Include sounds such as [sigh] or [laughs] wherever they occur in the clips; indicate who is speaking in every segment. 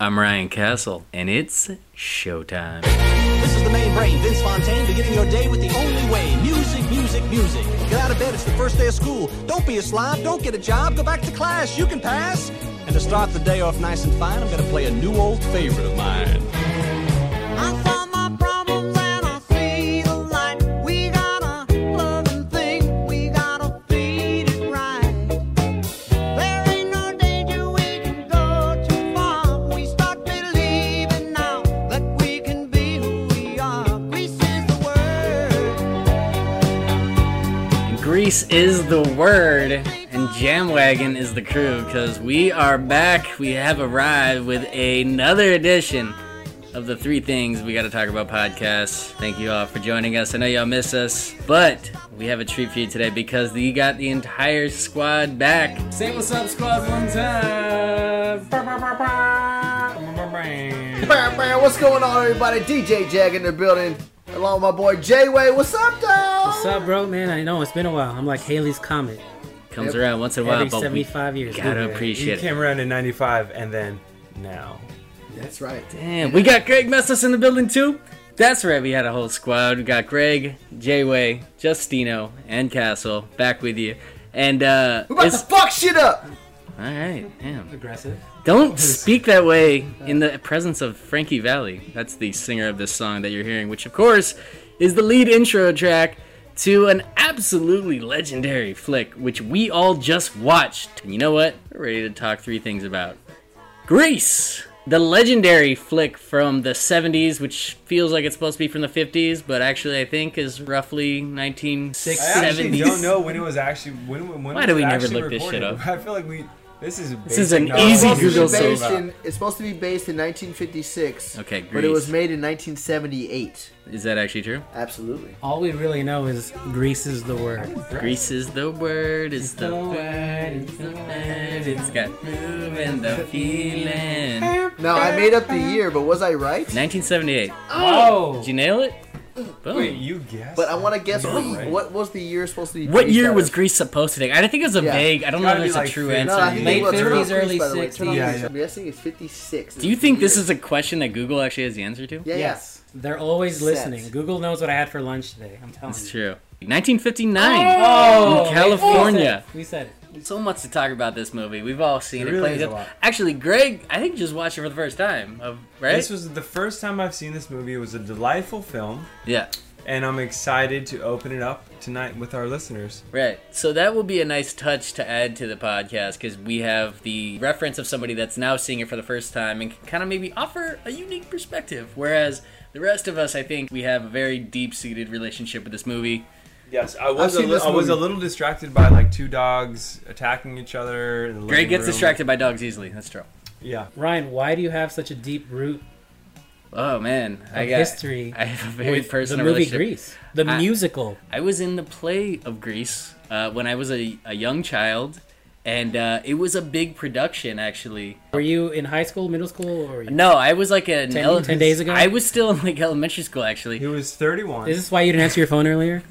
Speaker 1: I'm Ryan Castle, and it's showtime.
Speaker 2: This is the main brain, Vince Fontaine, beginning your day with the only way music, music, music. Get out of bed, it's the first day of school. Don't be a slob, don't get a job, go back to class, you can pass. And to start the day off nice and fine, I'm going to play a new old favorite of mine.
Speaker 3: I saw my problems and I see the light. We gotta love and think, we gotta feed it right. There ain't no danger we can go too far. We start believing now that we can be who we are. Greece is the word.
Speaker 1: Grease is the word, and Jamwagon is the crew, because we are back. We have arrived with another edition of the Three Things We Gotta Talk About podcast. Thank you all for joining us. I know y'all miss us, but we have a treat for you today because you got the entire squad back. Say what's up, squad, one time.
Speaker 4: Bam, bam. What's going on, everybody? DJ Jag in the building, along with my boy J-Way. What's up, dog?
Speaker 5: What's up, bro? Man, I know it's been a while. I'm like Haley's Comet.
Speaker 1: Comes around once in a while,
Speaker 5: Every
Speaker 1: but we
Speaker 5: 75 years.
Speaker 1: gotta
Speaker 5: Yeah.
Speaker 6: He
Speaker 1: appreciate it.
Speaker 6: came around in '95, and then now.
Speaker 4: That's right.
Speaker 1: Damn, we got Greg Messes in the building too. That's right, we had a whole squad. We got Greg, Jayway, Justino, and Castle back with you. And uh
Speaker 4: We about
Speaker 1: it's-
Speaker 4: to fuck shit up.
Speaker 1: all right, damn.
Speaker 5: Aggressive.
Speaker 1: Don't speak that way in the presence of Frankie Valley. That's the singer of this song that you're hearing, which of course is the lead intro track to an absolutely legendary flick which we all just watched. And you know what? We're ready to talk three things about. Grease, the legendary flick from the 70s, which feels like it's supposed to be from the 50s, but actually I think is roughly 1970s.
Speaker 6: I actually don't know when it was actually when. when when
Speaker 1: Why
Speaker 6: was
Speaker 1: do we
Speaker 6: it
Speaker 1: never
Speaker 6: actually
Speaker 1: look this shit
Speaker 6: recorded.
Speaker 1: up?
Speaker 6: I feel like we. This is
Speaker 1: This is an
Speaker 6: basic
Speaker 1: easy
Speaker 6: knowledge.
Speaker 4: It's
Speaker 1: Google
Speaker 4: supposed to be
Speaker 1: search.
Speaker 4: based in- it's supposed to be based in 1956.
Speaker 1: Okay,
Speaker 4: But it was
Speaker 1: Grease.
Speaker 4: made in 1978.
Speaker 1: Is that actually true?
Speaker 4: Absolutely.
Speaker 5: All we really know is Greece is the word.
Speaker 1: Grease is the word, it's the word, it's the word, it's got groove and the feeling.
Speaker 4: Now I made up the year, but was I right?
Speaker 1: 1978.
Speaker 5: Oh!
Speaker 1: Did you nail it? Boom.
Speaker 6: Wait, you guessed?
Speaker 4: But I want to guess what,
Speaker 6: Right.
Speaker 4: what was the year supposed to be.
Speaker 1: what
Speaker 4: based out
Speaker 1: year
Speaker 4: of?
Speaker 1: was Grease supposed to take? I think it was a
Speaker 4: Yeah.
Speaker 1: vague. I don't know if
Speaker 6: Gotta be
Speaker 1: there's a
Speaker 6: like
Speaker 1: true
Speaker 6: fifty.
Speaker 1: answer.
Speaker 4: No, I think
Speaker 5: Late
Speaker 4: it was
Speaker 5: 50s,
Speaker 4: Turn off
Speaker 5: early
Speaker 4: Grease, by the way. Turn off
Speaker 5: 60s.
Speaker 4: Grease.
Speaker 6: Yeah, yeah.
Speaker 4: I'm guessing it's 56.
Speaker 1: Do you think this is a question that Google actually has the answer to?
Speaker 4: Yeah, yes.
Speaker 5: Yes. They're always
Speaker 4: Set.
Speaker 5: listening. Google knows what I had for lunch today. I'm telling
Speaker 1: It's
Speaker 5: you.
Speaker 1: true. 1959.
Speaker 5: Oh!
Speaker 1: In California.
Speaker 5: We said it.
Speaker 1: So much to talk about this movie. We've all seen it.
Speaker 6: It really
Speaker 1: plenty
Speaker 6: is a
Speaker 1: of-
Speaker 6: lot.
Speaker 1: Actually, Greg, I think just watched it for the first time. Of, right?
Speaker 6: This was the first time I've seen this movie. It was a delightful film,
Speaker 1: yeah.
Speaker 6: and I'm excited to open it up tonight with our listeners.
Speaker 1: Right. So that will be a nice touch to add to the podcast because we have the reference of somebody that's now seeing it for the first time and can kind of maybe offer a unique perspective. Whereas the rest of us, I think, we have a very deep seated relationship with this movie.
Speaker 6: Yes, I
Speaker 4: was a seen li- this
Speaker 6: I was a
Speaker 4: movie.
Speaker 6: little distracted by like two dogs attacking each other. in the
Speaker 1: Greg
Speaker 6: living
Speaker 1: gets
Speaker 6: room.
Speaker 1: distracted by dogs easily. That's true.
Speaker 6: Yeah,
Speaker 5: Ryan, why do you have such a deep root
Speaker 1: Oh, man. I
Speaker 5: Of
Speaker 1: got
Speaker 5: history
Speaker 1: I have a very
Speaker 5: with the
Speaker 1: personal
Speaker 5: movie
Speaker 1: relationship.
Speaker 5: Grease? The
Speaker 1: I-
Speaker 5: musical.
Speaker 1: I was in the play of Grease uh, when I was a, a young child, and uh, it was a big production, actually.
Speaker 5: Were you in high school, middle school, or were you...
Speaker 1: No, I was like a
Speaker 5: Ten- 10 days ago?
Speaker 1: I was still in like elementary school, actually.
Speaker 6: he was 31.
Speaker 5: Is this why you didn't answer your
Speaker 1: [laughs]
Speaker 5: phone earlier?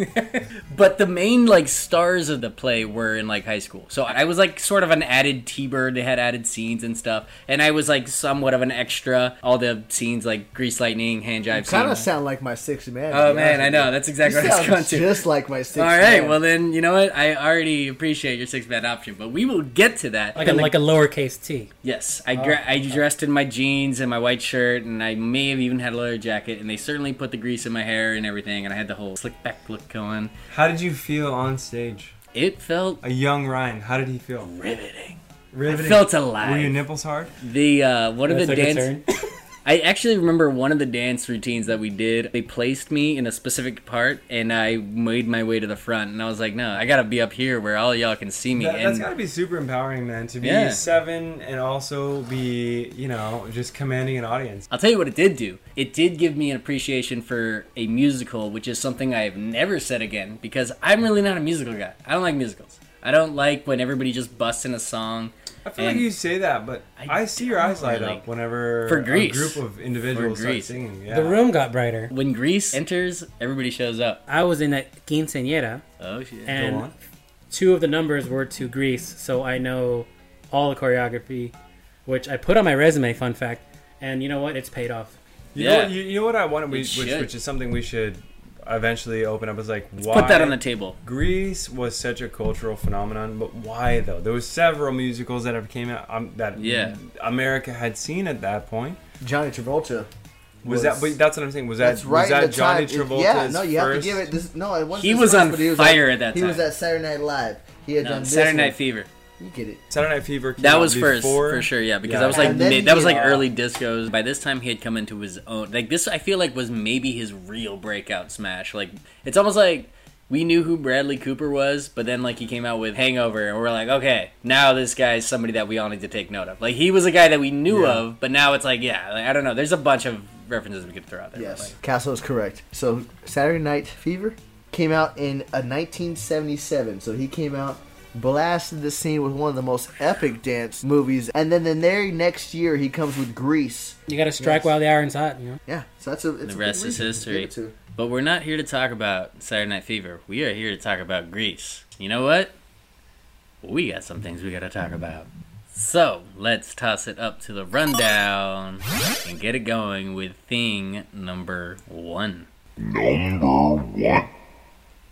Speaker 1: But the main like stars of the play were in like high school, so I was like sort of an added T-bird. They had added scenes and stuff, and I was like somewhat of an extra. All the scenes like Grease Lightning, Hand Jive.
Speaker 4: Kind of
Speaker 1: scene.
Speaker 4: sound like my sixth man. to
Speaker 1: Oh
Speaker 4: be
Speaker 1: man,
Speaker 4: honest
Speaker 1: I
Speaker 4: with
Speaker 1: know [laughs] that's
Speaker 4: You
Speaker 1: exactly what I was
Speaker 4: sound
Speaker 1: going to.
Speaker 4: just like my sixth
Speaker 1: All right,
Speaker 4: man.
Speaker 1: well then you know what? I already appreciate your six man option, but we will get to that.
Speaker 5: like, a, like a Oh. lowercase t.
Speaker 1: Yes, I, dre- I dressed in my jeans and my white shirt, and I may have even had a leather jacket, and they certainly put the grease in my hair and everything, and I had the whole slick back look going.
Speaker 6: How did you feel on stage?
Speaker 1: It felt
Speaker 6: A young Ryan, how did he feel?
Speaker 1: riveting.
Speaker 6: Riveting.
Speaker 1: felt
Speaker 6: Were your
Speaker 1: alive.
Speaker 6: nipples hard?
Speaker 1: The uh, one of the
Speaker 5: That's like a
Speaker 1: dance.
Speaker 5: turn.
Speaker 1: I actually remember one of the dance routines that we did. They placed me in a specific part, and I made my way to the front. And I was like, "No, I gotta be up here where all y'all can see me."
Speaker 6: That,
Speaker 1: and
Speaker 6: has got to be super empowering, man, to be
Speaker 1: Yeah.
Speaker 6: seven and also be, you know, just commanding an audience.
Speaker 1: I'll tell you what it did do. It did give me an appreciation for a musical, which is something I have never said again because I'm really not a musical guy. I don't like musicals. I don't like when everybody just busts in a song.
Speaker 6: I feel
Speaker 1: And-
Speaker 6: like you say that, but
Speaker 1: I
Speaker 6: I, see your eyes light
Speaker 1: really-
Speaker 6: up whenever
Speaker 1: For
Speaker 6: a
Speaker 1: Grease.
Speaker 6: group of individuals
Speaker 1: For
Speaker 6: start
Speaker 1: Grease.
Speaker 6: singing. Yeah.
Speaker 5: The room got brighter.
Speaker 1: When Grease enters, everybody shows up.
Speaker 5: I was in that quinceañera,
Speaker 1: Oh shit.
Speaker 6: Go
Speaker 5: and
Speaker 6: on.
Speaker 5: two of the numbers were to Greece, so I know all the choreography, which I put on my resume. Fun fact: and you know what? It's paid off.
Speaker 6: You
Speaker 1: Yeah.
Speaker 6: know, what- you, you know what I wanted, we,
Speaker 1: It
Speaker 6: which,
Speaker 1: should.
Speaker 6: which is something we should eventually open up. Is like why
Speaker 1: Put that on the table.
Speaker 6: Greece was such a cultural phenomenon, but why though? There was several musicals that have came out um, that
Speaker 1: Yeah.
Speaker 6: America had seen at that point.
Speaker 4: Johnny Travolta.
Speaker 6: Was, that? But that's what I'm saying. Was that?
Speaker 4: That's right.
Speaker 6: Was that
Speaker 4: in the
Speaker 6: Johnny
Speaker 4: time.
Speaker 6: Travolta's
Speaker 4: Yeah, no, you have
Speaker 6: first?
Speaker 4: to give it. This, no, it wasn't.
Speaker 1: He
Speaker 4: his
Speaker 1: was
Speaker 4: first,
Speaker 1: on
Speaker 4: but he was
Speaker 1: fire
Speaker 4: at,
Speaker 1: at that
Speaker 4: He was
Speaker 1: time.
Speaker 4: at Saturday Night Live. He had
Speaker 1: No,
Speaker 4: done this
Speaker 1: Saturday
Speaker 4: one.
Speaker 1: Night Fever.
Speaker 4: You get it.
Speaker 6: Saturday Night Fever. Came
Speaker 1: That
Speaker 6: out
Speaker 1: was first
Speaker 6: before-
Speaker 1: for sure, yeah, because
Speaker 6: Yeah.
Speaker 1: that was like
Speaker 4: And then
Speaker 1: mid, that was
Speaker 4: he-
Speaker 1: like early discos. By this time, he had come into his own. Like this, I feel like was maybe his real breakout smash. Like it's almost like we knew who Bradley Cooper was, but then like he came out with Hangover, and we're like, okay, now this guy is somebody that we all need to take note of. Like he was a guy that we knew
Speaker 6: Yeah.
Speaker 1: of, but now it's like, yeah, like, I don't know. There's a bunch of references we could throw out there.
Speaker 4: Yes,
Speaker 1: Like,
Speaker 4: Castle is correct. So Saturday Night Fever came out in uh 1977. So he came out, blasted the scene with one of the most epic dance movies, and then the very next year he comes with Grease.
Speaker 5: You got to strike
Speaker 4: Yes.
Speaker 5: while the iron's hot. You know.
Speaker 4: Yeah, so that's a. It's
Speaker 1: the
Speaker 4: a
Speaker 1: rest
Speaker 4: good
Speaker 1: is
Speaker 4: reason to
Speaker 1: history.
Speaker 4: give it to.
Speaker 1: But we're not here to talk about Saturday Night Fever. We are here to talk about Greece. You know what? We got some things we gotta talk about. So let's toss it up to the rundown and get it going with thing number one. Number one.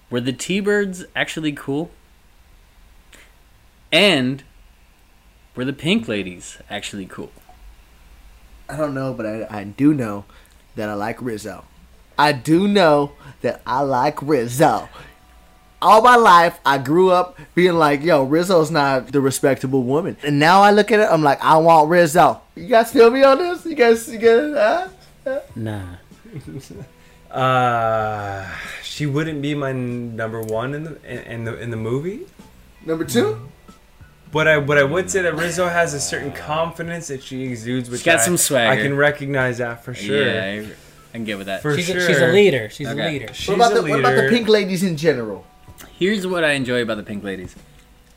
Speaker 1: Were the T Birds actually cool? And were the Pink Ladies actually cool?
Speaker 4: I don't know, but I, I do know that I like Rizzo. I do know that I like Rizzo. All my life, I grew up being like, yo, Rizzo's not the respectable woman. And now I look at it, I'm like, I want Rizzo. You guys feel me on this? You guys, you guys, huh?
Speaker 5: Nah.
Speaker 6: Uh, she wouldn't be my n- number one in the in, in the in the movie.
Speaker 4: Number two?
Speaker 6: But I, but I would say that Rizzo has a certain confidence that she exudes, which
Speaker 1: She's got
Speaker 6: I,
Speaker 1: some swagger.
Speaker 6: I can recognize that for sure.
Speaker 1: Yeah, I, I can get with that.
Speaker 6: For
Speaker 5: she's,
Speaker 6: sure.
Speaker 5: a, she's a leader. She's
Speaker 1: Okay.
Speaker 5: a leader.
Speaker 6: She's
Speaker 4: What about,
Speaker 6: a
Speaker 4: the,
Speaker 6: leader.
Speaker 4: what about the pink ladies in general?
Speaker 1: Here's what I enjoy about the Pink Ladies.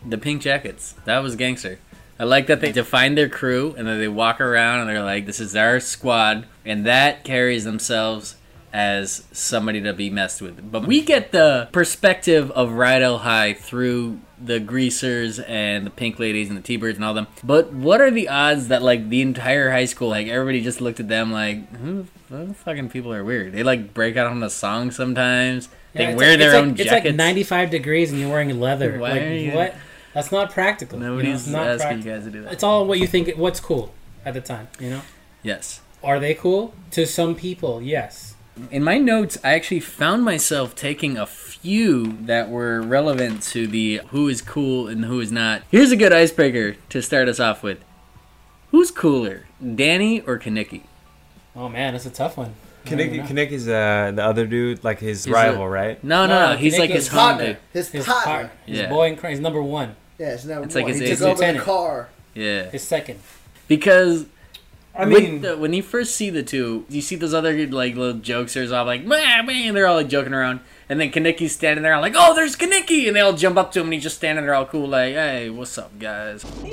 Speaker 1: The pink jackets. That was gangster. I like that they define their crew and then they walk around and they're like, this is our squad. And that carries themselves as somebody to be messed with. But we get the perspective of Rydell High through the greasers and the pink ladies and the T-Birds and all them. But what are the odds that like the entire high school, like everybody just looked at them like, who, who fucking people are weird. They like break out on a song sometimes. They
Speaker 5: Yeah, it's
Speaker 1: wear
Speaker 5: like-
Speaker 1: their
Speaker 5: it's
Speaker 1: own
Speaker 5: like,
Speaker 1: jackets.
Speaker 5: It's like 95 degrees and you're wearing leather.
Speaker 1: Why
Speaker 5: like
Speaker 1: are you-
Speaker 5: what? That's not practical. you know?
Speaker 1: Nobody's
Speaker 5: It's not
Speaker 1: asking
Speaker 5: practical.
Speaker 1: you guys to do that.
Speaker 5: It's all what you think. What's cool at the time, you know?
Speaker 1: yes.
Speaker 5: Are they cool to some people? Yes.
Speaker 1: In my notes, I actually found myself taking a few that were relevant to the who is cool and who is not. Here's a good icebreaker to start us off with. Who's cooler, Danny or Kanicki?
Speaker 5: Oh man, that's a tough one.
Speaker 6: Kinnick, Kinnick is uh, the other dude, like his
Speaker 1: He's
Speaker 6: rival,
Speaker 1: a-
Speaker 6: right?
Speaker 1: No, no,
Speaker 5: No,
Speaker 1: no. He's
Speaker 5: Kanicki
Speaker 1: like
Speaker 5: is
Speaker 1: his Honda.
Speaker 5: Honda.
Speaker 4: His,
Speaker 5: His
Speaker 4: partner.
Speaker 5: partner, his
Speaker 1: Yeah.
Speaker 5: boy in crime, he's number one,
Speaker 4: Yeah, it's number
Speaker 1: It's like
Speaker 4: one.
Speaker 1: his
Speaker 4: he took
Speaker 1: ace
Speaker 4: over the
Speaker 5: lieutenant.
Speaker 4: car.
Speaker 1: Yeah.
Speaker 5: his second.
Speaker 1: Because
Speaker 6: I
Speaker 1: when,
Speaker 6: mean,
Speaker 1: the, when you first see the two, you see those other like little jokesters all like, man, man, they're all like joking around. And then Kanicki's standing there, like, oh, there's Kanicki! And they all jump up to him, and he's just standing there all cool, like, hey, what's up, guys?
Speaker 7: Oh,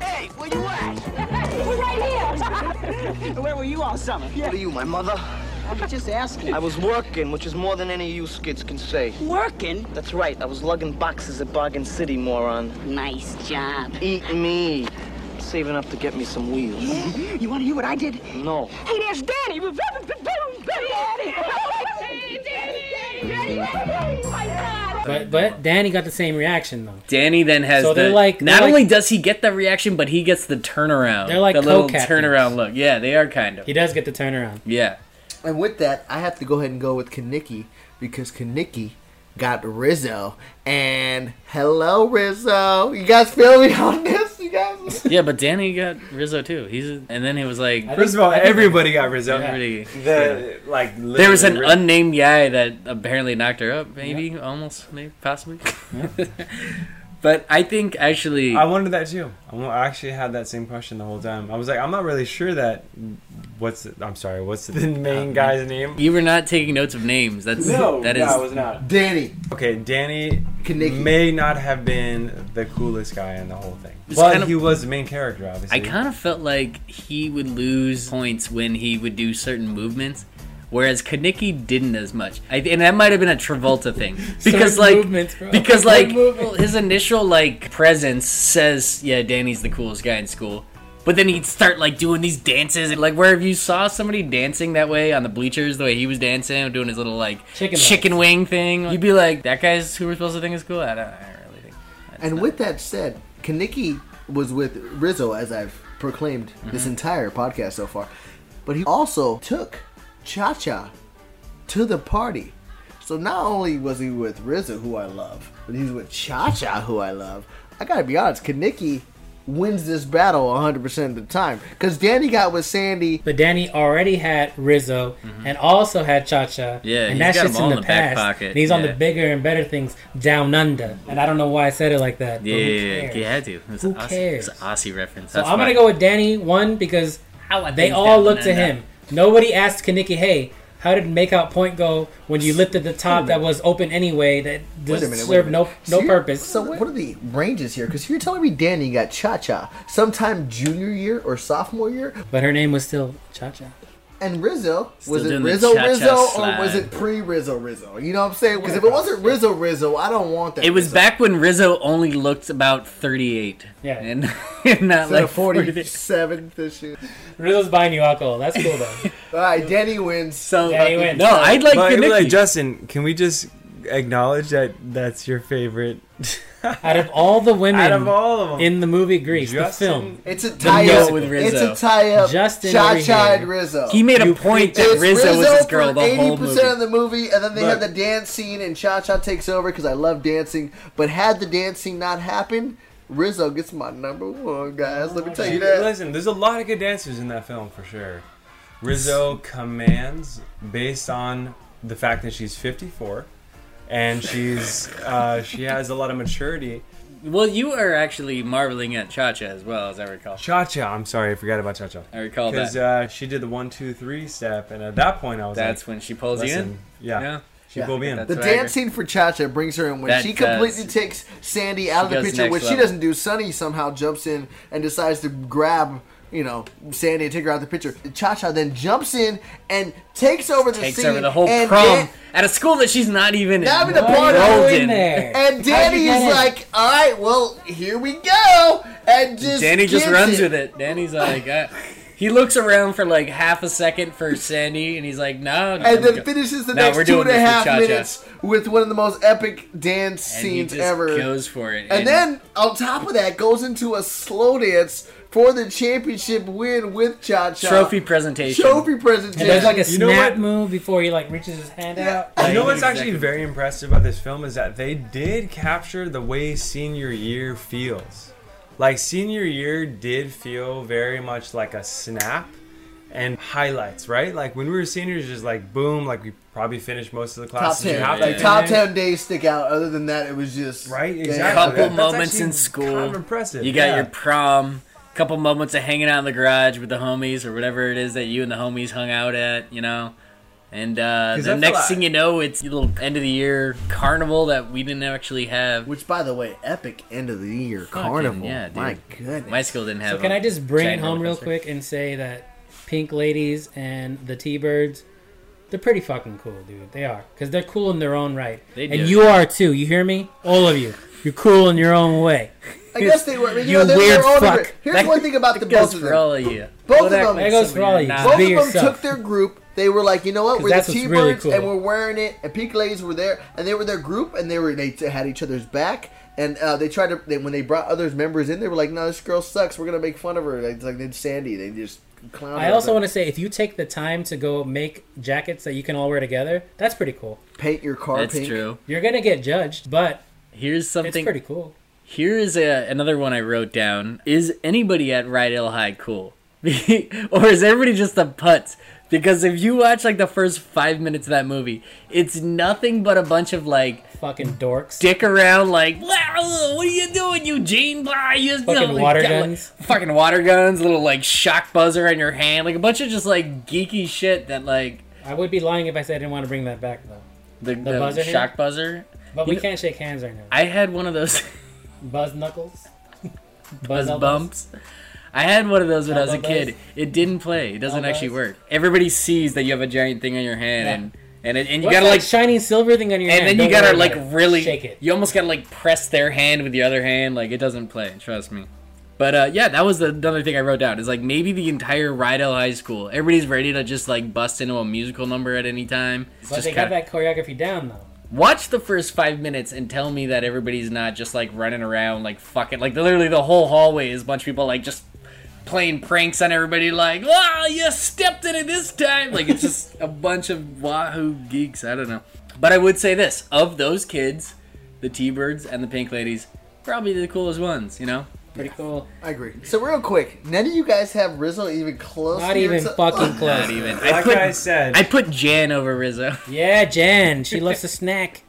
Speaker 7: Hey, where you at? We're [laughs] right here. where were you all summer?
Speaker 8: What are you, my mother?
Speaker 7: I'm just asking.
Speaker 8: I was working, which is more than any of you skids can say.
Speaker 7: working.
Speaker 8: That's right, I was lugging boxes at Bargain City, moron.
Speaker 7: Nice job.
Speaker 8: Eat me. Saving up to get me some wheels.
Speaker 7: You want to hear what I did?
Speaker 8: No.
Speaker 7: Hey, there's Danny. Boom, boom, boom, Danny. Hey, Danny, Danny, Danny. My God.
Speaker 5: But but Danny got the same reaction though.
Speaker 1: Danny then has
Speaker 5: So
Speaker 1: the
Speaker 5: they're like-
Speaker 1: not
Speaker 5: they're
Speaker 1: only
Speaker 5: like-
Speaker 1: does he get the reaction, but he gets the turnaround.
Speaker 5: They're like
Speaker 1: the little
Speaker 5: co-captains.
Speaker 1: turnaround look. Yeah, they are kind of.
Speaker 5: He does get the turnaround.
Speaker 1: Yeah.
Speaker 4: And with that, I have to go ahead and go with Kanicki because Kanicki got Rizzo. And hello, Rizzo. You guys feel me [laughs] on this? You guys?
Speaker 1: Yeah, but Danny got Rizzo too. He's a- and then he was like
Speaker 6: first of all, everybody got Rizzo.
Speaker 1: pretty-
Speaker 6: The, like,
Speaker 1: there was an
Speaker 6: literally-
Speaker 1: unnamed guy that apparently knocked her up, maybe almost, maybe possibly. [laughs] but I think actually
Speaker 6: I wondered that too. I wa- I actually had that same question the whole time. I was like, I'm not really sure that. What's the, I'm sorry. What's the [laughs] main guy's name?
Speaker 1: you were not taking notes of names. That's that is
Speaker 6: not.
Speaker 4: Danny.
Speaker 6: Okay, Danny
Speaker 4: Kanicki.
Speaker 6: may not have been the coolest guy in the whole thing,
Speaker 1: It's
Speaker 6: but
Speaker 1: kind of-
Speaker 6: he was the main character, obviously.
Speaker 1: I kind of felt like he would lose points when he would do certain movements, whereas Kanicki didn't as much. I, and that might have been a Travolta thing because
Speaker 5: [laughs] Certain
Speaker 1: like
Speaker 5: movements, bro.
Speaker 1: because
Speaker 5: Certain
Speaker 1: like
Speaker 5: movements.
Speaker 1: his initial like presence says yeah Danny's the coolest guy in school, But then he'd start like doing these dances, and like wherever you saw somebody dancing that way on the bleachers, the way he was dancing, doing his little like
Speaker 5: Chicken
Speaker 1: chicken,
Speaker 5: legs.
Speaker 1: wing thing, you'd be like, "That guy's who we're supposed to think is cool." I don't, I don't really think. that's
Speaker 4: And
Speaker 1: not-
Speaker 4: with that said, Kaniki was with Rizzo, as I've proclaimed this
Speaker 5: Mm-hmm.
Speaker 4: entire podcast so far. But he also took Cha Cha to the party. So not only was he with Rizzo, who I love, but he's with Cha Cha, who I love. I gotta be honest, Kaniki wins this battle 100% of the time. Because Danny got with Sandy.
Speaker 5: But Danny already had Rizzo and also had Cha Cha.
Speaker 1: Mm-hmm. Yeah,
Speaker 5: and
Speaker 1: he's
Speaker 5: that
Speaker 1: got
Speaker 5: shit's
Speaker 1: them all
Speaker 5: in the,
Speaker 1: in the back
Speaker 5: past.
Speaker 1: pocket,
Speaker 5: And he's on the
Speaker 1: yeah.
Speaker 5: bigger and better things down under. And I don't know why I said it like that. but
Speaker 1: Yeah,
Speaker 5: who
Speaker 1: yeah, yeah,
Speaker 5: cares?
Speaker 1: he had to. It was
Speaker 5: Who
Speaker 1: an Aussie,
Speaker 5: cares?
Speaker 1: It was an Aussie reference.
Speaker 5: So I'm gonna go with Danny one because they
Speaker 1: things
Speaker 5: all
Speaker 1: down
Speaker 5: look to
Speaker 1: under.
Speaker 5: him. Nobody asked Kaniki, hey, how did make out point go when you lifted the top that was open anyway that
Speaker 4: Wait a
Speaker 5: just
Speaker 4: minute, wait a
Speaker 5: served
Speaker 4: minute.
Speaker 5: no
Speaker 4: So
Speaker 5: no
Speaker 4: you're-
Speaker 5: purpose?
Speaker 4: So what are the ranges here? Because you're telling me Danny got Cha Cha sometime junior year or sophomore year,
Speaker 5: But her name was still Cha Cha.
Speaker 4: And Rizzo, was it
Speaker 1: doing the
Speaker 4: Rizzo
Speaker 1: cha-cha
Speaker 4: Rizzo or
Speaker 1: slide.
Speaker 4: was it pre Rizzo Rizzo? You know what I'm saying? Because if it wasn't Rizzo Rizzo, I don't want that.
Speaker 1: It was
Speaker 4: Rizzo.
Speaker 1: back when Rizzo only looked about 38.
Speaker 5: Yeah.
Speaker 1: And, [laughs] and not [laughs]
Speaker 4: Instead
Speaker 1: like
Speaker 4: of 47 this year.
Speaker 5: Rizzo's buying you alcohol. That's cool though.
Speaker 4: All right, Danny wins.
Speaker 1: So
Speaker 5: Yeah, he wins.
Speaker 1: no, I'd like
Speaker 6: But
Speaker 1: Kaneki.
Speaker 6: like Justin, can we just acknowledge that that's your favorite
Speaker 5: [laughs] Out of all the women
Speaker 6: [laughs] out of all of them?
Speaker 5: in the movie Grease,
Speaker 6: Justin-
Speaker 5: the film,
Speaker 4: It's a tie
Speaker 1: no
Speaker 4: up
Speaker 1: with Rizzo.
Speaker 4: It's a tie up.
Speaker 5: Justin
Speaker 4: Cha
Speaker 5: over
Speaker 4: Cha
Speaker 5: here.
Speaker 4: and Rizzo.
Speaker 1: he made a
Speaker 5: You
Speaker 1: point
Speaker 5: preach
Speaker 1: that
Speaker 4: It's
Speaker 1: Rizzo was his girl
Speaker 4: for
Speaker 1: the whole movie.
Speaker 4: of the movie, and then they have
Speaker 6: Look.
Speaker 4: the dance scene, and Cha Cha takes over because I love dancing. But had the dance scene not happened, Rizzo gets my number one, guys. Let me tell you that.
Speaker 6: Listen, there's a lot of good dancers in that film for sure. Rizzo commands based on the fact that she's 54 and she's uh, she has a lot of maturity.
Speaker 1: Well, you are actually marveling at Cha Cha as well, as I recall.
Speaker 6: Cha Cha, I'm sorry, I forgot about Cha Cha.
Speaker 1: I recall
Speaker 6: Because
Speaker 1: that.
Speaker 6: uh, she did the one, two, three step, and at that point I was
Speaker 1: That's
Speaker 6: like,
Speaker 1: when she pulls you in.
Speaker 6: listen, yeah,
Speaker 1: Yeah.
Speaker 6: she
Speaker 4: Yeah.
Speaker 6: pulled me in.
Speaker 1: That's-
Speaker 4: The
Speaker 1: what I agree.
Speaker 4: dancing for Cha Cha brings her in when
Speaker 1: That
Speaker 4: she
Speaker 1: does.
Speaker 4: completely takes Sandy out of the
Speaker 1: goes
Speaker 4: picture,
Speaker 1: next
Speaker 4: which she
Speaker 1: level.
Speaker 4: doesn't do. Sunny somehow jumps in and decides to grab, you know, Sandy and take her out of the picture. Cha Cha then jumps in and takes over the
Speaker 1: Takes
Speaker 4: scene.
Speaker 1: over the whole
Speaker 4: and
Speaker 1: prom
Speaker 4: Dan-
Speaker 1: at a school that she's not even
Speaker 4: Not even
Speaker 1: in.
Speaker 4: a part of
Speaker 1: Rolled
Speaker 4: it.
Speaker 1: in.
Speaker 5: there.
Speaker 4: and
Speaker 5: How'd
Speaker 4: Danny
Speaker 5: you get
Speaker 4: is
Speaker 5: in?
Speaker 4: like, all right, well, here we go. And just
Speaker 1: Danny just
Speaker 4: gives
Speaker 1: runs with it. Danny's like, uh, he looks around for like half a second for Sandy, and he's like, no.
Speaker 4: And then finishes the
Speaker 1: No, we're
Speaker 4: next two
Speaker 1: doing
Speaker 4: and a
Speaker 1: this with
Speaker 4: half
Speaker 1: Cha-Cha.
Speaker 4: minutes with one of the most epic dance
Speaker 1: And he
Speaker 4: scenes
Speaker 1: just
Speaker 4: ever.
Speaker 1: goes for it.
Speaker 4: And then on top of that goes into a slow dance for the championship win with Cha Cha.
Speaker 1: trophy presentation.
Speaker 4: uh, Trophy
Speaker 5: and there's
Speaker 4: presentation.
Speaker 5: like a
Speaker 6: You know
Speaker 5: snap
Speaker 6: what?
Speaker 5: move before he like reaches his hand out.
Speaker 6: You know what's
Speaker 1: Exactly.
Speaker 6: actually very impressive about this film is that they did capture the way senior year feels. Like senior year did feel very much like a snap and highlights, right? Like when we were seniors, just like boom, like we probably finished most of the
Speaker 4: top
Speaker 6: classes.
Speaker 4: ten.
Speaker 6: You have to
Speaker 4: Like
Speaker 6: finish,
Speaker 4: top ten days stick out. Other than that, it was just
Speaker 6: right?
Speaker 4: Yeah.
Speaker 6: Exactly.
Speaker 1: couple
Speaker 6: That's
Speaker 1: moments
Speaker 6: actually
Speaker 1: in school.
Speaker 6: Kind of impressive.
Speaker 1: You got
Speaker 6: yeah.
Speaker 1: your prom, couple moments of hanging out in the garage with the homies or whatever it is that you and the homies hung out at, you know. And uh,
Speaker 6: 'Cause
Speaker 1: the
Speaker 6: I feel
Speaker 1: next
Speaker 6: like-
Speaker 1: thing you know, it's your little end of the year carnival that we didn't actually have.
Speaker 4: Which, by the way, epic end of the year
Speaker 1: Fucking-
Speaker 4: carnival.
Speaker 1: yeah, dude.
Speaker 4: My goodness.
Speaker 1: My school didn't have.
Speaker 5: So can
Speaker 1: a
Speaker 5: I just bring it
Speaker 1: giant
Speaker 5: home
Speaker 1: roller
Speaker 5: real
Speaker 1: coaster.
Speaker 5: quick and say that Pink Ladies and the T-Birds, they're pretty fucking cool, dude. They are. Because they're cool in their own right.
Speaker 1: They
Speaker 5: and
Speaker 1: do.
Speaker 5: you are too. You hear me? All of you. You're cool in your own way.
Speaker 4: I guess they were. You,
Speaker 5: You
Speaker 4: know, they're,
Speaker 5: weird
Speaker 4: they're all
Speaker 5: fuck.
Speaker 4: different. Here's one thing about the
Speaker 1: That goes
Speaker 4: both of
Speaker 1: for
Speaker 4: them.
Speaker 1: all of you.
Speaker 4: Both
Speaker 1: Don't
Speaker 4: of
Speaker 1: act
Speaker 4: them.
Speaker 1: like
Speaker 5: That goes
Speaker 1: somebody
Speaker 5: for all
Speaker 1: you're
Speaker 5: you.
Speaker 1: not.
Speaker 4: Both of
Speaker 5: Be
Speaker 4: them
Speaker 5: yourself.
Speaker 4: took their group. They were like, you know what?
Speaker 5: 'Cause
Speaker 4: We're the
Speaker 5: that's what's
Speaker 4: T-Birds,
Speaker 5: really cool.
Speaker 4: and we're wearing it. And Pink Ladies were there, and they were their group, and they were they t- had each other's back. And uh, they tried to they, when they brought others members in, they were like, no, this girl sucks. We're gonna make fun of her. Like, it's like they Sandy, they just clown.
Speaker 5: I also want to say, if you take the time to go make jackets that you can all wear together, that's pretty cool.
Speaker 4: to paint your car
Speaker 1: That's
Speaker 4: pink.
Speaker 1: true.
Speaker 5: You're gonna get judged, but
Speaker 1: Here's
Speaker 5: it's
Speaker 1: something.
Speaker 5: pretty cool.
Speaker 1: Here is a, another one I wrote down. Is anybody at Rydell High cool? [laughs] or is everybody just a putz? Because if you watch like the first five minutes of that movie, it's nothing but a bunch of like
Speaker 5: Fucking dorks.
Speaker 1: dick around, like "Wow, what are you doing, Eugene? Blah, you, you
Speaker 5: Fucking
Speaker 1: like,
Speaker 5: water
Speaker 1: got, like,
Speaker 5: guns.
Speaker 1: fucking water guns, little like shock buzzer in your hand, like a bunch of just like geeky shit that like
Speaker 5: I would be lying if I said I didn't want to bring that back though.
Speaker 1: the, the
Speaker 5: buzzer hand?
Speaker 1: shock buzzer.
Speaker 5: But we
Speaker 1: You know-
Speaker 5: can't shake hands right now.
Speaker 1: I had one of those. [laughs]
Speaker 5: Buzz knuckles. [laughs]
Speaker 1: Buzz
Speaker 5: elbows?
Speaker 1: bumps. I had one of those when I was a
Speaker 5: Elbow
Speaker 1: kid.
Speaker 5: buzz?
Speaker 1: It didn't play. It doesn't
Speaker 5: Elbow
Speaker 1: actually
Speaker 5: buzz?
Speaker 1: work. Everybody sees that you have a giant thing on your hand,
Speaker 5: Yeah.
Speaker 1: and and it, and you
Speaker 5: What's
Speaker 1: gotta
Speaker 5: that
Speaker 1: like,
Speaker 5: shiny silver thing on your
Speaker 1: and
Speaker 5: hand?
Speaker 1: then you
Speaker 5: Don't
Speaker 1: gotta
Speaker 5: worry
Speaker 1: like
Speaker 5: about it.
Speaker 1: really
Speaker 5: shake it.
Speaker 1: You almost gotta like press their hand with the other hand. Like it doesn't play. Trust me. But uh, yeah, that was the- another thing I wrote down. Is like maybe the entire Rydell High School, everybody's ready to just like bust into a musical number at any time. It's
Speaker 5: But
Speaker 1: just
Speaker 5: they
Speaker 1: kinda-
Speaker 5: got that choreography down though.
Speaker 1: Watch the first five minutes and tell me that everybody's not just like running around like fucking like literally the whole hallway is a bunch of people like just playing pranks on everybody like wow you stepped in it this time like it's just [laughs] a bunch of wahoo geeks I don't know but I would say this of those kids the T-Birds and the Pink Ladies probably the coolest ones you know
Speaker 5: Pretty cool.
Speaker 4: I agree. So real quick, none of you guys have Rizzo even close.
Speaker 5: Not
Speaker 4: to your
Speaker 5: even
Speaker 4: to- [laughs]
Speaker 5: fucking close.
Speaker 1: not even I [laughs]
Speaker 6: Like
Speaker 1: put
Speaker 6: I said,
Speaker 1: I put Jan over Rizzo
Speaker 5: Yeah, Jan. She loves to snack.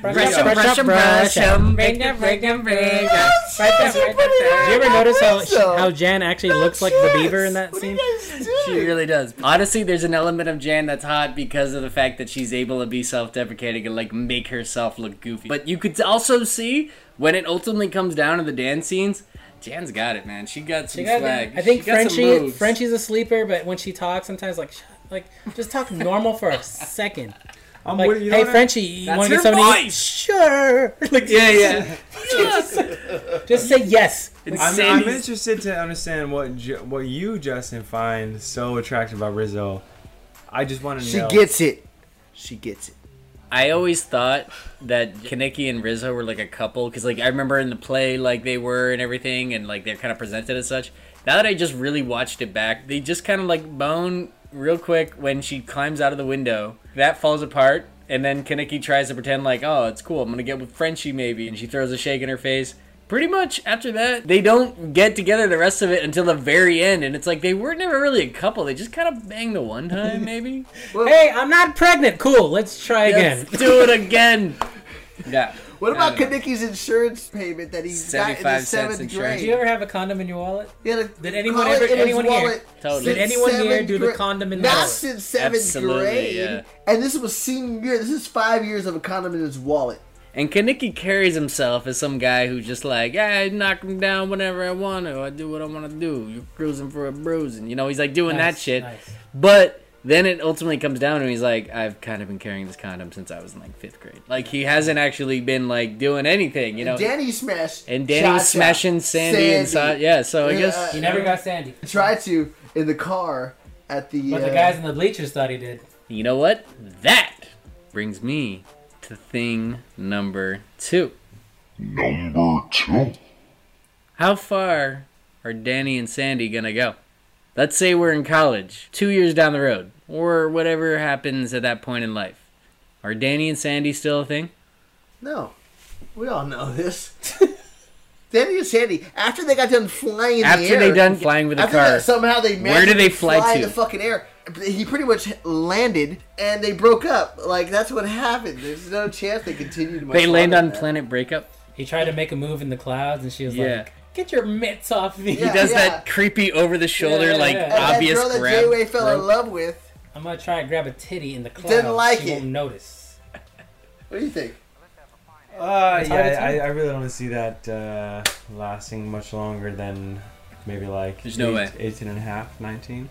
Speaker 1: Brush 'em, brush 'em, brush 'em.
Speaker 5: Break 'em, break 'em, break 'em. Break 'em, break 'em. Did you ever notice how she, how Jan actually looks like the beaver in that
Speaker 4: What do
Speaker 5: scene?
Speaker 4: you guys do?
Speaker 5: Hmm.
Speaker 1: She really does. Honestly, there's an element of Jan that's hot because of the fact that she's able to be self-deprecating and like make herself look goofy. But you could also see when it ultimately comes down to the dance scenes, Jan's got it, man. She got some
Speaker 5: She got
Speaker 1: swag.
Speaker 5: I think
Speaker 1: She got some
Speaker 5: Frenchie
Speaker 1: moves.
Speaker 5: Frenchie's a sleeper, but when she talks, sometimes like shut- like just talk
Speaker 1: [laughs]
Speaker 5: normal for a second.
Speaker 6: I'm
Speaker 5: Like,
Speaker 6: with- you know
Speaker 5: hey
Speaker 6: what I-
Speaker 5: Frenchie, you
Speaker 1: That's
Speaker 5: want to
Speaker 1: her
Speaker 5: get something? to eat?"
Speaker 1: voice!
Speaker 5: Sure. [laughs] Like
Speaker 1: Yeah, yeah.
Speaker 5: just say yes.
Speaker 1: It's
Speaker 6: I'm, I'm
Speaker 1: Sandy's-
Speaker 6: interested to understand what Ju- what you Justin find so attractive about Rizzo. I just want to
Speaker 4: She
Speaker 6: know.
Speaker 4: gets it. She gets it.
Speaker 1: I always thought that Kaneki and Rizzo were like a couple because, like, I remember in the play, like, they were and everything, and like they're kind of presented as such. Now that I just really watched it back, they just kind of like bone real quick when she climbs out of the window. That falls apart, and then Kaneki tries to pretend like, oh, it's cool, I'm gonna get with Frenchie maybe, and she throws a shake in her face. Pretty much after that, they don't get together the rest of it until the very end, and it's like they were never really a couple. They just kind of banged the one time, maybe.
Speaker 5: Hey, I'm not pregnant. Cool. Let's try again.
Speaker 1: Let's do it again. Yeah.
Speaker 4: What about
Speaker 1: I don't know.
Speaker 4: Kanicki's insurance payment that he got in
Speaker 1: 75
Speaker 4: the
Speaker 1: cents
Speaker 4: seventh
Speaker 1: insurance.
Speaker 4: grade?
Speaker 5: Did you ever have a condom in your wallet?
Speaker 4: He had a
Speaker 5: Did anyone
Speaker 4: wallet
Speaker 5: ever-
Speaker 4: in his
Speaker 5: anyone here-
Speaker 4: wallet
Speaker 1: Totally.
Speaker 4: since
Speaker 1: Did
Speaker 5: anyone here
Speaker 4: seventh
Speaker 5: do the
Speaker 4: gra-
Speaker 5: condom in the
Speaker 4: Not
Speaker 5: wallet?
Speaker 4: since seventh
Speaker 1: Absolutely,
Speaker 4: grade.
Speaker 1: yeah.
Speaker 4: And this was senior year. This is five years of a condom in his wallet.
Speaker 1: And Kaneki carries himself as some guy who's just like, yeah, I knock him down whenever I want to. I do what I want to do. You're cruising for a bruising. You know, he's like doing that
Speaker 5: Nice,
Speaker 1: shit.
Speaker 5: nice.
Speaker 1: But then it ultimately comes down and he's like, I've kind of been carrying this condom since I was in like fifth grade. Like, he hasn't actually been like doing anything, you know?
Speaker 4: Danny smashed.
Speaker 1: and Danny was
Speaker 4: Cha-Cha.
Speaker 1: smashing Sandy, and Sa- yeah, so I
Speaker 4: Yeah,
Speaker 1: guess.
Speaker 4: uh,
Speaker 5: You never got Sandy.
Speaker 4: Tried to in the car at the.
Speaker 5: But
Speaker 4: uh,
Speaker 5: the guys in the bleachers thought he did.
Speaker 1: You know what? That brings me to thing number two. Number two. How far are Danny and Sandy gonna go? Let's say we're in college, two years down the road, or whatever happens at that point in life. Are Danny and Sandy still a thing?
Speaker 4: No, we all know this. [laughs] Danny and Sandy, after they got done flying in the
Speaker 1: After
Speaker 4: air,
Speaker 1: they done flying with a
Speaker 4: after
Speaker 1: car,
Speaker 4: that, somehow they
Speaker 1: Where
Speaker 4: managed
Speaker 1: do they
Speaker 4: to
Speaker 1: fly
Speaker 4: fly
Speaker 1: to?
Speaker 4: the fucking air. He pretty much landed, and they broke up. Like that's what happened. There's no chance they continued. much
Speaker 1: they land
Speaker 4: longer
Speaker 1: on
Speaker 4: than that.
Speaker 1: planet breakup.
Speaker 5: He tried to make a move in the clouds, and she was
Speaker 1: Yeah.
Speaker 5: like, "Get your mitts off me!
Speaker 1: He
Speaker 4: Yeah.
Speaker 1: does that creepy over the shoulder,
Speaker 5: Yeah,
Speaker 1: like
Speaker 5: yeah. And
Speaker 4: And that
Speaker 1: obvious
Speaker 4: girl that
Speaker 1: grab.
Speaker 4: Jayway fell
Speaker 1: rope.
Speaker 4: in love with.
Speaker 5: I'm gonna try and grab a titty in the clouds.
Speaker 4: like
Speaker 5: she
Speaker 4: it.
Speaker 5: won't notice."
Speaker 4: What do you think?
Speaker 6: Uh,
Speaker 5: hard to
Speaker 6: yeah,
Speaker 5: tell.
Speaker 6: I, I really don't see that uh, lasting much longer than maybe like
Speaker 1: There's no way.
Speaker 6: 18 and a half, 19.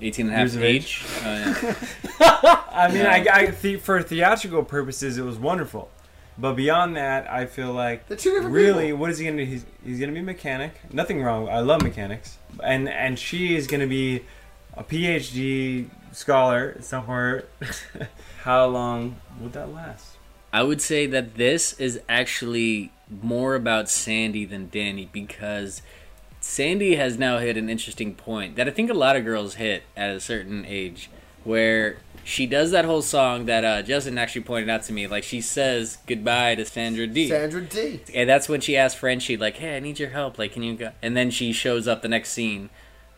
Speaker 1: 18 and a
Speaker 6: Years
Speaker 1: half
Speaker 6: of
Speaker 1: age. Oh, yeah.
Speaker 6: [laughs] I mean,
Speaker 1: Yeah.
Speaker 6: I, I the, for theatrical purposes, it was wonderful. But beyond that, I feel like
Speaker 4: They're two different
Speaker 6: really,
Speaker 4: people.
Speaker 6: what is he gonna do? He's, he's gonna be a mechanic. Nothing wrong. I love mechanics, and and she is gonna be a PhD scholar somewhere. [laughs] How long would that last?
Speaker 1: I would say that this is actually more about Sandy than Danny because Sandy has now hit an interesting point that I think a lot of girls hit at a certain age where she does that whole song that uh, Justin actually pointed out to me. Like she says goodbye to Sandra D.
Speaker 4: Sandra D.
Speaker 1: and that's when she asked Frenchie, like, hey, I need your help. Like, can you go? And then she shows up the next scene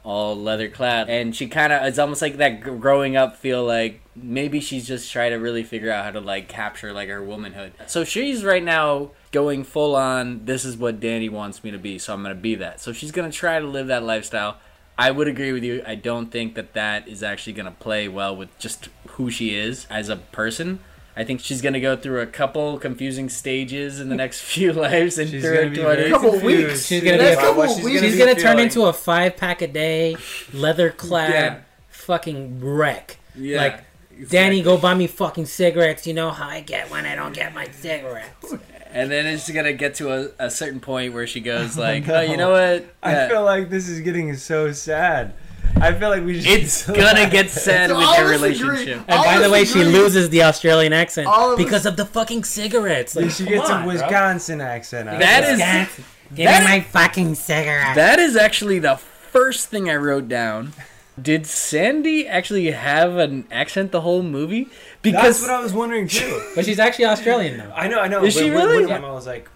Speaker 1: all leather clad. And she kind of, it's almost like that gr- growing up feel like maybe she's just trying to really figure out how to like capture like her womanhood. So she's right now going full on, this is what Danny wants me to be, so I'm going to be that. So she's going to try to live that lifestyle. I would agree with you. I don't think that that is actually going to play well with just who she is as a person. I think she's going to go through a couple confusing stages in the next [laughs] few lives and
Speaker 6: She's
Speaker 1: through her
Speaker 6: gonna be very
Speaker 1: 20s.
Speaker 4: Couple
Speaker 6: confused
Speaker 4: weeks.
Speaker 5: She's gonna
Speaker 6: about
Speaker 5: be a-
Speaker 6: what
Speaker 4: Couple weeks.
Speaker 6: gonna
Speaker 5: She's
Speaker 6: be
Speaker 5: gonna turn
Speaker 6: feeling.
Speaker 5: into a five pack a day, leather clad,
Speaker 1: Yeah.
Speaker 5: fucking wreck.
Speaker 1: Yeah.
Speaker 5: Like Danny, go buy me fucking cigarettes. You know how I get when I don't get my cigarettes.
Speaker 1: And then it's gonna get to a, a certain point where she goes like, "Oh, you know what?
Speaker 6: I
Speaker 1: Yeah.
Speaker 6: feel like this is getting so sad. I feel like we just [laughs]
Speaker 1: it's gonna get sad
Speaker 4: So
Speaker 1: with
Speaker 4: all
Speaker 1: their
Speaker 4: of us
Speaker 1: relationship."
Speaker 4: agree-
Speaker 5: And
Speaker 4: all
Speaker 5: by
Speaker 4: of
Speaker 5: the
Speaker 4: us
Speaker 5: way, she
Speaker 4: agree-
Speaker 5: loses the Australian accent
Speaker 4: All of us-
Speaker 5: because of the fucking cigarettes. Like,
Speaker 6: Yeah, she gets
Speaker 5: come
Speaker 6: a
Speaker 5: on, bro.
Speaker 6: Wisconsin accent. out of
Speaker 1: That
Speaker 6: it.
Speaker 1: is-
Speaker 5: Wisconsin. Give
Speaker 1: that
Speaker 5: me
Speaker 1: is-
Speaker 5: my fucking cigarette.
Speaker 1: That is actually the first thing I wrote down. Did Sandy actually have an accent the whole movie?
Speaker 6: That's
Speaker 1: Because
Speaker 6: what I was wondering too.
Speaker 5: But she's actually Australian though.
Speaker 6: [laughs] I know, I know.
Speaker 1: Is
Speaker 6: But
Speaker 1: she
Speaker 6: one- one
Speaker 1: really?
Speaker 6: time I was like,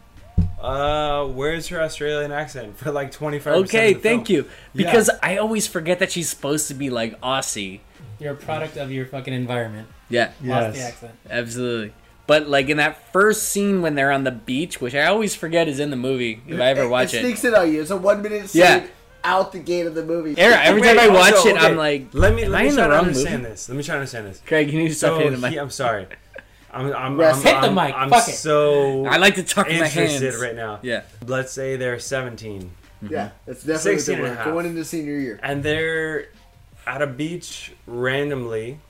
Speaker 6: uh, where's her Australian accent [laughs] for like 25
Speaker 1: okay, thank you.
Speaker 6: Yeah.
Speaker 1: Because I always forget that she's supposed to be like Aussie.
Speaker 5: You're a product of your fucking environment.
Speaker 1: Yeah,
Speaker 5: Lost the accent.
Speaker 1: absolutely. But like in that first scene when they're on the beach, which I always forget is in the movie if I ever watch
Speaker 4: it.
Speaker 1: it.
Speaker 4: sneaks in on you. It's a one minute scene
Speaker 1: Yeah.
Speaker 4: out the gate of the movie.
Speaker 1: Era- Every
Speaker 6: Wait,
Speaker 1: time I watch
Speaker 6: also,
Speaker 1: it, I'm
Speaker 6: okay,
Speaker 1: like,
Speaker 6: let me,
Speaker 1: am
Speaker 6: let
Speaker 1: I
Speaker 6: me
Speaker 1: in
Speaker 6: try
Speaker 1: the
Speaker 6: to
Speaker 1: wrong
Speaker 6: understand
Speaker 1: movie?
Speaker 6: this. Let me try to understand this.
Speaker 1: Craig, you need to stop
Speaker 6: So,
Speaker 1: hitting my.
Speaker 6: he, I'm sorry. I'm, I'm,
Speaker 4: Russ,
Speaker 6: I'm,
Speaker 5: hit the
Speaker 6: I'm-
Speaker 5: mic,
Speaker 6: I'm
Speaker 5: fuck it.
Speaker 6: so
Speaker 1: I like to talk with my
Speaker 6: interested
Speaker 1: hands.
Speaker 6: right now.
Speaker 1: Yeah,
Speaker 6: Let's say they're 17
Speaker 4: Yeah, it's definitely
Speaker 6: 16 and a
Speaker 4: different.
Speaker 6: half.
Speaker 4: going into senior year.
Speaker 6: and they're at a beach randomly.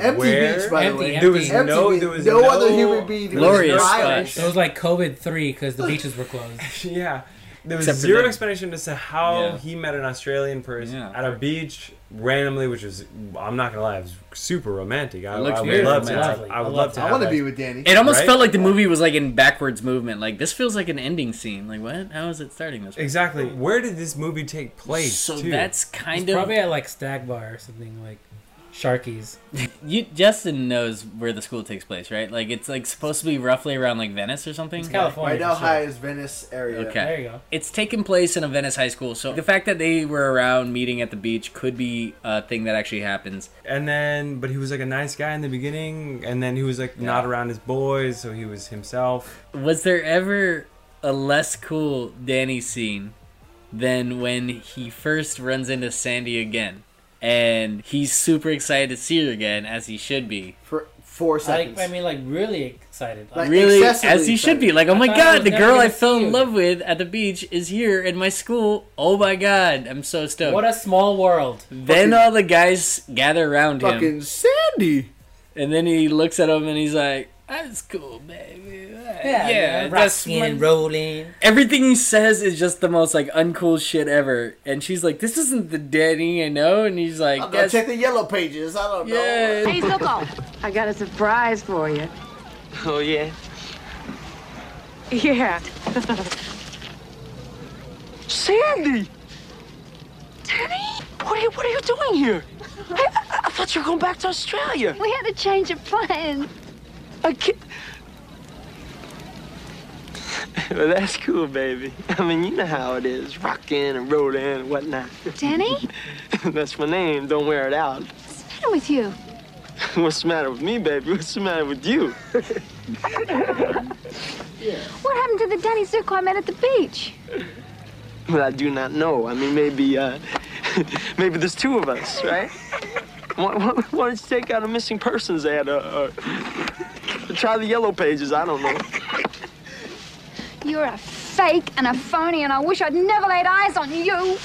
Speaker 4: Empty
Speaker 6: where
Speaker 4: beach, by the
Speaker 5: Empty,
Speaker 4: way.
Speaker 5: empty.
Speaker 6: there was
Speaker 4: Empty
Speaker 6: no,
Speaker 4: beach.
Speaker 6: there was
Speaker 4: No other human being.
Speaker 6: there was
Speaker 1: Glorious
Speaker 6: no
Speaker 1: spot.
Speaker 6: explanation.
Speaker 5: It was like COVID three because the beaches were closed.
Speaker 6: [laughs] Yeah. There was
Speaker 1: Except for
Speaker 6: zero
Speaker 1: them.
Speaker 6: explanation as to how
Speaker 1: Yeah.
Speaker 6: he met an Australian person
Speaker 1: Yeah.
Speaker 6: at a beach randomly, which was I'm not gonna lie, it was super romantic. I,
Speaker 1: It looks
Speaker 6: I would
Speaker 1: very
Speaker 6: love to.
Speaker 1: romantic.
Speaker 6: Have, I
Speaker 5: I
Speaker 6: would
Speaker 5: love
Speaker 6: love to.
Speaker 4: I
Speaker 6: have,
Speaker 4: want to
Speaker 6: like-
Speaker 4: be with Danny.
Speaker 1: it almost
Speaker 6: Right?
Speaker 1: felt like the movie was like in backwards movement. Like this feels like an ending scene. Like what? How is it starting this? way?
Speaker 6: exactly. Where did this movie take place?
Speaker 1: So
Speaker 6: too?
Speaker 1: that's kind
Speaker 5: It's
Speaker 1: of
Speaker 5: probably at like Stag Bar or something like Sharkies.
Speaker 1: you. Justin knows where the school takes place, right? Like it's like supposed to be roughly around like Venice or something.
Speaker 5: California.
Speaker 4: Right now,
Speaker 5: for sure.
Speaker 4: high is Venice area.
Speaker 1: Okay.
Speaker 5: There you go.
Speaker 1: It's taking place in a Venice high school, so the fact that they were around meeting at the beach could be a thing that actually happens.
Speaker 6: And then, but he was like a nice guy in the beginning, and then he was like not around his boys, so he was himself.
Speaker 1: Was there ever a less cool Danny scene than when he first runs into Sandy again? And he's super excited to see her again, as he should be.
Speaker 4: For four
Speaker 5: Like
Speaker 4: seconds.
Speaker 5: I mean, like really excited.
Speaker 4: Like-
Speaker 1: really as
Speaker 4: excessively
Speaker 1: he should be
Speaker 4: excited.
Speaker 1: like oh my
Speaker 5: thought I
Speaker 1: god
Speaker 5: was
Speaker 1: the
Speaker 5: never
Speaker 1: girl i
Speaker 5: gonna
Speaker 1: fell
Speaker 5: see
Speaker 1: in
Speaker 5: you.
Speaker 1: love with at the beach is here in my school oh my god i'm so stoked
Speaker 5: what a small world.
Speaker 1: then all the guys gather around him
Speaker 4: Fucking Sandy.
Speaker 1: and then he looks at him and he's like that's cool baby yeah, that's
Speaker 5: rocking and
Speaker 1: my-"
Speaker 5: rolling.
Speaker 1: everything he says is just the most like uncool shit ever and she's like this isn't the danny i know and he's like
Speaker 4: I'm gonna
Speaker 1: "That's-
Speaker 4: check the yellow pages. I don't know.
Speaker 1: yeah
Speaker 9: Hey, Soko, I got a surprise for you.
Speaker 8: Oh, yeah?
Speaker 9: Yeah.
Speaker 8: Sandy! Danny? What are you, what are you doing here? I, I, I thought you were going back to Australia.
Speaker 10: We had a change of plans.
Speaker 8: I can't... [laughs] Well, that's cool, baby. I mean, you know how it is. Rockin' and rollin' and whatnot.
Speaker 10: Danny,
Speaker 8: [laughs]
Speaker 10: what's
Speaker 8: that's my name. Don't wear it out.
Speaker 10: the matter with you?
Speaker 8: [laughs] What's the matter with me, baby? What's the matter with you?
Speaker 10: What happened to the Danny Zuko I met at the beach?
Speaker 8: Well, I do not know. I mean, maybe, uh, maybe there's two of us, right? Why, why, why don't you take out a missing persons ad, uh, or try the yellow pages? I don't know.
Speaker 10: You're a fake and a phony, and I wish I'd never laid eyes on you.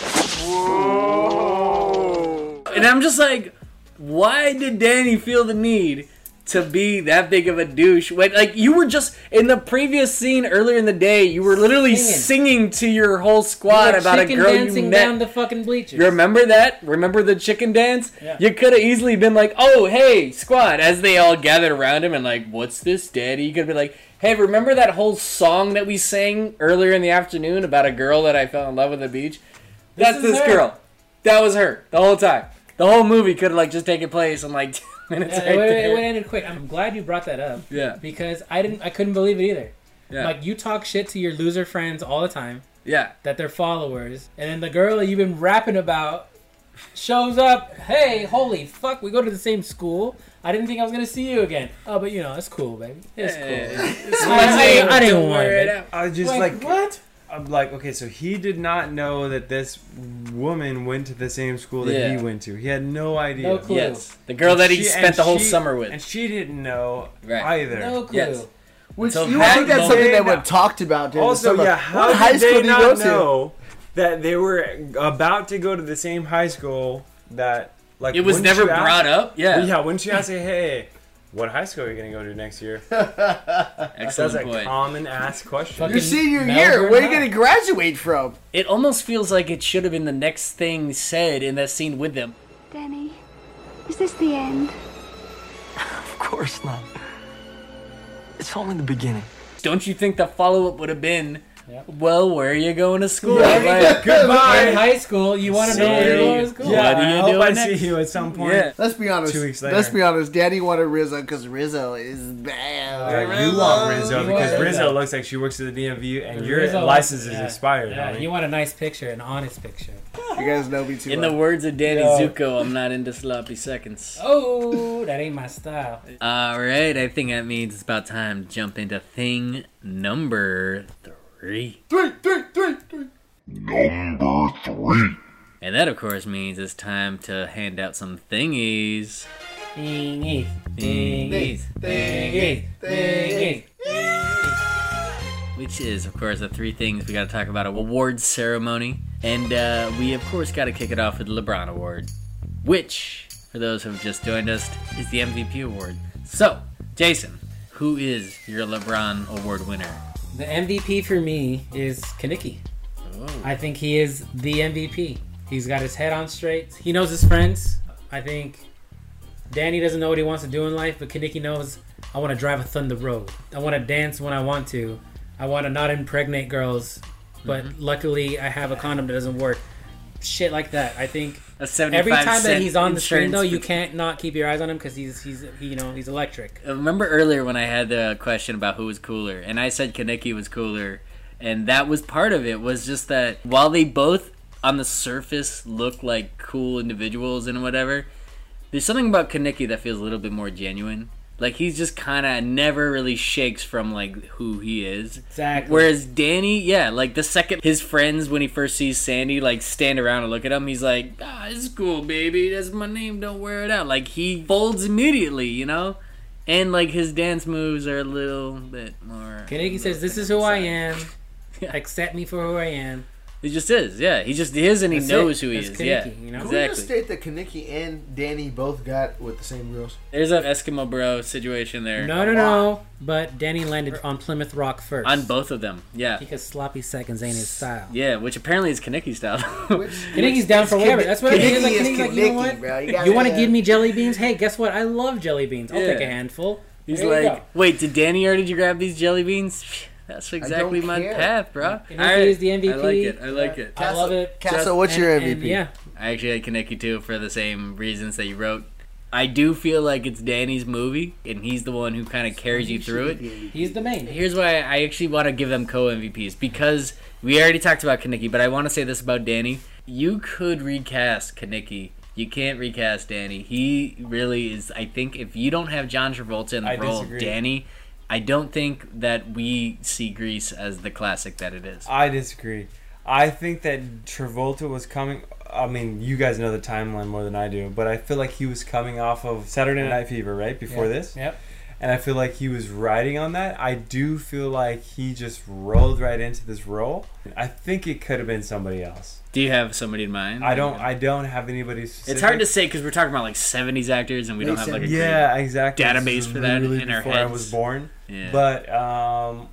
Speaker 1: and i'm just like why did danny feel the need to be that big of a douche when like you were just in the previous scene earlier in the day you were literally singing,
Speaker 5: Singing.
Speaker 1: to your whole squad
Speaker 5: Like
Speaker 1: about a
Speaker 5: chicken
Speaker 1: girl you
Speaker 5: dancing
Speaker 1: met
Speaker 5: down the fucking bleachers.
Speaker 1: you remember that remember the chicken dance
Speaker 5: Yeah.
Speaker 1: you could have easily been like oh hey squad as they all gathered around him and like what's this daddy you could be like hey remember that whole song that we sang earlier in the afternoon about a girl that i fell in love with at the beach that's
Speaker 5: is
Speaker 1: this
Speaker 5: her.
Speaker 1: girl that was her the whole time the whole movie could have like just taken place in like [laughs] 10 minutes right
Speaker 5: Yeah, it, it-
Speaker 1: there.
Speaker 5: it ended quick. I'm glad you brought that up
Speaker 1: yeah
Speaker 5: because I didn't. I couldn't believe it either.
Speaker 1: yeah
Speaker 5: Like you talk shit to your loser friends all the time
Speaker 1: yeah
Speaker 5: that they're followers, and then the girl that you've been rapping about shows up. Hey, holy fuck, we go to the same school. I didn't think I was gonna see you again. Oh, but you know, it's cool, baby. It's
Speaker 1: [laughs]
Speaker 5: cool. I, I, I didn't want
Speaker 1: Wear it
Speaker 5: it.
Speaker 1: out.
Speaker 6: I was just
Speaker 5: Like,
Speaker 6: like
Speaker 5: what?
Speaker 6: I'm like, okay, so he did not know that this woman went to the same school that
Speaker 1: Yeah.
Speaker 6: he went to. He had no idea.
Speaker 5: No clue.
Speaker 1: yes the girl that he
Speaker 6: She-
Speaker 1: spent
Speaker 6: and
Speaker 1: the whole
Speaker 6: she-
Speaker 1: summer with
Speaker 6: And she didn't know
Speaker 1: Right.
Speaker 6: either.
Speaker 5: No clue.
Speaker 1: Yes.
Speaker 4: Which
Speaker 1: So
Speaker 4: you would
Speaker 1: that
Speaker 4: think that's
Speaker 1: moment-
Speaker 4: something that
Speaker 6: Yeah.
Speaker 4: would talked about during
Speaker 6: Also,
Speaker 4: the summer.
Speaker 6: yeah, how
Speaker 4: what
Speaker 6: did
Speaker 4: high school
Speaker 6: they
Speaker 4: do you
Speaker 6: not
Speaker 4: go to?
Speaker 6: know that they were about to go to the same high school that Like
Speaker 1: It was
Speaker 6: wouldn't
Speaker 1: never
Speaker 6: you ask-
Speaker 1: brought up? Yeah.
Speaker 6: yeah. Wouldn't you ask, hey, what high school are you gonna go to next year? That's
Speaker 1: Excellent
Speaker 6: a
Speaker 1: point.
Speaker 6: common ass question.
Speaker 5: Fucking
Speaker 4: Your senior
Speaker 5: Melbourne
Speaker 4: year, where are you
Speaker 5: High.
Speaker 4: going to graduate from?
Speaker 1: It almost feels like it should have been the next thing said in that scene with them.
Speaker 10: Danny, is this the end?
Speaker 8: Of course not. It's only the beginning.
Speaker 1: Don't you think the follow up would have been, well, where are you going to school?
Speaker 4: [laughs]
Speaker 1: Like,
Speaker 5: in
Speaker 6: Goodbye.
Speaker 5: high school, you want to know where
Speaker 1: Sorry.
Speaker 5: you're going to school.
Speaker 1: What do
Speaker 6: I
Speaker 1: you
Speaker 6: hope
Speaker 1: do
Speaker 6: I
Speaker 1: next?
Speaker 6: see you at some point.
Speaker 1: yeah.
Speaker 4: Let's be honest.
Speaker 6: Two weeks
Speaker 4: Let's
Speaker 6: later.
Speaker 4: be honest. Daddy wanted Rizzo because Rizzo is bad.
Speaker 6: Yeah, Uh, you want Rizzo
Speaker 5: You
Speaker 6: because
Speaker 5: want
Speaker 6: Rizzo
Speaker 5: Rizzo.
Speaker 6: looks like she works at the DMV and
Speaker 5: And
Speaker 6: your
Speaker 5: Rizzo-
Speaker 6: license is
Speaker 5: yeah,
Speaker 6: expired.
Speaker 5: Yeah,
Speaker 6: homie.
Speaker 5: you want a nice picture, an honest picture.
Speaker 4: You guys know me too.
Speaker 1: In the
Speaker 4: well.
Speaker 1: words of Danny
Speaker 5: Yeah.
Speaker 1: Zuko, I'm not into sloppy seconds.
Speaker 5: Oh, that ain't my style.
Speaker 1: All right, I think that means it's about time to jump into thing number three.
Speaker 4: three, three, three, three.
Speaker 1: And that, of course, means it's time to hand out some thingies.
Speaker 5: Thingy,
Speaker 1: Thingies.
Speaker 5: thingy, thingy.
Speaker 1: Which is, of course, the three things we got to talk about awards ceremony. And uh, we, of course, got to kick it off with the LeBron Award, which, for those who have just joined us, is the MVP award. So, Jason, who is your LeBron Award winner?
Speaker 5: The MVP for me is Kaniki.
Speaker 1: Oh.
Speaker 5: I think he is the MVP. He's got his head on straight. He knows his friends. I think Danny doesn't know what he wants to do in life, but Kaniki knows I want to drive a thunder road. I want to dance when I want to. I want to not impregnate girls, but
Speaker 1: Mm-hmm.
Speaker 5: luckily I have a condom that doesn't work. Shit like that. I think
Speaker 1: A 75
Speaker 5: every time that
Speaker 1: cent
Speaker 5: he's on the screen
Speaker 1: insurance
Speaker 5: though, you
Speaker 1: bet-
Speaker 5: can't not keep your eyes on him because he's he's he, you know he's electric.
Speaker 1: Remember earlier when I had the question about who was cooler, and I said Kaneki was cooler, and that was part of it. Was just that while they both on the surface look like cool individuals and whatever, there's something about Kaneki that feels a little bit more genuine. Like he's just kind of never really shakes from like who he is.
Speaker 5: Exactly.
Speaker 1: Whereas Danny, yeah, like the second his friends when he first sees Sandy like stand around and look at him, he's like, "Ah, it's cool, baby. That's my name. Don't wear it out." Like he folds immediately, you know. And like his dance moves are a little bit more.
Speaker 5: Kaniki says, "This is who I am. Accept me for who I am."
Speaker 1: He just is, yeah. He just is, and he
Speaker 5: That's it.
Speaker 1: knows who he
Speaker 5: That's
Speaker 1: is.
Speaker 5: Kaneki,
Speaker 1: yeah,
Speaker 5: you know?
Speaker 4: Can we just
Speaker 1: exactly.
Speaker 4: state that Kaniki and Danny both got with the same girls?
Speaker 1: There's an Eskimo bro situation there
Speaker 5: No, no, no. But Danny landed on Plymouth Rock first.
Speaker 1: on both of them. Yeah,
Speaker 5: Because sloppy seconds ain't his style.
Speaker 1: yeah, which apparently is Kaneki style. [laughs]
Speaker 4: Which
Speaker 5: Kaniki's down for whatever. That's what it is. Like,
Speaker 4: Kaneki is
Speaker 5: Kaniki's like, you know
Speaker 4: Kaneki,
Speaker 5: what?
Speaker 4: bro. You
Speaker 5: You,
Speaker 4: gotta-
Speaker 5: want to give me jelly beans? Hey, guess what? I love jelly beans. I'll
Speaker 1: Yeah.
Speaker 5: take a handful.
Speaker 1: He's
Speaker 5: There you
Speaker 1: like, wait, did Danny or did you grab these jelly beans? [laughs] Phew, That's exactly my
Speaker 4: care.
Speaker 1: path, bro.
Speaker 5: Kaneki
Speaker 1: All
Speaker 5: is the MVP.
Speaker 1: I like it. I like it.
Speaker 5: I love it.
Speaker 4: Castle, what's your
Speaker 5: And-
Speaker 4: MVP?
Speaker 5: and yeah,
Speaker 1: I actually had Kaneki too for the same reasons that you wrote. I do feel like it's Danny's movie, and he's the one who kind of carries you through it.
Speaker 5: he's the main.
Speaker 1: Here's why I actually want to give them co MVPs because we already talked about Kaneki, but I want to say this about Danny. You could recast Kaneki. You can't recast Danny. He really is. I think if you don't have John Travolta in the
Speaker 6: I
Speaker 1: role
Speaker 6: disagree.
Speaker 1: of Danny, I don't think that we see Grease as the classic that it is.
Speaker 6: I disagree. I think that Travolta was coming. I mean, you guys know the timeline more than I do, but I feel like he was coming off of Saturday Night Fever, right? Before this?
Speaker 5: Yep.
Speaker 6: and I feel like he was riding on that. I do feel like he just rolled right into this role. I think it could have been somebody else.
Speaker 1: Do you have somebody in mind?
Speaker 6: I don't. I don't have anybody. Specific.
Speaker 1: It's hard to say because we're talking about like '70s actors, and we don't have like a
Speaker 6: Yeah, exactly.
Speaker 1: database
Speaker 6: This is
Speaker 1: for that
Speaker 6: really
Speaker 1: in our
Speaker 6: before I
Speaker 1: heads.
Speaker 6: was born,
Speaker 1: Yeah.
Speaker 6: but um,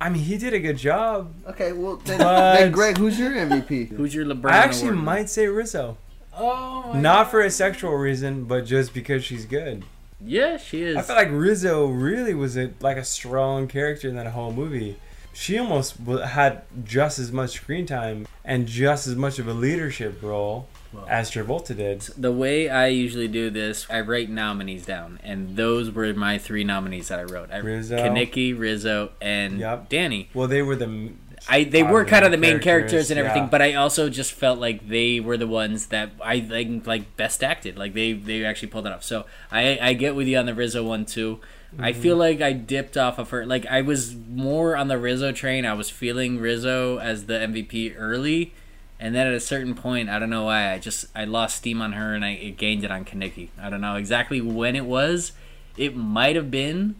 Speaker 6: I mean, he did a good job.
Speaker 4: Okay, well then,
Speaker 6: What?
Speaker 4: then Greg, who's your
Speaker 1: [laughs]
Speaker 4: MVP?
Speaker 1: Who's your LeBron?
Speaker 6: I actually
Speaker 1: award?
Speaker 6: might say Rizzo,
Speaker 5: Oh,
Speaker 6: not for a sexual reason, but just because she's good.
Speaker 1: Yeah, she is.
Speaker 6: I feel like Rizzo really was a like a strong character in that whole movie. She almost w- had just as much screen time and just as much of a leadership role as Travolta did.
Speaker 1: the way I usually do this, I write nominees down, and those were my three nominees that I wrote: I,
Speaker 6: Rizzo.
Speaker 1: Kaneki, Rizzo, and
Speaker 6: Yep.
Speaker 1: Danny.
Speaker 6: Well, they were the m-
Speaker 1: I they
Speaker 6: Are
Speaker 1: were
Speaker 6: the
Speaker 1: kind of the
Speaker 6: main
Speaker 1: main characters
Speaker 6: characters,
Speaker 1: and everything,
Speaker 6: yeah.
Speaker 1: but I also just felt like they were the ones that I think like best acted. Like they they actually pulled it off. So I I get with you on the Rizzo one too. I
Speaker 6: Mm-hmm.
Speaker 1: feel like I dipped off of her. Like I was more on the Rizzo train. I was feeling Rizzo as the MVP early, and then at a certain point, I don't know why, I just I lost steam on her and I it gained it on Kaneki. I don't know exactly when it was. It might have been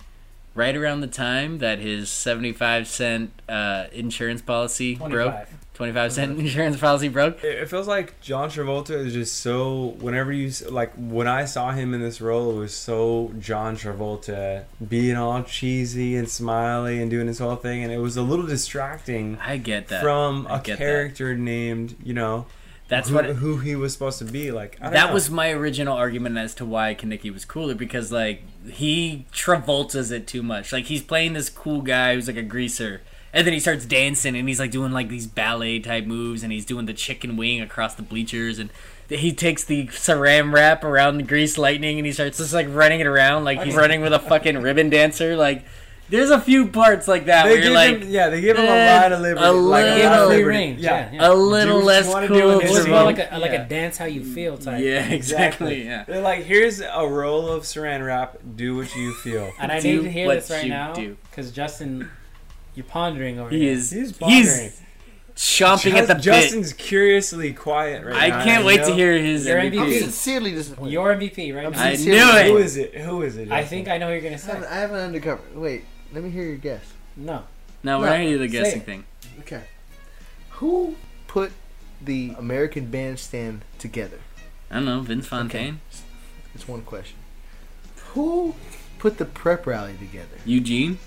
Speaker 1: right around the time that his 75 cent uh, insurance policy broke
Speaker 5: 25.
Speaker 1: 25 cent insurance policy broke.
Speaker 6: It, it feels like John Travolta is just so. Whenever you s- like, when I saw him in this role, it was so John Travolta being all cheesy and smiley and doing his whole thing, and it was a little distracting
Speaker 1: I get that.
Speaker 6: from
Speaker 1: I
Speaker 6: a
Speaker 1: get that.
Speaker 6: character named, you know,
Speaker 1: That's
Speaker 6: who,
Speaker 1: what.
Speaker 6: who he was supposed to be. Like I don't
Speaker 1: that
Speaker 6: know.
Speaker 1: was my original argument as to why Kaneki was cooler because like he Travolta's it too much. Like he's playing this cool guy who's like a greaser, and then he starts dancing and he's like doing like these ballet type moves and he's doing the chicken wing across the bleachers and he takes the saran wrap around the grease lightning and he starts just like running it around like he's running with a fucking ribbon dancer. Like there's a few parts like that
Speaker 6: They
Speaker 1: where you're
Speaker 6: give
Speaker 1: like.
Speaker 6: him, yeah, they give him
Speaker 1: eh,
Speaker 6: a lot of liberty.
Speaker 1: a
Speaker 6: like,
Speaker 1: little-
Speaker 6: a lot of
Speaker 1: Free
Speaker 6: liberty.
Speaker 5: range,
Speaker 6: Yeah.
Speaker 5: yeah,
Speaker 1: A little
Speaker 6: what
Speaker 1: less
Speaker 6: you wanna do
Speaker 1: cool.
Speaker 6: in
Speaker 5: It
Speaker 6: this
Speaker 5: was
Speaker 1: Travolta.
Speaker 5: more like a like
Speaker 6: Yeah.
Speaker 5: a dance how you feel type.
Speaker 1: yeah, [laughs] exactly. Yeah.
Speaker 6: They're like, here's a roll of saran wrap. Do what you feel.
Speaker 5: And I
Speaker 1: Do
Speaker 5: need to hear
Speaker 1: what
Speaker 5: this right
Speaker 1: you
Speaker 5: now
Speaker 1: do.
Speaker 5: because Justin, you're pondering over
Speaker 1: He
Speaker 5: here.
Speaker 1: is.
Speaker 6: He's
Speaker 1: He's,
Speaker 6: pondering.
Speaker 1: chomping at the
Speaker 6: Just-
Speaker 1: bit.
Speaker 6: Justin's curiously quiet right
Speaker 1: I
Speaker 6: now.
Speaker 1: can't wait to
Speaker 6: know.
Speaker 1: hear his
Speaker 5: Your
Speaker 4: I'm
Speaker 5: MVP.
Speaker 1: MVP.
Speaker 4: sincerely disappointed.
Speaker 5: Your MVP right now.
Speaker 1: I
Speaker 4: Sincerely.
Speaker 1: knew
Speaker 6: Who
Speaker 1: it.
Speaker 6: is it? Who is it?
Speaker 5: I think I know what you're gonna
Speaker 4: I haven't,
Speaker 5: say.
Speaker 4: I haven't undercover. Wait, let me hear your guess.
Speaker 5: No.
Speaker 1: No, we're
Speaker 4: No,
Speaker 1: not into the
Speaker 5: say
Speaker 1: guessing
Speaker 5: it.
Speaker 1: thing.
Speaker 4: Okay. Who put the American Bandstand together?
Speaker 1: I don't know. Vince Fontaine,
Speaker 4: It's one question. Who put the prep rally together?
Speaker 1: Eugene.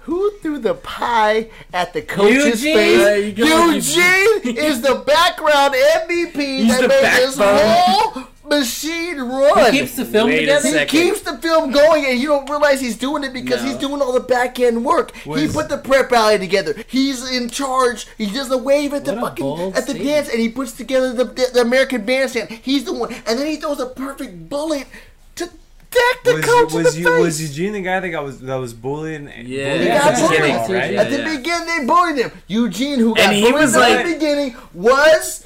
Speaker 4: Who threw the pie at the coach's
Speaker 5: Eugene!
Speaker 4: face?
Speaker 1: Yeah, you go with
Speaker 4: [laughs] Eugene is the background MVP
Speaker 1: He's
Speaker 4: that
Speaker 1: the
Speaker 4: made this
Speaker 1: backbone.
Speaker 4: whole machine run.
Speaker 5: He keeps the film
Speaker 1: Wait a
Speaker 5: together.
Speaker 4: He
Speaker 1: second.
Speaker 4: keeps the film going, and you don't realize he's doing it because
Speaker 1: No.
Speaker 4: he's doing all the back end work. he
Speaker 6: Was-
Speaker 4: put the prep rally together. He's in charge. He does the wave at the
Speaker 5: What a
Speaker 4: fucking
Speaker 5: bold
Speaker 4: at the
Speaker 5: statement.
Speaker 4: dance, and he puts together the, the, the American Bandstand. He's the one, and then he throws a perfect bullet to deck the coach
Speaker 6: was,
Speaker 4: in
Speaker 6: was,
Speaker 4: the
Speaker 6: you,
Speaker 4: face.
Speaker 6: was Eugene the guy that got was that was bullied? And
Speaker 1: Yeah.
Speaker 6: bullied
Speaker 1: He
Speaker 6: at
Speaker 4: got
Speaker 6: the
Speaker 4: bullied.
Speaker 6: beginning,
Speaker 5: That's
Speaker 6: right?
Speaker 5: Eugene.
Speaker 4: At the
Speaker 1: Yeah.
Speaker 4: beginning, they bullied him. Eugene, who got
Speaker 1: And he
Speaker 4: bullied
Speaker 1: was
Speaker 4: at
Speaker 1: like-
Speaker 4: the beginning, was.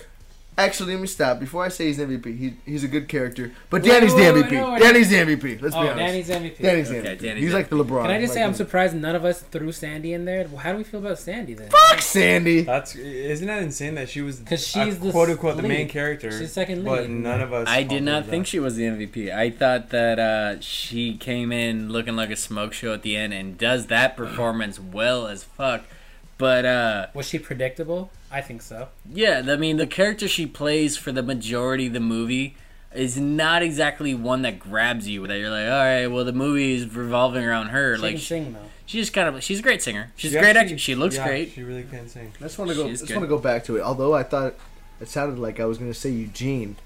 Speaker 4: Actually, let me stop. Before I say he's MVP, he, he's a good character. But
Speaker 5: Wait,
Speaker 4: Danny's
Speaker 5: wait,
Speaker 4: the
Speaker 5: wait,
Speaker 4: MVP.
Speaker 5: no, wait.
Speaker 4: Danny's the MVP. Let's
Speaker 5: Oh,
Speaker 4: be honest.
Speaker 5: Danny's MVP.
Speaker 4: Danny's
Speaker 1: Okay,
Speaker 4: MVP.
Speaker 1: Danny's
Speaker 4: he's like the LeBron.
Speaker 5: Can I just say
Speaker 4: like,
Speaker 5: I'm surprised none of us threw Sandy in there? Well, how do we feel about Sandy then?
Speaker 4: Fuck Sandy.
Speaker 6: That's isn't that insane that she was
Speaker 5: 'Cause
Speaker 6: a
Speaker 5: she's the
Speaker 6: quote unquote the main
Speaker 5: lead.
Speaker 6: character.
Speaker 5: She's second
Speaker 6: but
Speaker 5: lead.
Speaker 6: none of us.
Speaker 1: I did not
Speaker 6: followed
Speaker 1: think
Speaker 6: that.
Speaker 1: she was the MVP. I thought that uh, she came in looking like a smoke show at the end and does that performance well as fuck. But uh,
Speaker 5: Was she predictable? I think so.
Speaker 1: yeah, I mean, the character she plays for the majority of the movie is not exactly one that grabs you. That you're like, all right, well, the movie is revolving around her.
Speaker 5: She
Speaker 1: like,
Speaker 5: can
Speaker 1: she-
Speaker 5: sing though.
Speaker 1: She just kind of she's a great singer. She's
Speaker 6: She
Speaker 1: a great
Speaker 6: actually-
Speaker 1: actress. She looks
Speaker 6: yeah,
Speaker 1: great.
Speaker 6: She really can sing.
Speaker 4: I just want to go.
Speaker 1: She's
Speaker 4: Just
Speaker 1: good.
Speaker 4: want to go back to it. Although I thought it sounded like I was going to say Eugene.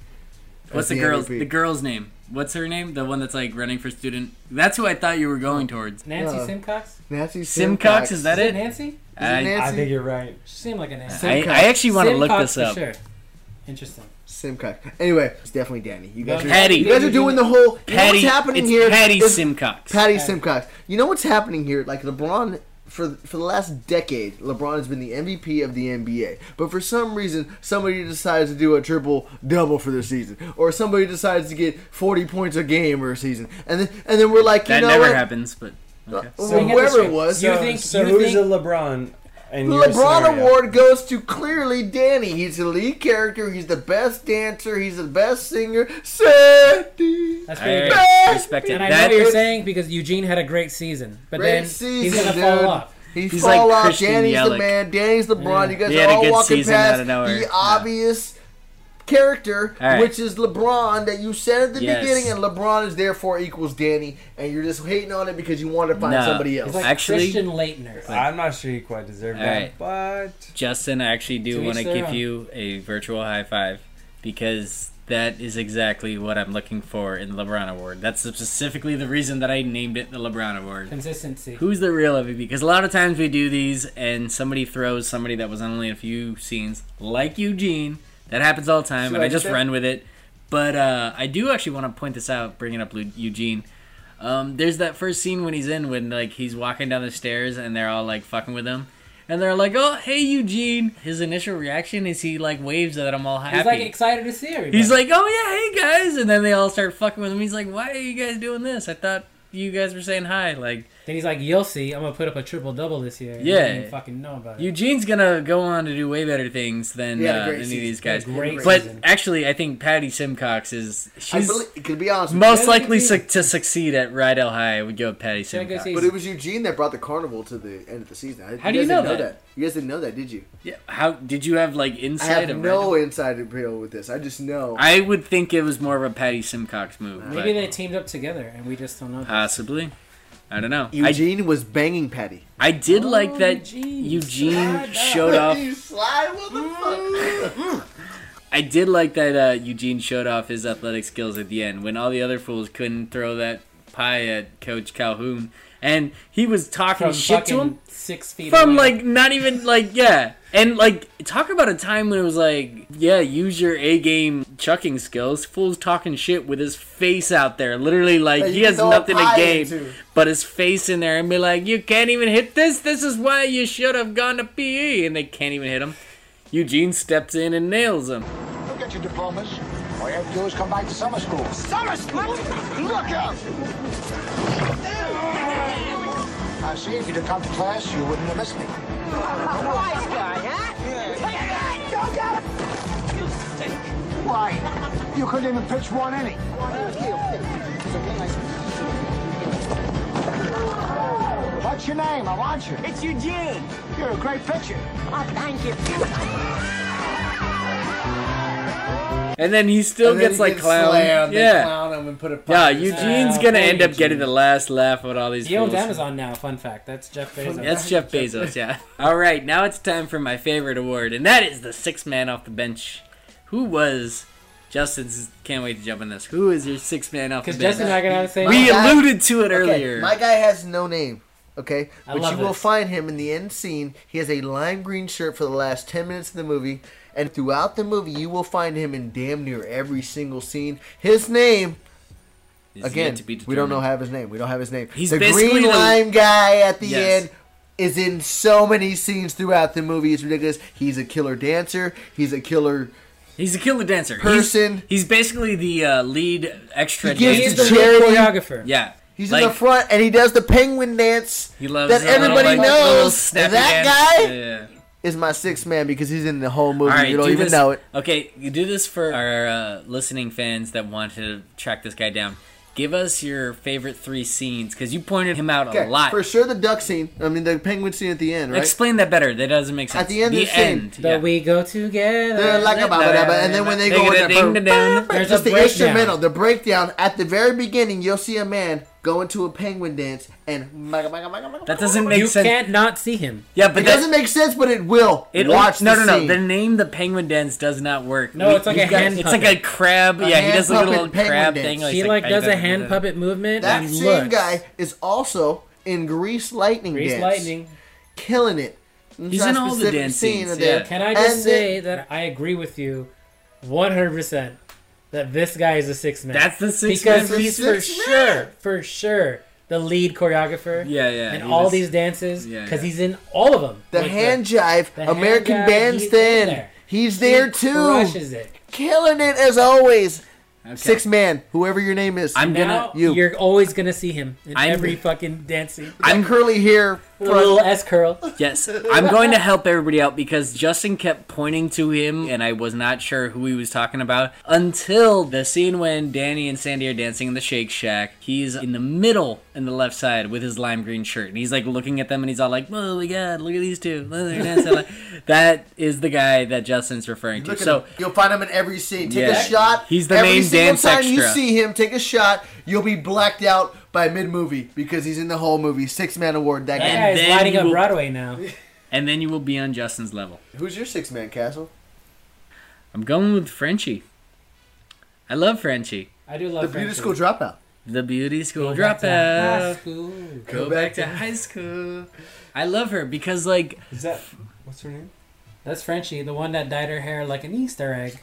Speaker 4: as
Speaker 1: What's the, girl's
Speaker 4: MVP.
Speaker 1: the girl's name? What's her name? The one that's like running for student. That's who I thought you were going towards.
Speaker 5: Nancy
Speaker 4: Uh,
Speaker 5: Simcox?
Speaker 4: Nancy
Speaker 1: Simcox, is that
Speaker 5: Is it
Speaker 1: it?
Speaker 5: Nancy?
Speaker 1: I,
Speaker 4: Nancy?
Speaker 6: I think you're right.
Speaker 5: She seemed like a Nancy.
Speaker 1: I,
Speaker 4: Simcox.
Speaker 1: I actually want to look
Speaker 5: Simcox
Speaker 1: this
Speaker 5: for
Speaker 1: up.
Speaker 5: Sure. Interesting.
Speaker 4: Simcox. Anyway, it's definitely Danny. You guys, are,
Speaker 1: Patty.
Speaker 4: you guys are doing the whole. you know
Speaker 1: Patty,
Speaker 4: what's happening
Speaker 1: it's
Speaker 4: here?
Speaker 1: Patty
Speaker 4: is-
Speaker 1: Simcox.
Speaker 4: Patty Simcox. You know what's happening here? Like LeBron for for the last decade, LeBron has been the MVP of the NBA. But for some reason, somebody decides to do a triple double for the season, or somebody decides to get forty points a game or a season, and then and then we're like, you
Speaker 1: that
Speaker 4: know
Speaker 1: never
Speaker 4: what?
Speaker 1: happens, but okay.
Speaker 4: Uh,
Speaker 6: So-
Speaker 4: whoever it was,
Speaker 5: You
Speaker 6: so,
Speaker 5: think-
Speaker 6: so
Speaker 5: you
Speaker 6: who's
Speaker 5: think-
Speaker 6: the LeBron? And
Speaker 4: the LeBron Award goes to clearly Danny. He's the lead character. He's the best dancer. He's the best singer. Sandy.
Speaker 5: That's pretty
Speaker 1: I
Speaker 5: good.
Speaker 1: respect it.
Speaker 5: And I
Speaker 1: That
Speaker 5: know what you're
Speaker 1: is-
Speaker 5: saying because Eugene had a great season, but
Speaker 4: Great
Speaker 5: then he's
Speaker 4: season,
Speaker 5: gonna
Speaker 4: dude.
Speaker 5: fall off.
Speaker 4: He
Speaker 1: He's
Speaker 4: fall
Speaker 1: like
Speaker 4: off.
Speaker 1: Christian
Speaker 4: Danny's the
Speaker 1: Yelich.
Speaker 4: man. Danny's LeBron. You guys
Speaker 1: He had
Speaker 4: are
Speaker 1: a
Speaker 4: all
Speaker 1: good
Speaker 4: walking
Speaker 1: season
Speaker 4: past
Speaker 1: out of nowhere.
Speaker 4: the
Speaker 1: Yeah.
Speaker 4: obvious character,
Speaker 1: All right.
Speaker 4: which is LeBron that you said at the
Speaker 1: Yes.
Speaker 4: beginning, and LeBron is therefore equals Danny, and you're just hating on it because you want to find
Speaker 1: No.
Speaker 4: somebody else.
Speaker 5: He's like
Speaker 1: Actually-
Speaker 5: Christian Leitner.
Speaker 6: I'm not sure he quite deserved
Speaker 1: All
Speaker 6: that, but
Speaker 1: Justin, I actually do
Speaker 5: To each
Speaker 1: want to
Speaker 5: their
Speaker 1: give
Speaker 5: own.
Speaker 1: you a virtual high five because that is exactly what I'm looking for in the LeBron Award. That's specifically the reason that I named it the LeBron Award.
Speaker 5: Consistency.
Speaker 1: Who's the real MVP? Because a lot of times we do these, and somebody throws somebody that was on only in a few scenes, like Eugene. That happens all the time,
Speaker 4: Should
Speaker 1: and I,
Speaker 4: I
Speaker 1: just
Speaker 4: say-
Speaker 1: run with it. But uh, I do actually want to point this out, bringing up Lu- Eugene. Um, there's that first scene when he's in, when like he's walking down the stairs, and they're all like fucking with him, and they're like, "Oh, hey, Eugene." His initial reaction is he like waves at them all happy.
Speaker 5: He's like excited to see everybody.
Speaker 1: He's like, "Oh yeah, hey guys," and then they all start fucking with him. He's like, "Why are you guys doing this? I thought you guys were saying hi." Like,
Speaker 5: Then he's like, "You'll see. I'm gonna put up a triple double this year." and
Speaker 1: Yeah.
Speaker 5: you didn't even fucking know about it.
Speaker 1: Eugene's gonna go on to do way better things than
Speaker 4: He
Speaker 1: uh,
Speaker 4: had a great
Speaker 1: any of
Speaker 4: season.
Speaker 1: these guys.
Speaker 5: He had a great
Speaker 1: but
Speaker 5: season.
Speaker 1: actually, I think Patty Simcox is
Speaker 4: I
Speaker 1: she's
Speaker 4: believe, to be honest, with you,
Speaker 1: most
Speaker 5: Yeah,
Speaker 1: likely
Speaker 5: Eugene.
Speaker 1: su- to succeed at Rydell High. I would go with Patty
Speaker 5: Can I go
Speaker 1: Simcox.
Speaker 5: see-
Speaker 4: but it was Eugene that brought the carnival to the end of the season. I-
Speaker 1: How do
Speaker 4: guys
Speaker 1: you know
Speaker 4: didn't
Speaker 1: that?
Speaker 4: You guys didn't know that, did you?
Speaker 1: Yeah, how did you have like
Speaker 4: I
Speaker 1: insight?
Speaker 4: have
Speaker 1: of
Speaker 4: no
Speaker 1: Rydell?
Speaker 4: inside appeal with this. I just know.
Speaker 1: I would think it was more of a Patty Simcox move.
Speaker 5: Maybe
Speaker 1: but
Speaker 5: they teamed up together and we just don't know.
Speaker 1: possibly. I don't know. I,
Speaker 4: Eugene was banging Patty.
Speaker 1: I did
Speaker 5: Oh,
Speaker 1: like that
Speaker 5: Eugene.
Speaker 1: Eugene
Speaker 5: Slide
Speaker 1: showed off
Speaker 4: slide? What the
Speaker 1: Mm.
Speaker 4: fuck?
Speaker 1: I did like that uh, Eugene showed off his athletic skills at the end when all the other fools couldn't throw that pie at Coach Calhoun, and he was talking
Speaker 5: From
Speaker 1: shit to
Speaker 5: fucking
Speaker 1: him
Speaker 5: six feet
Speaker 1: from
Speaker 5: away.
Speaker 1: like not even like yeah, and like talk about a time when it was like yeah, use your A game chucking skills. Fool's talking shit with his face out there, literally like
Speaker 4: Hey,
Speaker 1: he
Speaker 4: you
Speaker 1: has
Speaker 4: throw a
Speaker 1: nothing to
Speaker 4: pie
Speaker 1: gain
Speaker 4: into.
Speaker 1: but his face in there and be like, you can't even hit this. This is why you should have gone to PE, and they can't even hit him. Eugene steps in and nails him.
Speaker 2: Go get your diplomas. All you have to do is come back to summer school. Summer school? Look out! I see if you'd have come to class, you wouldn't have missed me.
Speaker 7: Wise guy, huh? Take that! Go get him! You stink!
Speaker 2: Why? You couldn't even pitch one inning. What's your name? I want you.
Speaker 7: It's Eugene!
Speaker 2: You're a great pitcher.
Speaker 7: Oh, thank you.
Speaker 1: And then he still
Speaker 4: And then
Speaker 1: gets
Speaker 4: he
Speaker 1: like
Speaker 4: gets
Speaker 1: clown.
Speaker 4: slammed, they
Speaker 1: yeah.
Speaker 4: clown him and put a
Speaker 1: Yeah,
Speaker 4: pie in his
Speaker 1: Eugene's
Speaker 5: Ah,
Speaker 1: gonna
Speaker 5: poor
Speaker 1: end up
Speaker 5: Eugene.
Speaker 1: getting the last laugh with all these
Speaker 5: He owns
Speaker 1: fools.
Speaker 5: Amazon now. Fun fact. That's Jeff Bezos.
Speaker 1: That's
Speaker 4: [laughs]
Speaker 1: Jeff Bezos, yeah. All right, now it's time for my favorite award, and that is the sixth man off the bench. Who was Justin's? Can't wait to jump on this. Who is your sixth man off the
Speaker 5: Because
Speaker 1: bench?
Speaker 5: Justin and I got out of the same.
Speaker 1: we
Speaker 4: My guy-
Speaker 1: alluded to it
Speaker 4: Oh, Okay,
Speaker 1: earlier.
Speaker 4: My guy has no name. Okay,
Speaker 5: I
Speaker 4: but
Speaker 5: love
Speaker 4: you will
Speaker 5: this.
Speaker 4: find him in the end scene. He has a lime green shirt for the last ten minutes of the movie, and throughout the movie, you will find him in damn near every single scene. His name
Speaker 1: Is yet
Speaker 4: again.
Speaker 1: to be
Speaker 4: we don't know
Speaker 1: determined.
Speaker 4: have his name. We don't have his name.
Speaker 1: He's
Speaker 4: the
Speaker 1: basically
Speaker 4: green
Speaker 1: the-
Speaker 4: lime guy at the
Speaker 1: Yes.
Speaker 4: end is in so many scenes throughout the movie. It's ridiculous. He's a killer dancer. He's a killer.
Speaker 1: He's a killer dancer. He's-
Speaker 4: Person.
Speaker 1: He's, basically the uh, lead extra
Speaker 4: He gives
Speaker 5: He's the
Speaker 1: dancer.
Speaker 4: to
Speaker 5: lead
Speaker 4: charity.
Speaker 5: choreographer.
Speaker 1: yeah.
Speaker 4: He's
Speaker 1: Like,
Speaker 4: in the front and he does the penguin dance.
Speaker 1: He loves
Speaker 4: that
Speaker 1: the little,
Speaker 4: everybody
Speaker 1: like,
Speaker 4: knows.
Speaker 1: little snappy
Speaker 4: That
Speaker 1: dance.
Speaker 4: guy?
Speaker 1: Yeah.
Speaker 4: Is my sixth man because he's in the whole movie.
Speaker 1: All right,
Speaker 4: you don't
Speaker 1: do
Speaker 4: even
Speaker 1: this-
Speaker 4: know it.
Speaker 1: Okay, you do this for our uh, listening fans that want to track this guy down. Give us your favorite three scenes because you pointed him out
Speaker 4: Okay,
Speaker 1: a lot.
Speaker 4: For sure, the duck scene. I mean, the penguin scene at the end, right?
Speaker 1: Explain that better. That doesn't make sense.
Speaker 4: At the end of the scene,
Speaker 5: That
Speaker 1: yeah.
Speaker 5: we go together.
Speaker 4: They're like a baba dabba, and then when they go in that
Speaker 1: Ding, ding, ding.
Speaker 4: There's
Speaker 5: There's
Speaker 4: just
Speaker 5: a
Speaker 4: the
Speaker 5: breakdown.
Speaker 4: instrumental, the breakdown. At the very beginning, you'll see a man go into a penguin dance and.
Speaker 1: that doesn't make
Speaker 5: you
Speaker 1: sense.
Speaker 5: can't not see him.
Speaker 1: Yeah, but
Speaker 4: It
Speaker 1: that,
Speaker 4: doesn't make sense, but it will.
Speaker 1: It
Speaker 4: Watch
Speaker 1: no
Speaker 4: the
Speaker 1: no no.
Speaker 4: scene.
Speaker 1: The name the penguin dance does not work.
Speaker 5: No, it's like
Speaker 1: we've
Speaker 5: a hand
Speaker 1: It's like a
Speaker 5: puppet.
Speaker 1: crab. yeah, he
Speaker 4: hand
Speaker 1: does like a
Speaker 4: puppet
Speaker 1: little
Speaker 4: penguin
Speaker 1: crab
Speaker 4: dance.
Speaker 1: thing.
Speaker 5: He
Speaker 1: it's
Speaker 5: like
Speaker 1: how you
Speaker 5: does
Speaker 1: gotta
Speaker 5: a
Speaker 1: do
Speaker 5: hand
Speaker 1: that.
Speaker 5: puppet movement
Speaker 4: that
Speaker 5: and
Speaker 4: same
Speaker 5: looks.
Speaker 4: guy is also in Grease Lightning
Speaker 5: Grease
Speaker 4: dance,
Speaker 5: lightning.
Speaker 4: killing it. It's
Speaker 1: He's
Speaker 4: not
Speaker 1: in
Speaker 4: a
Speaker 1: all the
Speaker 4: specific
Speaker 1: dance
Speaker 4: scene
Speaker 1: scenes,
Speaker 4: in there.
Speaker 1: yeah.
Speaker 5: Can I just
Speaker 4: And
Speaker 5: say
Speaker 4: then-
Speaker 5: that I agree with you 100% that this guy is a six man?
Speaker 1: That's the six
Speaker 5: Because
Speaker 4: man.
Speaker 5: he's
Speaker 4: The
Speaker 5: for
Speaker 4: six
Speaker 5: sure, for sure, the lead choreographer.
Speaker 1: Yeah, yeah,
Speaker 5: And
Speaker 1: he
Speaker 5: all
Speaker 1: was-
Speaker 5: these dances,
Speaker 1: yeah,
Speaker 5: because
Speaker 1: yeah.
Speaker 5: he's in all of them.
Speaker 4: the
Speaker 5: Like
Speaker 4: hand jive,
Speaker 5: the hand
Speaker 4: American
Speaker 5: jive, he's in
Speaker 4: Bandstand.
Speaker 5: there.
Speaker 4: He's
Speaker 5: he
Speaker 4: there too,
Speaker 5: Crushes it.
Speaker 4: killing it as always.
Speaker 1: Okay.
Speaker 4: Six man, whoever your name is.
Speaker 1: I'm gonna.
Speaker 5: Now
Speaker 4: you.
Speaker 5: you. are always gonna see him in
Speaker 1: I'm-
Speaker 5: every fucking dancing.
Speaker 4: I'm curly hair.
Speaker 5: With a little S curl.
Speaker 1: Yes, I'm going to help everybody out because Justin kept pointing to him, and I was not sure who he was talking about until the scene when Danny and Sandy are dancing in the Shake Shack. He's in the middle in the left side with his lime green shirt, and he's like looking at them, and he's all like, "Oh my god, look at these two! Look, they're dancing!" Like- [laughs] that is the guy that Justin's referring to.
Speaker 4: Look at
Speaker 1: So
Speaker 4: him. You'll find him in every scene. Take
Speaker 1: Yeah.
Speaker 4: a shot.
Speaker 1: He's the
Speaker 4: every
Speaker 1: main
Speaker 4: single
Speaker 1: dance
Speaker 4: time you
Speaker 1: extra.
Speaker 4: see him, take a shot. You'll be blacked out by mid movie because he's in the whole movie. Six man award. That
Speaker 5: That
Speaker 1: And
Speaker 5: guy
Speaker 4: guy.
Speaker 5: is
Speaker 1: then
Speaker 5: lighting
Speaker 1: you
Speaker 5: up
Speaker 1: will-
Speaker 5: Broadway now.
Speaker 1: and then you will be on Justin's level.
Speaker 4: Who's your six man castle?
Speaker 1: I'm going with Frenchie. I love Frenchie.
Speaker 5: I do
Speaker 4: The
Speaker 5: love
Speaker 4: beauty
Speaker 5: French
Speaker 4: school
Speaker 5: food.
Speaker 4: dropout.
Speaker 1: The beauty school
Speaker 5: Go back to high
Speaker 1: dropout.
Speaker 5: school.
Speaker 1: Go back to high school. I love her because like
Speaker 6: Is that what's her name?
Speaker 5: That's Frenchie, the one that dyed her hair like an Easter egg.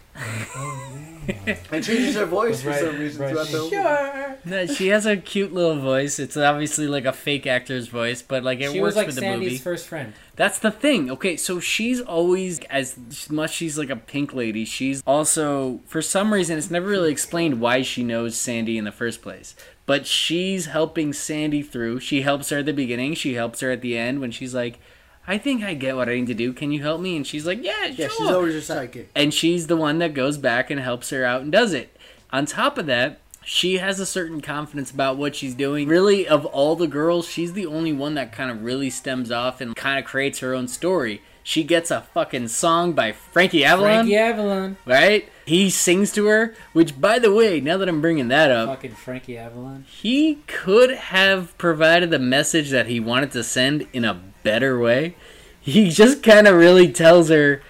Speaker 4: And changes her voice
Speaker 6: Right,
Speaker 4: for some reason
Speaker 6: right.
Speaker 4: throughout the whole
Speaker 5: Sure.
Speaker 1: no, she has a cute little voice. It's obviously like a fake actor's voice, but like it
Speaker 5: She
Speaker 1: works
Speaker 5: was like
Speaker 1: with the
Speaker 5: Sandy's
Speaker 1: movie.
Speaker 5: first friend.
Speaker 1: That's the thing. Okay, so she's always as much she's like a pink lady. She's also for some reason it's never really explained why she knows Sandy in the first place. but she's helping Sandy through. She helps her at the beginning. She helps her at the end when she's like, "I think I get what I need to do. Can you help me?" And she's like, "Yeah,
Speaker 4: Yeah,
Speaker 1: sure."
Speaker 4: she's always your sidekick.
Speaker 1: and she's the one that goes back and helps her out and does it. On top of that, she has a certain confidence about what she's doing. Really, of all the girls, she's the only one that kind of really stems off and kind of creates her own story. She gets a fucking song by Frankie Avalon,
Speaker 5: Frankie Avalon.
Speaker 1: right? He sings to her, which, by the way, now that I'm bringing that up,
Speaker 5: Fucking Frankie Avalon.
Speaker 1: he could have provided the message that he wanted to send in a better way. He just kind of really tells her,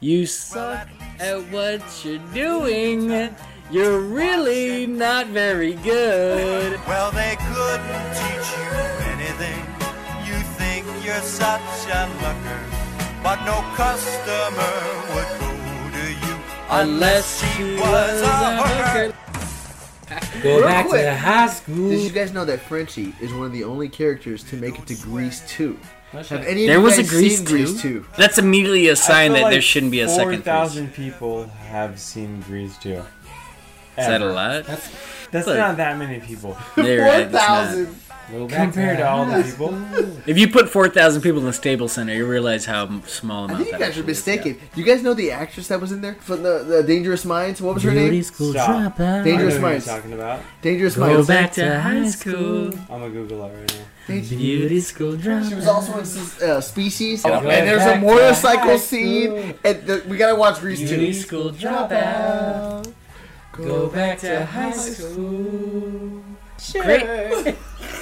Speaker 1: You suck at what you're doing. You're really not very good.
Speaker 11: Well, they couldn't teach you anything. You think you're such a looker, but no customer would go to you
Speaker 1: Unless she was a hooker.
Speaker 5: Go back
Speaker 4: quick.
Speaker 5: to the high school.
Speaker 4: Did you guys know that Frenchie is one of the only characters to make it to Grease 2?
Speaker 5: That's
Speaker 4: Have
Speaker 5: right.
Speaker 4: any of
Speaker 1: There
Speaker 4: you
Speaker 1: was a
Speaker 4: guys
Speaker 1: Grease
Speaker 4: seen
Speaker 1: 2?
Speaker 4: Grease 2?
Speaker 1: That's immediately a
Speaker 6: I
Speaker 1: sign
Speaker 6: feel
Speaker 1: that there
Speaker 6: like
Speaker 1: shouldn't be a second. Grease. Is
Speaker 6: 4,000 people have seen Grease 2. Is
Speaker 1: that a lot?
Speaker 6: That's
Speaker 1: Look.
Speaker 6: not that many people.
Speaker 1: They're right, it's not.
Speaker 5: Go back
Speaker 6: Compared to all the people.
Speaker 1: If you put 4,000 people in the stable center, you realize how m- small
Speaker 4: I
Speaker 1: amount
Speaker 4: think you
Speaker 1: that
Speaker 4: guys are
Speaker 1: actually is, yeah.
Speaker 4: mistaken. You guys know the actress that was in there from the, the Dangerous Minds? What was her name?
Speaker 5: school
Speaker 6: Stop. I know
Speaker 4: Dangerous
Speaker 6: who you're
Speaker 4: Minds.
Speaker 6: talking about.
Speaker 4: Dangerous
Speaker 1: Go
Speaker 4: Minds.
Speaker 1: back to high school.
Speaker 6: I'm gonna Google it right now.
Speaker 1: Beauty school drama.
Speaker 4: She was also in uh, Species.
Speaker 5: Oh,
Speaker 4: and
Speaker 5: yeah.
Speaker 4: there's a
Speaker 5: Back to
Speaker 4: motorcycle
Speaker 5: high
Speaker 4: scene. And the, we gotta watch Grease 2.
Speaker 1: school dropout.
Speaker 5: Go back to high school. Sure.
Speaker 1: [laughs]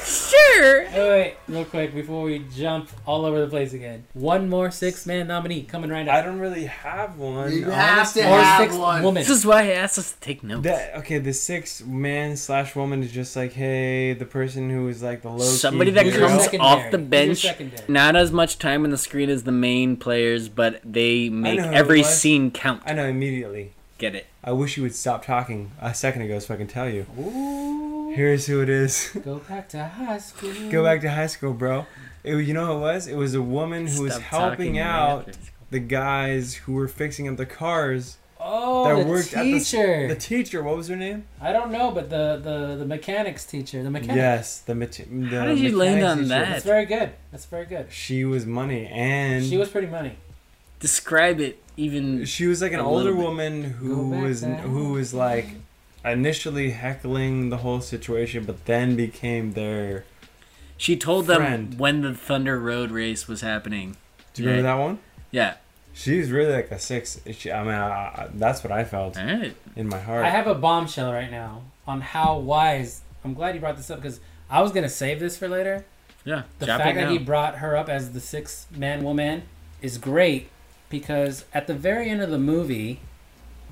Speaker 1: Sure.
Speaker 5: Wait, wait, real quick before we jump all over the place again. One more six man nominee coming right
Speaker 6: I
Speaker 5: now.
Speaker 6: don't really have one.
Speaker 4: You have
Speaker 6: honestly.
Speaker 4: to
Speaker 5: Or
Speaker 4: have
Speaker 5: six
Speaker 4: one.
Speaker 5: woman.
Speaker 1: This is why he asked us to take notes.
Speaker 6: That, okay, the six man slash woman is just like, hey, the person who is like the low
Speaker 1: Somebody that
Speaker 5: He's your
Speaker 1: comes
Speaker 5: secondary.
Speaker 1: off the
Speaker 5: He's your
Speaker 1: bench,
Speaker 5: secondary.
Speaker 1: not as much time on the screen as the main players, but they make
Speaker 6: know who
Speaker 1: every
Speaker 6: it was.
Speaker 1: scene count.
Speaker 6: I know immediately.
Speaker 1: Get it?
Speaker 6: I wish you would stop talking a second ago so I can tell you. Here's who it is. [laughs]
Speaker 5: Go back to high school.
Speaker 6: Go back to high school, bro. It, was- you know who it was? It was a woman who was
Speaker 1: Stop
Speaker 6: helping
Speaker 1: talking right
Speaker 6: out
Speaker 1: after it's-
Speaker 6: the guys who were fixing up the cars
Speaker 5: Oh,
Speaker 6: that
Speaker 5: the
Speaker 6: worked
Speaker 5: teacher.
Speaker 6: at the, the teacher. What was her name?
Speaker 5: I don't know, but the, the, the mechanics teacher. The mechanic.
Speaker 6: Yes, the, mate- the
Speaker 1: How did you land
Speaker 6: mechanics
Speaker 1: on
Speaker 6: teacher.
Speaker 5: That's
Speaker 1: that?
Speaker 5: very good. That's very good.
Speaker 6: She was money, and
Speaker 5: She was pretty money.
Speaker 1: Describe it even.
Speaker 6: she was like an
Speaker 1: A
Speaker 6: older
Speaker 1: little bit.
Speaker 6: woman who
Speaker 5: Go back
Speaker 6: was
Speaker 5: there.
Speaker 6: who was like initially heckling the whole situation, but then became their.
Speaker 1: She told
Speaker 6: Friend.
Speaker 1: them when the Thunder Road race was happening.
Speaker 6: Do you remember
Speaker 1: Yeah.
Speaker 6: that one?
Speaker 1: Yeah.
Speaker 6: She was really like a six. She, I mean, I, I- that's what I felt
Speaker 1: All right.
Speaker 6: in my heart.
Speaker 5: I have a bombshell right now on how wise. I'm glad you brought this up because I was gonna save this for later.
Speaker 1: Yeah.
Speaker 5: The
Speaker 1: Drop
Speaker 5: fact
Speaker 1: it
Speaker 5: that
Speaker 1: now.
Speaker 5: he brought her up as the six man woman is great because at the very end of the movie,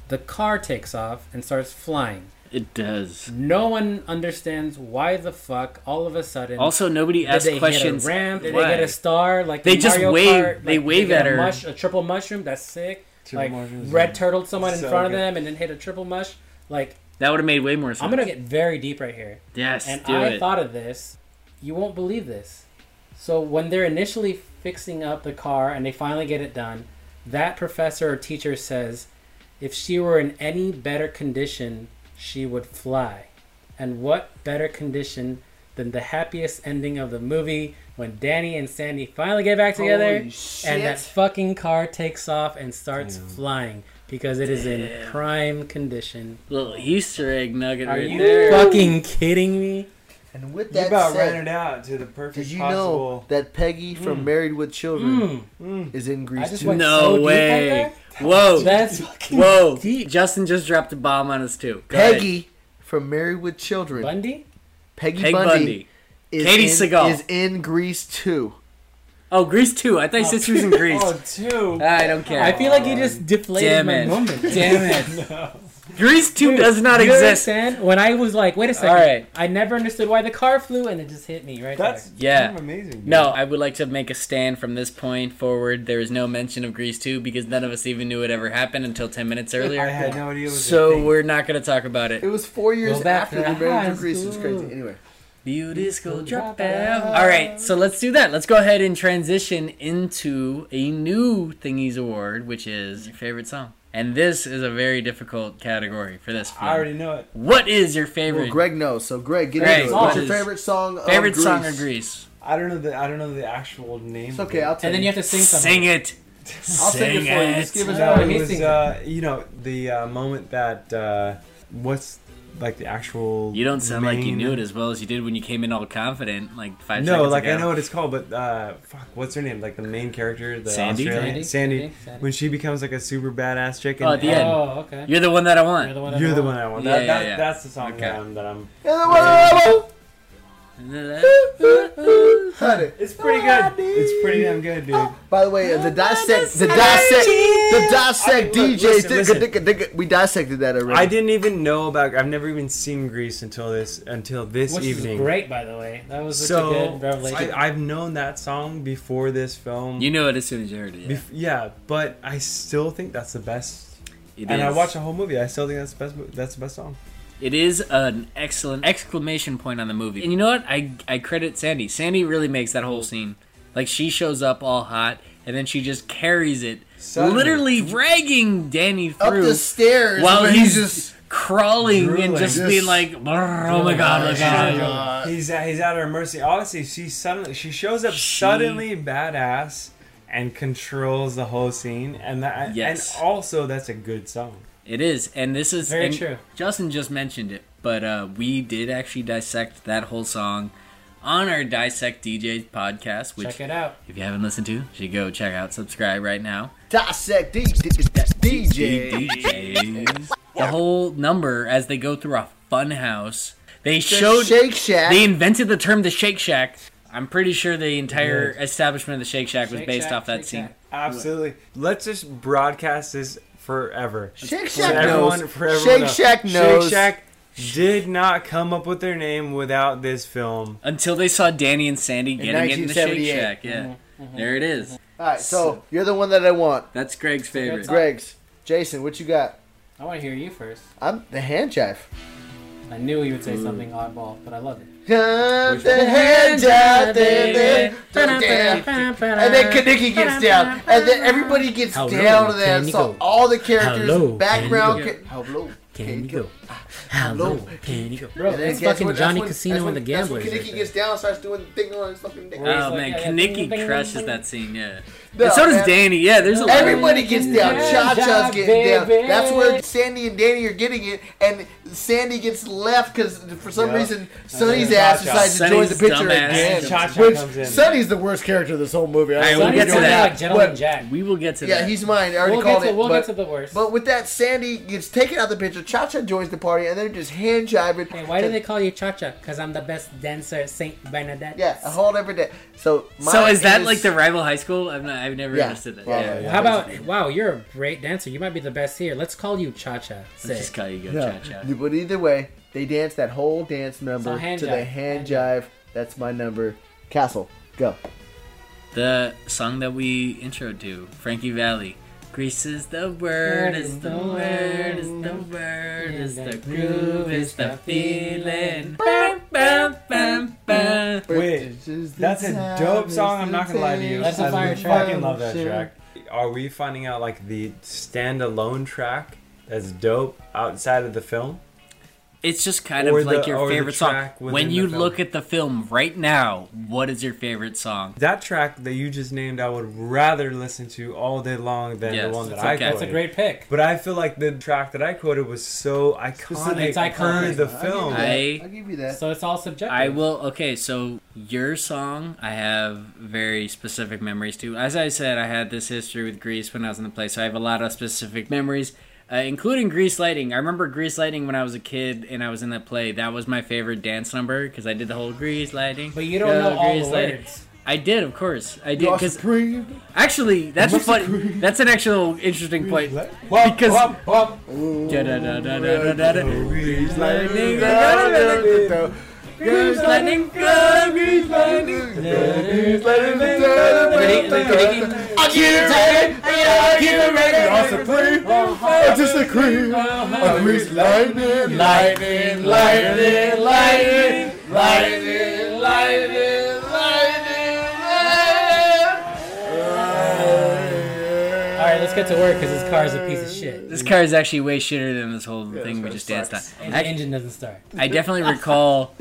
Speaker 5: the car takes off and starts flying.
Speaker 1: It does.
Speaker 5: No one understands why the fuck all of a sudden.
Speaker 1: Also, nobody
Speaker 5: did
Speaker 1: asked
Speaker 5: they
Speaker 1: questions.
Speaker 5: hit a ramp? Did
Speaker 1: Why?
Speaker 5: they get a star? Like
Speaker 1: They
Speaker 5: in
Speaker 1: just
Speaker 5: Mario
Speaker 1: wave-
Speaker 5: Kart?
Speaker 1: they
Speaker 5: Like,
Speaker 1: wave
Speaker 5: get
Speaker 1: at
Speaker 5: a
Speaker 1: her.
Speaker 5: Mush, a triple mushroom. That's sick.
Speaker 6: Triple
Speaker 5: like
Speaker 6: mushrooms,
Speaker 5: red
Speaker 6: yeah.
Speaker 5: turtled someone in
Speaker 6: So
Speaker 5: front
Speaker 6: good.
Speaker 5: of them and then hit a triple mush. Like
Speaker 1: That would have made way more sense.
Speaker 5: I'm gonna get very deep right here.
Speaker 1: Yes,
Speaker 5: And
Speaker 1: do
Speaker 5: I
Speaker 1: it.
Speaker 5: thought of this. You won't believe this. So when they're initially fixing up the car and they finally get it done, that professor or teacher says, if she were in any better condition, she would fly. And what better condition than the happiest ending of the movie when Danny and Sandy finally get back together
Speaker 4: Holy shit.
Speaker 5: and that fucking car takes off and starts flying because it is in prime condition.
Speaker 1: Little Easter egg nugget
Speaker 5: Are
Speaker 1: right
Speaker 5: you
Speaker 1: there.
Speaker 5: fucking kidding me?
Speaker 4: And with
Speaker 6: you
Speaker 4: that
Speaker 6: about
Speaker 4: said,
Speaker 6: ran it out to the perfect
Speaker 4: Did you know
Speaker 6: possible.
Speaker 4: that Peggy
Speaker 1: Mm.
Speaker 4: from Married with Children is in
Speaker 5: I
Speaker 4: Grease
Speaker 5: just
Speaker 4: too?
Speaker 5: went-
Speaker 1: No
Speaker 5: So deep
Speaker 1: way.
Speaker 5: right
Speaker 1: Whoa.
Speaker 5: That's fucking
Speaker 1: Whoa.
Speaker 5: deep.
Speaker 1: Justin just dropped a bomb on us, too. Go ahead.
Speaker 4: Peggy from Married with Children.
Speaker 5: Bundy?
Speaker 4: Peggy,
Speaker 1: Peg
Speaker 4: Bundy,
Speaker 1: Bundy.
Speaker 4: Is
Speaker 1: Katie
Speaker 4: in,
Speaker 1: Sagal.
Speaker 4: is in Grease too.
Speaker 1: Oh, Grease 2. I thought you said she was in Grease.
Speaker 6: Oh, two.
Speaker 1: I don't care.
Speaker 5: I feel like you just deflated
Speaker 1: Damn
Speaker 5: my
Speaker 1: it. [laughs]
Speaker 5: moment.
Speaker 1: Damn it. Grease 2
Speaker 5: Dude,
Speaker 1: does not
Speaker 5: you
Speaker 1: exist.
Speaker 5: understand? When I was like, wait a second.
Speaker 1: Alright.
Speaker 5: I never understood why the car flew, and it just hit me right
Speaker 6: That's
Speaker 5: there.
Speaker 1: Yeah.
Speaker 6: kind of amazing. dude.
Speaker 1: No, I would like to make a stand from this point forward. There is no mention of Grease 2 because none of us even knew it ever happened until 10 minutes
Speaker 6: I
Speaker 1: earlier.
Speaker 6: had no idea. It was a
Speaker 1: So
Speaker 6: thing.
Speaker 1: we're not going to talk about
Speaker 4: It
Speaker 1: it.
Speaker 4: was four years
Speaker 5: Go back
Speaker 4: after
Speaker 5: to
Speaker 4: the Married
Speaker 5: high
Speaker 4: with Grease. It's crazy.
Speaker 5: school.
Speaker 4: Anyway,
Speaker 1: Beauty school dropout.
Speaker 5: dropout.
Speaker 1: All right, so let's do that. Let's go ahead and transition into a new Thingies Award, which is your favorite song. And this is a very difficult category for this film.
Speaker 4: I already
Speaker 6: know it.
Speaker 1: What is your favorite?
Speaker 4: Well, Greg knows, so Greg, get
Speaker 1: Greg,
Speaker 4: into it.
Speaker 1: what
Speaker 4: What's your
Speaker 1: is-
Speaker 4: favorite song?
Speaker 1: Favorite
Speaker 4: of Grease?
Speaker 1: song of Grease?
Speaker 6: I don't know the I don't know the actual name.
Speaker 4: It's okay, I'll tell And then you. you have to sing
Speaker 1: something. Sing it. [laughs] I'll sing it for you. Just give us
Speaker 6: No,
Speaker 1: one.
Speaker 6: it
Speaker 1: He
Speaker 6: was,
Speaker 1: sings
Speaker 6: uh, you know the uh, moment that uh, what's like the actual.
Speaker 1: You don't sound like you
Speaker 6: main-
Speaker 1: knew it as well as you did when you came in all confident, like five
Speaker 6: no,
Speaker 1: seconds
Speaker 6: like
Speaker 1: ago.
Speaker 6: I know what it's called, but uh, fuck, what's her name? Like the main character, the
Speaker 1: Sandy? Sandy?
Speaker 6: Australian Sandy.
Speaker 1: I think Sandy.
Speaker 6: When she becomes like a super badass chick.
Speaker 1: Oh, at the end. You're the one that I want. You're the
Speaker 6: one I You're the want. one I want. That- that- that's the song that I'm- that I'm- You're the one
Speaker 4: Honey.
Speaker 6: It's pretty good. It's pretty damn good, dude.
Speaker 4: By the way, uh, the dissect, the dissect, the dissect
Speaker 6: Okay, look,
Speaker 4: DJs.
Speaker 6: listen, listen.
Speaker 4: digga, digga, digga. We dissected that already.
Speaker 6: I didn't even know about. I've never even seen Greece until this until this
Speaker 5: Which
Speaker 6: evening.
Speaker 5: is great, by the way. That was such
Speaker 6: so
Speaker 5: a good revelation.
Speaker 6: I, I've known that song before this film.
Speaker 1: You knew it as soon as you heard it. Yeah.
Speaker 6: Bef- yeah, but I still think that's the best.
Speaker 1: It
Speaker 6: and I
Speaker 1: is.
Speaker 6: watched the whole movie. I still think that's the best. mo- That's the best song.
Speaker 1: It is an excellent exclamation point on the movie. And you know what? I I credit Sandy. Sandy really makes that whole scene. Like she shows up all hot and then she just carries it
Speaker 4: Suddenly.
Speaker 1: literally dragging Danny through
Speaker 4: Up the stairs
Speaker 1: while
Speaker 4: where
Speaker 1: he's
Speaker 4: he's
Speaker 1: just crawling and
Speaker 6: drooling.
Speaker 1: just,
Speaker 6: Just-
Speaker 1: being like, "Brr, "Oh my god, oh my god."
Speaker 6: Um, He's at, he's at her mercy. Honestly, she suddenly she shows up suddenly badass and controls the whole scene. And that
Speaker 1: Yes.
Speaker 6: and also that's a good song.
Speaker 1: It is, and this is
Speaker 6: Very
Speaker 1: and
Speaker 6: true.
Speaker 1: Justin just mentioned it, but uh, we did actually dissect that whole song on our Dissect DJ podcast. Which
Speaker 5: Check it out.
Speaker 1: If you haven't listened to, you should go check out, subscribe right now.
Speaker 4: Dissect DJ.
Speaker 1: DJs. [laughs] the whole number as they go through a fun house. They showed
Speaker 4: Shake Shack.
Speaker 1: They invented the term the Shake Shack. I'm pretty sure the entire establishment of the Shake Shack was
Speaker 6: Shake
Speaker 1: based
Speaker 6: Shack,
Speaker 1: off that
Speaker 6: Shake
Speaker 1: scene.
Speaker 6: Shack. Absolutely. Let's just broadcast this forever.
Speaker 4: Shake
Speaker 6: For
Speaker 4: Shack
Speaker 6: everyone-
Speaker 4: knows.
Speaker 6: for everyone
Speaker 4: Shake
Speaker 6: else.
Speaker 4: Shack knows.
Speaker 6: Shake Shack did not come up with their name without this film.
Speaker 1: Until they saw Danny and Sandy
Speaker 6: In
Speaker 1: getting it in the Shake
Speaker 6: 1978.
Speaker 1: Shack. Yeah. There it is.
Speaker 4: All right, so you're the one that I want.
Speaker 1: That's Greg's favorite.
Speaker 4: Greg's. Jason, what you got?
Speaker 5: I want to hear you first.
Speaker 4: I'm the hand jive.
Speaker 5: I knew you would say something oddball, but I love it.
Speaker 4: Come
Speaker 5: Which
Speaker 4: the
Speaker 5: one?
Speaker 4: hand jive, baby. And then Kaniki gets down, and then everybody gets
Speaker 5: Hello,
Speaker 4: down to that
Speaker 5: can you
Speaker 4: song.
Speaker 5: go?
Speaker 4: All the characters,
Speaker 5: Hello,
Speaker 4: background.
Speaker 5: can you
Speaker 4: Ca- Hello,
Speaker 5: Can you go?
Speaker 4: Hello,
Speaker 5: can you go?
Speaker 4: Bro,
Speaker 5: Bro,
Speaker 4: and then
Speaker 5: that's
Speaker 4: guess
Speaker 5: fucking
Speaker 4: what? That's
Speaker 5: Johnny
Speaker 4: when-
Speaker 5: Casino
Speaker 4: that's
Speaker 5: and the
Speaker 4: when- that's when
Speaker 5: Gamblers. right
Speaker 4: Kaneki
Speaker 5: there.
Speaker 4: gets down, and starts doing the thing on his fucking dick.
Speaker 1: Oh man, Kaniki crushes that scene, yeah.
Speaker 4: No,
Speaker 1: and so does
Speaker 4: man.
Speaker 1: Danny, yeah. There's a lot of-
Speaker 4: Everybody gets down. Cha Cha's getting
Speaker 1: baby.
Speaker 4: down. That's where Sandy and Danny are getting it, and Sandy gets left because for some
Speaker 1: Yep.
Speaker 4: reason
Speaker 1: And
Speaker 4: Sonny's
Speaker 1: then
Speaker 4: ass
Speaker 1: Cha-Cha.
Speaker 4: decides to join the
Speaker 1: Sonny's
Speaker 4: picture
Speaker 1: dumbass
Speaker 4: again.
Speaker 1: comes in. Cha-Cha comes in.
Speaker 4: Which Sonny's the worst character of this whole movie.
Speaker 1: All right, we'll
Speaker 4: Sonny's
Speaker 1: get to
Speaker 4: the
Speaker 1: that.
Speaker 4: worst,
Speaker 1: Gentleman
Speaker 4: but-
Speaker 1: Jack. We will get to
Speaker 4: yeah,
Speaker 1: that.
Speaker 4: he's mine. I already
Speaker 1: We'll get
Speaker 4: called
Speaker 1: to-
Speaker 4: it.
Speaker 1: we'll get
Speaker 4: but-
Speaker 1: to the worst.
Speaker 4: But with that, Sandy gets taken out of the picture. Cha Cha joins the party, and they're just hand jiving. Hey,
Speaker 5: Why do they call you Cha Cha? Because I'm the best dancer at St. Bernadette.
Speaker 4: Yeah, I hold every day. So,
Speaker 1: So is that like the rival high school? I've not, I've never
Speaker 5: Yeah.
Speaker 1: understood that.
Speaker 5: Well,
Speaker 1: yeah.
Speaker 5: How about wow? You're a great dancer. You might be the best here. Let's call you Cha Cha. Say.
Speaker 1: just call you
Speaker 4: No, But either way, they dance that whole dance number
Speaker 5: So hand
Speaker 4: to the
Speaker 5: jive.
Speaker 4: hand jive. That's my number. Castle, go.
Speaker 1: the song that we introed to Frankie Valley? Grease is the word, is the word, is the word, is the groove, is the feeling. Bam, bam, bam, bam.
Speaker 6: Wait, that's a dope song. I'm not gonna lie to you.
Speaker 5: That's a
Speaker 6: I
Speaker 5: fire track.
Speaker 6: fucking love that
Speaker 5: Sure.
Speaker 6: track. Are we finding out like the standalone track that's dope outside of the film?
Speaker 1: It's just kind
Speaker 6: Or
Speaker 1: of
Speaker 6: the-
Speaker 1: like your
Speaker 6: or the
Speaker 1: favorite song.
Speaker 6: track within
Speaker 1: When
Speaker 6: the
Speaker 1: you
Speaker 6: film.
Speaker 1: look at the film right now, what is your favorite song?
Speaker 6: That track that you just named, I would rather listen to all day long than
Speaker 1: Yes,
Speaker 6: the one that
Speaker 1: that's
Speaker 6: I
Speaker 1: okay.
Speaker 6: quoted.
Speaker 1: That's a great
Speaker 5: pick.
Speaker 6: But I feel like the track that I quoted was so iconic,
Speaker 5: It's iconic.
Speaker 6: for the
Speaker 5: I'll give you
Speaker 6: film.
Speaker 1: that. I-
Speaker 4: I'll give you that.
Speaker 5: So it's all subjective.
Speaker 1: I will. Okay, so your song, I have very specific memories too. As I said, I had this history with Grease when I was in the play, so I have a lot of specific memories, uh, including Grease Lighting. I remember Grease Lighting when I was a kid and I was in that play. That was my favorite dance number because I did the whole Grease Lighting. But
Speaker 5: you don't know all the words.
Speaker 1: I did, of course. I did
Speaker 5: You're
Speaker 1: because actually, that's a fun. That's an actual interesting point because. Da-da-da-da-da-da-da. Lightning,
Speaker 4: lightning,
Speaker 1: Grease lightning, grease lightning,
Speaker 4: grease lightning.
Speaker 1: I
Speaker 4: get it, I get it, I get it, I just a cream.
Speaker 1: A
Speaker 4: grease lightning, lightning,
Speaker 1: lightning,
Speaker 4: lightning,
Speaker 1: lightning,
Speaker 4: lightning, lightning.
Speaker 5: All right, let's get to work because this car is a piece of shit.
Speaker 1: This car is actually way shitter than this whole thing we just danced on.
Speaker 5: And
Speaker 1: I-
Speaker 5: the engine doesn't start.
Speaker 1: I definitely recall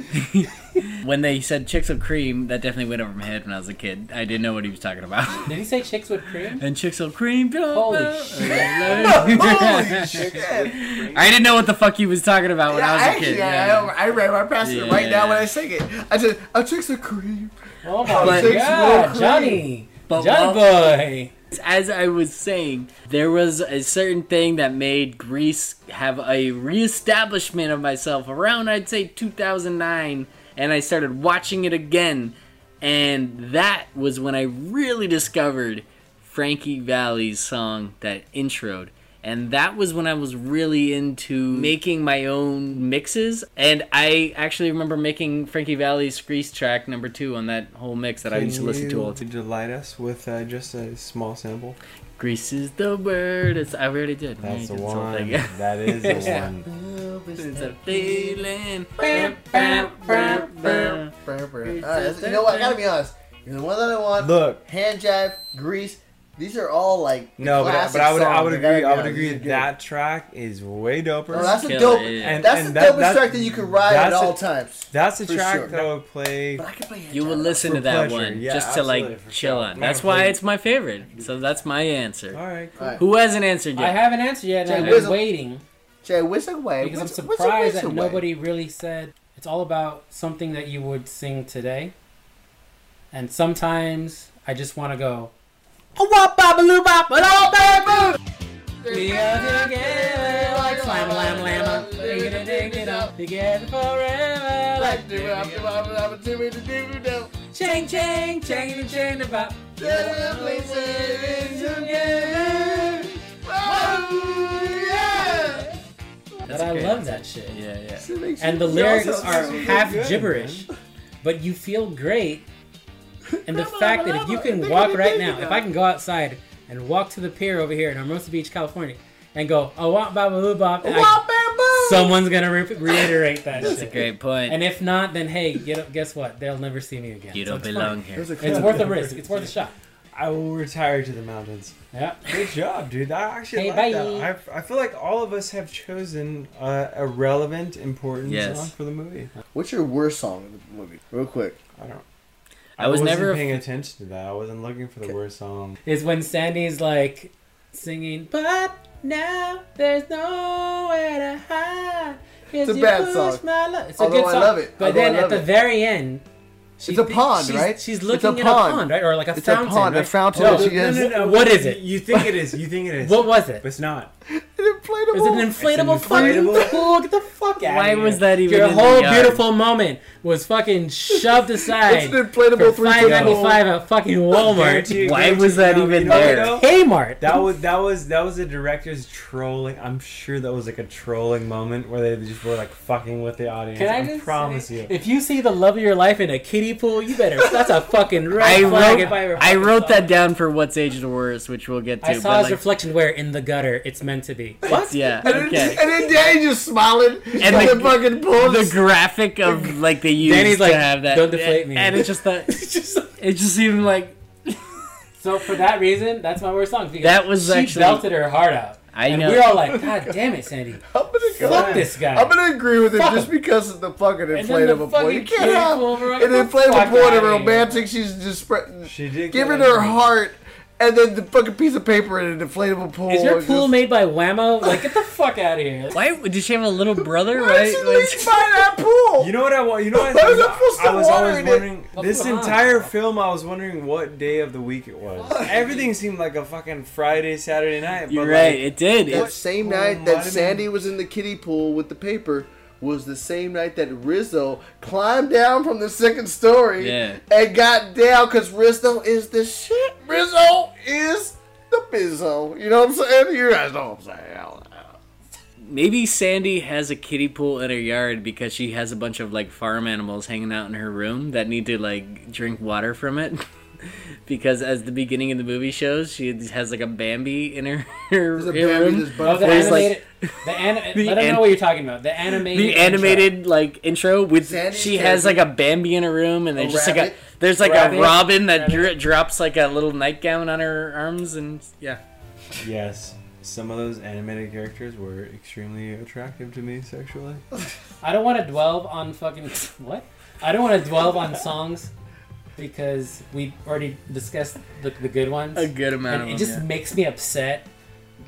Speaker 1: when they said chicks with cream. That definitely went over my head when I was a kid. I didn't know what he was talking about. [laughs]
Speaker 5: Did he say chicks with cream?
Speaker 1: And chicks with cream. don't [laughs]
Speaker 5: Holy
Speaker 1: know.
Speaker 5: shit.
Speaker 1: I didn't know what the fuck he was talking about when I was a
Speaker 4: actually,
Speaker 1: kid.
Speaker 4: I,
Speaker 1: yeah.
Speaker 4: I, I ran my past it right now when I
Speaker 1: Yeah.
Speaker 4: sing it. I said, "I took some cream."
Speaker 5: Oh
Speaker 4: my God, Johnny. Johnny
Speaker 5: boy.
Speaker 1: As I was saying, there was a certain thing that made Greece have a reestablishment of myself around, I'd say, 2009, and I started watching it again, and that was when I really discovered Frankie Valley's song that introed. And that was when I was really into making my own mixes. And I actually remember making Frankie Valley's Grease track number two on that whole mix that I used to listen to all the time.
Speaker 6: to delight us with uh, just a small sample.
Speaker 1: Grease is the word. It's, I already did. I already
Speaker 6: That's the
Speaker 1: did this whole
Speaker 6: one.
Speaker 1: thing. [laughs]
Speaker 6: That is the
Speaker 1: Yeah.
Speaker 6: one.
Speaker 1: It's a feeling.
Speaker 4: Uh, you know what? I gotta be honest. You're the one that I want.
Speaker 6: Look,
Speaker 4: hand jive, grease. These are all like
Speaker 6: No, but, I-
Speaker 4: classic
Speaker 6: but I would I
Speaker 4: songs,
Speaker 6: would
Speaker 4: gotta
Speaker 6: agree
Speaker 4: be
Speaker 6: I would
Speaker 4: honest.
Speaker 6: agree
Speaker 4: These are good.
Speaker 6: that track is way doper.
Speaker 4: Oh, that's a dope. that's the dopest track that you could ride at
Speaker 6: that's a-
Speaker 4: all times.
Speaker 6: That's a
Speaker 4: for
Speaker 6: track
Speaker 4: sure.
Speaker 6: that I would play. But
Speaker 4: I could play
Speaker 1: You will listen to
Speaker 6: For
Speaker 1: that
Speaker 6: pleasure,
Speaker 1: one
Speaker 6: yeah,
Speaker 1: just to
Speaker 6: absolutely,
Speaker 1: like
Speaker 6: for
Speaker 1: chill
Speaker 6: sure.
Speaker 1: on.
Speaker 6: I'm
Speaker 1: That's
Speaker 6: gonna
Speaker 1: why
Speaker 6: play-
Speaker 1: it's my favorite. So that's my answer.
Speaker 6: All right,
Speaker 4: cool. Alright.
Speaker 1: Who hasn't answered
Speaker 5: I
Speaker 1: yet?
Speaker 5: haven't answered yet.
Speaker 4: Jay
Speaker 5: and
Speaker 4: Whistle-
Speaker 5: I'm waiting
Speaker 4: Jay Whistle Way.
Speaker 5: because I'm
Speaker 4: Whistle- Whistle
Speaker 5: surprised that
Speaker 4: Whistle Way.
Speaker 5: nobody really said it's all about something that you would sing today. And sometimes I just want to go. Oh, wop, bop, a loo, bop, a loo, bop, boo." We are together like slam, lam, lam. We're gonna dig it up together forever like dig it up. Chang, chang, chang, and chang, and bop. But
Speaker 1: That's
Speaker 5: I
Speaker 1: great.
Speaker 5: love that shit.
Speaker 1: Yeah, yeah.
Speaker 5: and the lyrics are half gibberish, but you feel great. And the fact that if you can walk right now, if I can go outside and walk to the pier over here in Hermosa Beach, California, and go, oh, wop, bop, boop, bop, and I- someone's going to re- reiterate that
Speaker 1: That's a
Speaker 5: shit.
Speaker 1: great point.
Speaker 5: And if not, then hey, get up, guess what? They'll never see me again.
Speaker 1: you
Speaker 5: So
Speaker 1: don't
Speaker 5: it's
Speaker 1: belong
Speaker 5: fine.
Speaker 1: here.
Speaker 5: It's worth a risk. It's worth a shot.
Speaker 6: I will retire to the mountains.
Speaker 5: Yeah.
Speaker 6: Good job, dude. I actually
Speaker 5: Hey,
Speaker 6: like
Speaker 5: bye.
Speaker 6: that. I, I feel like all of us have chosen uh, a relevant, important
Speaker 1: Yes.
Speaker 6: song for the movie.
Speaker 4: What's your worst song in the movie? Real quick.
Speaker 6: I don't.
Speaker 1: I was
Speaker 6: wasn't
Speaker 1: never a-
Speaker 6: paying attention to that. I wasn't looking for the worst song.
Speaker 5: Is when Sandy's like singing, but now there's nowhere to hide.
Speaker 4: It's a bad song.
Speaker 5: It's a
Speaker 4: Although
Speaker 5: good
Speaker 4: I
Speaker 5: song.
Speaker 4: love it.
Speaker 5: But
Speaker 4: Although
Speaker 5: then
Speaker 4: I
Speaker 5: at
Speaker 4: love
Speaker 5: the
Speaker 4: it.
Speaker 5: very end, she
Speaker 4: It's a
Speaker 5: thi-
Speaker 4: pond,
Speaker 5: she's-
Speaker 4: right?
Speaker 5: She's
Speaker 4: It's
Speaker 5: looking
Speaker 4: a
Speaker 5: at a
Speaker 4: pond.
Speaker 5: pond, right? Or like a
Speaker 4: It's a
Speaker 5: fountain.
Speaker 4: pond, a
Speaker 5: right?
Speaker 6: Oh,
Speaker 4: fountain
Speaker 5: No,
Speaker 4: that she
Speaker 5: no,
Speaker 4: has-
Speaker 5: no, no, What is it?
Speaker 6: You think it is. You think it is.
Speaker 5: What was it?
Speaker 6: But it's not.
Speaker 5: It was an inflatable fucking
Speaker 6: inflatable-
Speaker 5: pool. Get the fuck out
Speaker 1: Why was that even
Speaker 5: Your
Speaker 1: in the
Speaker 5: whole
Speaker 1: yard?
Speaker 5: beautiful moment was fucking shoved aside.
Speaker 4: [laughs] It's an inflatable
Speaker 5: for
Speaker 4: three-foot
Speaker 5: $5.95 at
Speaker 4: [laughs]
Speaker 5: fucking Walmart.
Speaker 6: Guaranteed-
Speaker 1: Why
Speaker 6: guaranteed-
Speaker 1: was that
Speaker 6: no,
Speaker 1: even
Speaker 6: you know what,
Speaker 1: there?
Speaker 6: though?
Speaker 5: Kmart.
Speaker 6: That was that was that was the director's trolling. I'm sure that was like a trolling moment where they just were like fucking with the audience.
Speaker 5: Can
Speaker 6: I,
Speaker 5: I just
Speaker 6: promise
Speaker 5: say,
Speaker 6: you.
Speaker 5: If you see the love of your life in a kiddie pool, you better. That's a fucking red
Speaker 1: I
Speaker 5: flag.
Speaker 1: wrote,
Speaker 5: if I ever.
Speaker 1: I
Speaker 5: fucking
Speaker 1: wrote
Speaker 5: saw
Speaker 1: that
Speaker 5: it.
Speaker 1: down for What's Age the Worst, which we'll get to.
Speaker 5: I
Speaker 1: but,
Speaker 5: saw his
Speaker 1: like,
Speaker 5: reflection where in the gutter it's meant to be. What? [laughs]
Speaker 1: Yeah,
Speaker 4: And then,
Speaker 1: okay.
Speaker 4: and then Danny just smiling and
Speaker 1: the-
Speaker 4: the, fucking pulls.
Speaker 1: The graphic
Speaker 5: [laughs]
Speaker 1: of like they used
Speaker 5: Danny's
Speaker 1: to
Speaker 5: like,
Speaker 1: have that.
Speaker 5: "Don't deflate me."
Speaker 1: And it's just
Speaker 5: [laughs]
Speaker 1: that. It just seemed like
Speaker 5: so for that reason, that's my worst song. because
Speaker 1: That was
Speaker 5: she
Speaker 1: actually-
Speaker 5: belted her heart out.
Speaker 1: I
Speaker 5: and
Speaker 1: know.
Speaker 5: We're all like, God damn it,
Speaker 1: [laughs]
Speaker 5: Sandy.
Speaker 4: I'm gonna go.
Speaker 5: Fuck this guy.
Speaker 4: I'm gonna agree with it
Speaker 5: Fuck
Speaker 4: just because of the fucking
Speaker 5: And then the
Speaker 4: inflatable boy. You
Speaker 5: fucking
Speaker 4: can't
Speaker 5: kiddie
Speaker 4: have
Speaker 5: pool, bro.
Speaker 4: an
Speaker 5: Fuck outta
Speaker 4: inflatable boy
Speaker 5: here.
Speaker 4: and romantic. She's just spreading,
Speaker 6: She did
Speaker 4: giving
Speaker 6: get
Speaker 4: her
Speaker 6: it.
Speaker 4: heart, and then the fucking piece of paper in an inflatable pool.
Speaker 5: Is your pool
Speaker 4: just,
Speaker 5: made by Whammo? Like, get the fuck out of here.
Speaker 1: why did she have a little brother?
Speaker 4: Why did she leave by that pool?
Speaker 5: [laughs]
Speaker 6: You know what I want? You know what?
Speaker 4: Why was
Speaker 6: I,
Speaker 4: I supposed to
Speaker 6: I was
Speaker 4: water
Speaker 6: always
Speaker 4: it?
Speaker 6: wondering.
Speaker 5: What's
Speaker 6: This
Speaker 5: going on?
Speaker 6: entire film, I was wondering what day of the week it was. Everything seemed like a fucking Friday, Saturday night. But
Speaker 1: You're
Speaker 6: like,
Speaker 1: right. It did.
Speaker 4: that
Speaker 1: It,
Speaker 4: same
Speaker 6: Oh,
Speaker 4: night
Speaker 6: might
Speaker 4: that
Speaker 6: have
Speaker 4: Sandy was in the kiddie pool with the paper was the same night that Rizzo climbed down from the second story
Speaker 1: Yeah.
Speaker 4: and got down because Rizzo is the shit. Rizzo is the bizzo. You know what I'm saying? You guys know what I'm saying. I don't know.
Speaker 1: maybe Sandy has a kiddie pool in her yard because she has a bunch of like farm animals hanging out in her room that need to like drink water from it. [laughs] because as the beginning of the movie shows, she has like a Bambi in her, [laughs] her,
Speaker 4: There's
Speaker 1: her
Speaker 4: a Bambi
Speaker 1: room.
Speaker 4: that's
Speaker 5: Oh, the
Speaker 4: butterfly.
Speaker 1: There's, like-
Speaker 5: animated. the ani-
Speaker 1: [laughs] The
Speaker 5: I don't
Speaker 1: an-
Speaker 5: know what you're talking about. The animated.
Speaker 1: The
Speaker 5: intro.
Speaker 1: animated like intro with
Speaker 4: Sandy's
Speaker 1: she has like
Speaker 4: character-
Speaker 1: a Bambi in her room and there's
Speaker 4: A
Speaker 1: just like
Speaker 4: rabbit.
Speaker 1: a there's like
Speaker 5: Rabbit.
Speaker 1: a robin that dri drops like a little nightgown on her arms and yeah
Speaker 6: Yes, some of those animated characters were extremely attractive to me sexually.
Speaker 5: I don't want to dwell on fucking [laughs] what? I don't want to dwell on songs because we already discussed the, the good ones.
Speaker 1: A good amount
Speaker 5: And
Speaker 1: of
Speaker 5: it
Speaker 1: them,
Speaker 5: just
Speaker 1: yeah.
Speaker 5: makes me upset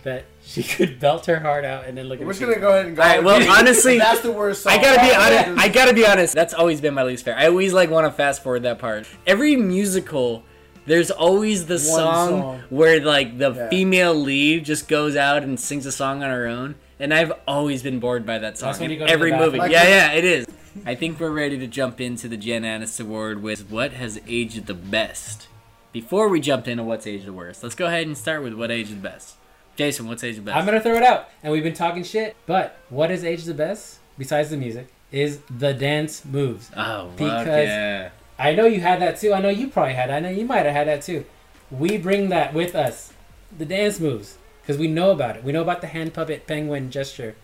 Speaker 5: that she [laughs] could belt her heart out and then look. at
Speaker 4: We're
Speaker 5: the
Speaker 4: just gonna
Speaker 5: people.
Speaker 4: go ahead and go.
Speaker 1: All right, well, honestly,
Speaker 4: [laughs] Oh, that's the worst. Song
Speaker 1: I gotta be
Speaker 4: ever. [laughs]
Speaker 1: honest. I gotta be honest. That's always been my least favorite. I always like want to fast forward that part. Every musical, there's always the song,
Speaker 4: song.
Speaker 1: where like the
Speaker 4: Yeah.
Speaker 1: female lead just goes out and sings a song on her own, and I've always been bored by that song.
Speaker 5: That's when
Speaker 1: in
Speaker 5: you go to
Speaker 1: every
Speaker 5: the
Speaker 1: movie,
Speaker 5: bathroom.
Speaker 1: yeah, yeah, it is. I think we're ready to jump into the Jen Anis Award with what has aged the best. Before we jump into what's aged the worst, let's go ahead and start with what aged the best. Jason, what's aged the best?
Speaker 5: I'm gonna throw it out. And we've been talking shit, but what is age the best besides the music is the dance moves.
Speaker 1: oh, fuck
Speaker 5: because-
Speaker 1: yeah.
Speaker 5: I know you had that too. I know you probably had. I know you might have had that too. We bring that with us, the dance moves, because we know about it. We know about the hand puppet penguin gesture.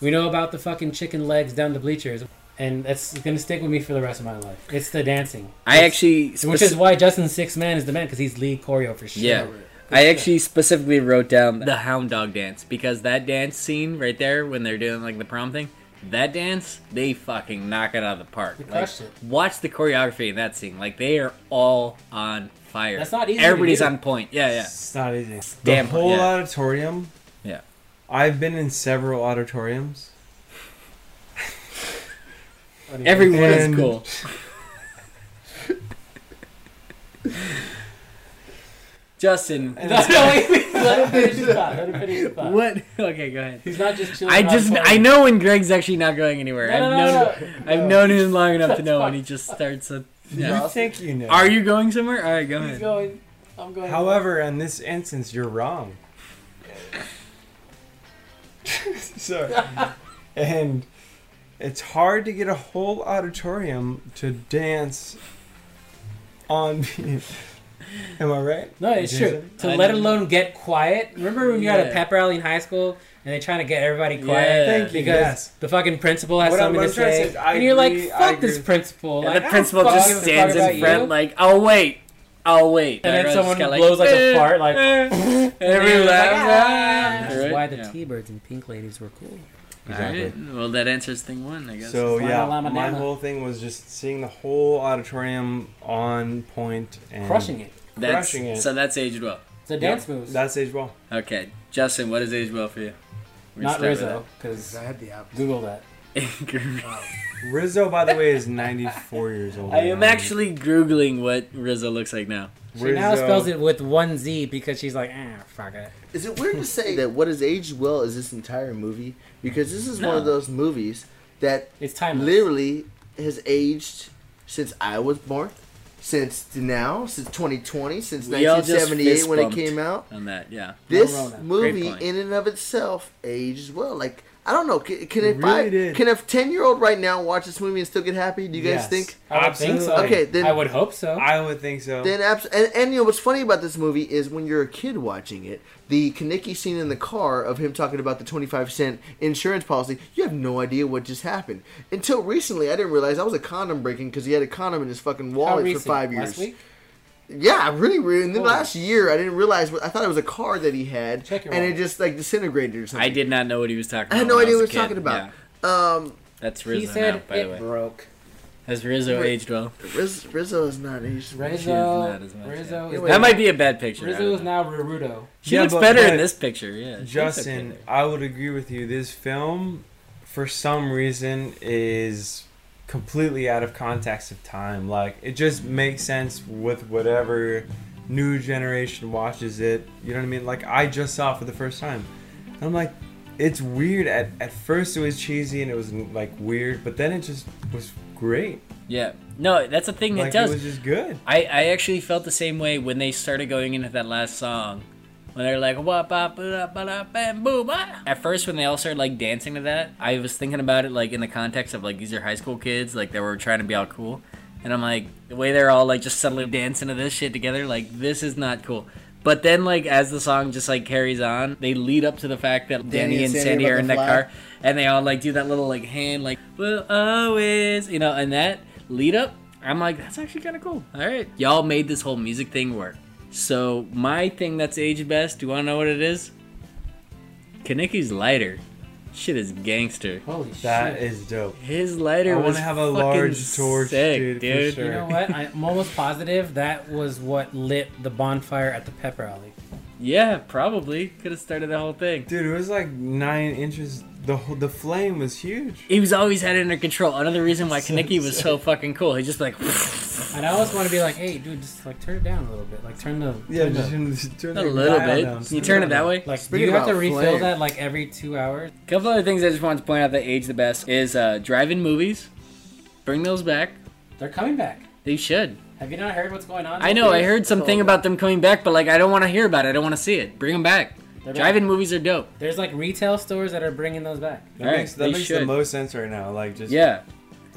Speaker 5: We know about the fucking chicken legs down the bleachers, and that's gonna stick with me for the rest of my life. It's the dancing,
Speaker 1: I actually,
Speaker 5: which is why Justin Six Man is the man because he's lead choreo for sure.
Speaker 1: Yeah. I actually specifically wrote down the hound dog dance because that dance scene right there when they're doing like the prom thing, that dance they fucking knock it out of the park. Like,
Speaker 5: crushed it.
Speaker 1: Watch the choreography in that scene. Like they are all on fire.
Speaker 5: That's not easy to
Speaker 1: Everybody's
Speaker 5: do.
Speaker 1: on point. Yeah, yeah.
Speaker 6: It's not easy.
Speaker 1: damn
Speaker 6: the whole
Speaker 1: yeah.
Speaker 6: auditorium.
Speaker 1: Yeah.
Speaker 6: I've been in several auditoriums.
Speaker 1: Everyone is
Speaker 6: And-
Speaker 1: cool. Justin,
Speaker 5: [laughs]
Speaker 6: [laughs]
Speaker 5: let him finish his thought. Let him finish his thought.
Speaker 1: what? [laughs] Okay, go ahead.
Speaker 5: He's not just chilling.
Speaker 1: I
Speaker 5: on
Speaker 1: just
Speaker 5: phone.
Speaker 1: I know when Greg's actually not going anywhere.
Speaker 5: No, no,
Speaker 1: I've
Speaker 5: no,
Speaker 1: known I've known him long [laughs] enough to
Speaker 5: That's
Speaker 1: know when
Speaker 5: fine.
Speaker 1: he just starts a
Speaker 4: Yeah.
Speaker 6: You think you know?
Speaker 1: Are you going somewhere? All right, go
Speaker 5: He's
Speaker 1: ahead.
Speaker 5: going. I'm going.
Speaker 6: However, in this instance, you're wrong. [laughs] Sorry. and it's hard to get a whole auditorium to dance on. [laughs] Am I right?
Speaker 5: No, it's true.
Speaker 6: Jason?
Speaker 5: To
Speaker 1: I
Speaker 5: let
Speaker 1: know.
Speaker 5: alone get quiet. Remember when you had a
Speaker 1: Yeah.
Speaker 5: pep rally in high school and they're trying to get everybody
Speaker 1: Yeah.
Speaker 5: quiet?
Speaker 1: Thank
Speaker 6: you,
Speaker 5: Because
Speaker 6: yes.
Speaker 5: the fucking principal has
Speaker 6: What I'm-
Speaker 5: something to
Speaker 6: what I'm trying to
Speaker 5: say.
Speaker 6: say is I
Speaker 5: and you're
Speaker 6: agree-
Speaker 5: fuck
Speaker 6: I
Speaker 5: this
Speaker 6: agree.
Speaker 5: principal.
Speaker 1: And
Speaker 5: like,
Speaker 1: the
Speaker 5: I
Speaker 1: principal
Speaker 5: don't
Speaker 1: just
Speaker 5: give a fuck
Speaker 1: stands
Speaker 5: about
Speaker 1: in
Speaker 5: you.
Speaker 1: front, like, "I'll wait, I'll wait,"
Speaker 5: And then
Speaker 1: everyone's
Speaker 5: someone
Speaker 1: kinda
Speaker 5: blows like a
Speaker 1: "Eh, [laughs]
Speaker 5: fart, like,
Speaker 1: eh."
Speaker 5: And
Speaker 1: everyone's
Speaker 5: everyone's
Speaker 1: like,
Speaker 5: like, "Ah."
Speaker 1: "Ah."
Speaker 5: Which is
Speaker 1: Right?
Speaker 5: why the
Speaker 1: Yeah.
Speaker 5: T-birds and pink ladies were cool.
Speaker 1: All right. Well, that answers thing one, I guess.
Speaker 6: So
Speaker 5: Lana
Speaker 6: yeah,
Speaker 5: Lama
Speaker 6: my
Speaker 5: Dama.
Speaker 6: whole thing was just seeing the whole auditorium on point and
Speaker 5: Crushing it.
Speaker 1: that's,
Speaker 6: crushing it.
Speaker 1: So that's aged well.
Speaker 5: The
Speaker 6: Yeah,
Speaker 5: dance moves.
Speaker 6: That's age well.
Speaker 1: Okay, Justin, what is aged well for you? We're gonna
Speaker 5: Not
Speaker 1: start with
Speaker 5: Rizzo, Oh, because
Speaker 4: I had the opposite.
Speaker 5: Google that.
Speaker 1: that. [laughs]
Speaker 6: Rizzo, by the way, is 94 years old.
Speaker 1: I am actually googling what Rizzo looks like now.
Speaker 5: She now spells it with one Z because she's like, ah, fuck it.
Speaker 4: Is it weird
Speaker 1: [laughs]
Speaker 4: to say that what has aged well is this entire movie? Because this is one
Speaker 1: No.
Speaker 4: of those movies that
Speaker 5: It's timeless.
Speaker 4: literally has aged since I was born, since to now, since 2020, since
Speaker 1: We all just
Speaker 4: 1978 when it
Speaker 1: fist-bumped.
Speaker 4: came out.
Speaker 1: On that, yeah.
Speaker 4: This
Speaker 5: Rona.
Speaker 4: movie,
Speaker 1: point.
Speaker 4: in and of itself, aged well. Like I don't know, can, can if
Speaker 6: really
Speaker 4: I
Speaker 6: did.
Speaker 4: can a 10 year old right now watch this movie and still get happy? Do you guys think?
Speaker 5: I would think so.
Speaker 4: Okay, then-
Speaker 5: I would hope so.
Speaker 6: I would think so.
Speaker 4: Then abs- and, and you know what's funny about this movie is when you're a kid watching it, the Kaneki scene in the car of him talking about the 25 cent insurance policy, you have no idea what just happened. Until recently, I didn't realize I was a condom breaking because he had a condom in his fucking
Speaker 5: How
Speaker 4: wallet for
Speaker 5: recent?
Speaker 4: five years.
Speaker 5: Last week?
Speaker 4: Yeah, I really, really. In the
Speaker 5: Holy
Speaker 4: last year, I didn't realize. What, I thought it was a car that he had,
Speaker 5: Check your
Speaker 4: and it
Speaker 5: wallet.
Speaker 4: just like disintegrated or
Speaker 1: I
Speaker 4: something.
Speaker 1: did not know what he was talking about.
Speaker 4: I had no
Speaker 1: when
Speaker 4: idea
Speaker 1: was
Speaker 4: what he
Speaker 1: a
Speaker 4: was
Speaker 1: kid.
Speaker 4: talking about.
Speaker 1: Yeah.
Speaker 4: Um,
Speaker 1: That's
Speaker 5: He
Speaker 1: Rizzo
Speaker 5: said
Speaker 1: now, by the
Speaker 5: it
Speaker 1: way.
Speaker 5: broke.
Speaker 1: Has Rizzo
Speaker 4: Ri-
Speaker 1: aged well?
Speaker 4: Riz- Rizzo is not aged.
Speaker 1: She is
Speaker 5: Rizzo,
Speaker 1: not as much,
Speaker 5: Rizzo
Speaker 1: yeah.
Speaker 5: is
Speaker 1: that might be a bad picture. I
Speaker 5: Rizzo
Speaker 1: don't
Speaker 5: is
Speaker 1: know.
Speaker 5: now Naruto.
Speaker 1: She
Speaker 6: Yeah,
Speaker 1: looks
Speaker 6: but-
Speaker 1: better in
Speaker 6: but
Speaker 1: this picture, yeah. she looks
Speaker 6: Justin,
Speaker 1: okay
Speaker 6: I would agree with you. This film, for some reason, is completely out of context of time. Like, it just makes sense with whatever new generation watches it. You know what I mean? Like, I just saw it for the first time. And I'm like, it's weird. At, at first, it was cheesy and it was, like, weird, but then it just was great.
Speaker 1: there. Yeah. No, that's the thing
Speaker 6: Like,
Speaker 1: it does.
Speaker 6: it was just good.
Speaker 1: I, I actually felt the same way when they started going into that last song. When they're like, "Wah, ba, ba, da, ba, da, bam, boom, ah." at first, when they all started like dancing to that, I was thinking about it like in the context of like these are high school kids, like they were trying to be all cool. And I'm like, the way they're all like just suddenly dancing to this shit together, like this is not cool. But then, like as the song just like carries on, they lead up to the fact that Danny, and Sandy,
Speaker 4: about
Speaker 1: are
Speaker 4: to
Speaker 1: in that
Speaker 4: fly.
Speaker 1: car, and they all like do that little like hand, like "We'll always," you know, and that lead up. I'm like, that's actually kind of cool. All right, y'all made this whole music thing work. So my thing that's aged best. Do you want to know what it is? Kanicki's lighter. Shit is gangster.
Speaker 5: Holy
Speaker 6: That is dope.
Speaker 1: His lighter
Speaker 6: I
Speaker 1: was
Speaker 6: want to have a
Speaker 1: fucking
Speaker 6: large torch,
Speaker 1: sick,
Speaker 6: dude.
Speaker 1: dude.
Speaker 6: For sure.
Speaker 5: You know what? I'm almost positive that was what lit the bonfire at the pepper alley.
Speaker 1: Yeah, probably could have started the whole thing.
Speaker 6: Dude, it was like nine inches. The whole, the flame was huge.
Speaker 1: He was always had it under control. Another reason
Speaker 6: [laughs]
Speaker 1: why Kaneki was
Speaker 6: sick.
Speaker 1: so fucking cool. He just like. [laughs]
Speaker 5: And I always want to be like, hey, dude, just like turn it down a little bit. Like turn the
Speaker 6: Yeah,
Speaker 5: turn
Speaker 6: just
Speaker 5: the-
Speaker 6: turn, turn
Speaker 1: A
Speaker 6: the
Speaker 1: little
Speaker 6: dial
Speaker 1: bit.
Speaker 6: down.
Speaker 1: You turn it that way.
Speaker 5: Like do
Speaker 4: Speaking
Speaker 5: you have to
Speaker 4: about
Speaker 5: refill
Speaker 4: flame.
Speaker 5: that like every two hours.
Speaker 1: couple other things I just wanted to point out that age the best is uh, drive-in movies. Bring those back.
Speaker 5: They're coming back.
Speaker 1: They should.
Speaker 5: Have you not heard what's going on?
Speaker 1: I know. I heard something about them coming back, but like I don't want to hear about it. I don't want to see it. Bring them back.
Speaker 5: They're back.
Speaker 1: Drive-in movies are dope.
Speaker 5: There's like retail stores that are bringing those back.
Speaker 6: That
Speaker 1: Alright,
Speaker 6: makes, that
Speaker 1: they
Speaker 6: makes the
Speaker 1: should.
Speaker 6: most sense right now. Like just
Speaker 1: Yeah.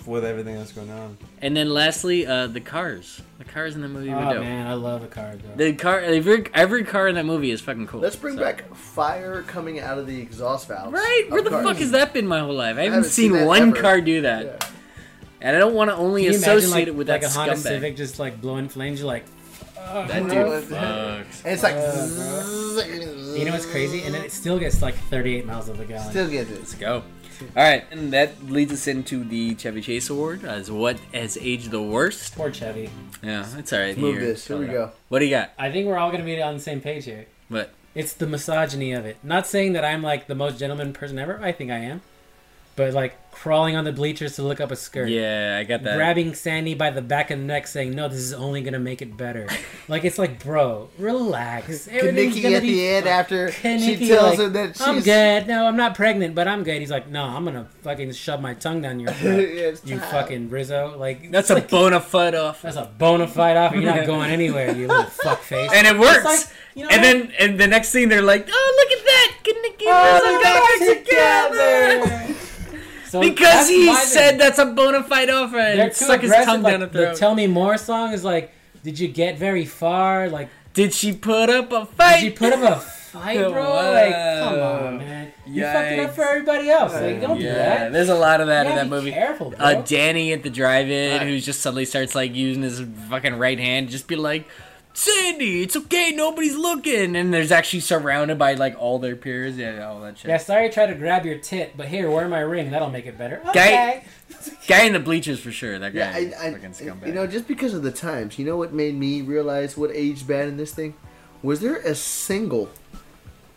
Speaker 6: with everything that's going on.
Speaker 1: And then lastly, uh, the cars. The cars in the movie
Speaker 5: Oh
Speaker 1: were dope.
Speaker 5: man, I love the cars. Bro.
Speaker 1: The car, every, every car in that movie is fucking cool.
Speaker 4: Let's bring
Speaker 1: So-
Speaker 4: back fire coming out of the exhaust valves.
Speaker 1: Right? Where
Speaker 4: of
Speaker 1: the
Speaker 4: cars.
Speaker 1: fuck has that been my whole life? I haven't,
Speaker 4: haven't
Speaker 1: seen,
Speaker 4: seen that
Speaker 1: one
Speaker 4: ever.
Speaker 1: car do that.
Speaker 4: Yeah.
Speaker 1: And I don't want to
Speaker 5: Can
Speaker 1: only
Speaker 5: you imagine,
Speaker 1: associate
Speaker 5: like,
Speaker 1: it with
Speaker 5: like
Speaker 1: that
Speaker 5: a Honda
Speaker 1: scumbag.
Speaker 5: Civic just like blowing flames? You're like, oh,
Speaker 1: That
Speaker 5: bro.
Speaker 1: dude fucks.
Speaker 4: And it's like,
Speaker 5: You know what's crazy? And then it still gets like 38 miles of the gallon.
Speaker 4: still gets it.
Speaker 1: Let's go. All right, and that leads us into the Chevy Chase Award as what has aged the worst.
Speaker 5: Poor Chevy.
Speaker 1: Yeah, it's all right.
Speaker 4: Move
Speaker 1: Here,
Speaker 4: this. Here
Speaker 1: fill
Speaker 4: we
Speaker 1: it
Speaker 4: go.
Speaker 1: up. What do you got?
Speaker 5: I think we're all gonna be on the same page here.
Speaker 1: What?
Speaker 5: It's the misogyny of it. Not saying that I'm like the most gentleman person ever. I think I am, but like crawling on the bleachers to look up a skirt.
Speaker 1: Yeah, I got that.
Speaker 5: Grabbing Sandy by the back of the neck, saying, "No, this is only gonna make it
Speaker 4: [laughs]
Speaker 5: better." like it's like, bro, relax. Everything's
Speaker 4: Nikki
Speaker 5: gonna
Speaker 4: at
Speaker 5: be
Speaker 4: the end
Speaker 5: fine."
Speaker 4: after
Speaker 5: And
Speaker 4: she
Speaker 5: Nikki,
Speaker 4: tells
Speaker 5: like,
Speaker 4: him that she's
Speaker 5: I'm good. No, I'm not pregnant, but I'm good. He's like, no, I'm gonna fucking shove my tongue down
Speaker 4: [laughs]
Speaker 5: your
Speaker 4: Yeah,
Speaker 5: throat.
Speaker 4: it's
Speaker 5: you
Speaker 4: time.
Speaker 5: fucking Rizzo. Like
Speaker 1: That's a bona fide off.
Speaker 5: that's a bona fide offer.
Speaker 4: [laughs]
Speaker 5: You're not going anywhere, you little fuck face.
Speaker 1: And it works.
Speaker 5: you know
Speaker 1: and
Speaker 5: what? Oh,
Speaker 1: then and the next thing they're like, oh look at that, Can Nikki
Speaker 5: they're
Speaker 1: and Rizzo got back together. [laughs]
Speaker 5: So
Speaker 1: Because
Speaker 5: that's
Speaker 1: he
Speaker 5: my thing.
Speaker 1: said that's a bona fide offer
Speaker 5: they're
Speaker 1: and
Speaker 5: too
Speaker 1: suck his
Speaker 5: aggressive.
Speaker 1: tongue
Speaker 5: like,
Speaker 1: down the
Speaker 5: the
Speaker 1: throat.
Speaker 5: "Tell Me More" song is like, did you get very far? Like,
Speaker 1: Did she put up a fight?
Speaker 5: did you put up a fight, bro?
Speaker 1: Wow.
Speaker 5: Like, come on, man. You fucked it
Speaker 1: Yikes.
Speaker 5: up for everybody else. Like, don't do
Speaker 1: yeah,
Speaker 5: that.
Speaker 1: there's a lot of that
Speaker 5: You
Speaker 1: in
Speaker 5: gotta
Speaker 1: that
Speaker 5: be
Speaker 1: movie.
Speaker 5: Careful, bro.
Speaker 1: uh, Danny at the drive-in who just suddenly starts like using his fucking right hand, just be like, "Sandy, it's okay, nobody's looking," and there's actually surrounded by like all their peers. Yeah, all that shit.
Speaker 5: yeah, sorry I tried to grab your tit, but here, wear my ring. That'll make it better.
Speaker 1: Guy-
Speaker 5: Okay.
Speaker 1: Guy in the bleachers for sure. That guy,
Speaker 4: Yeah, I,
Speaker 1: is
Speaker 4: I,
Speaker 1: fucking scumbag.
Speaker 4: you know, just because of the times, you know what made me realize what aged bad in this thing? Was there a single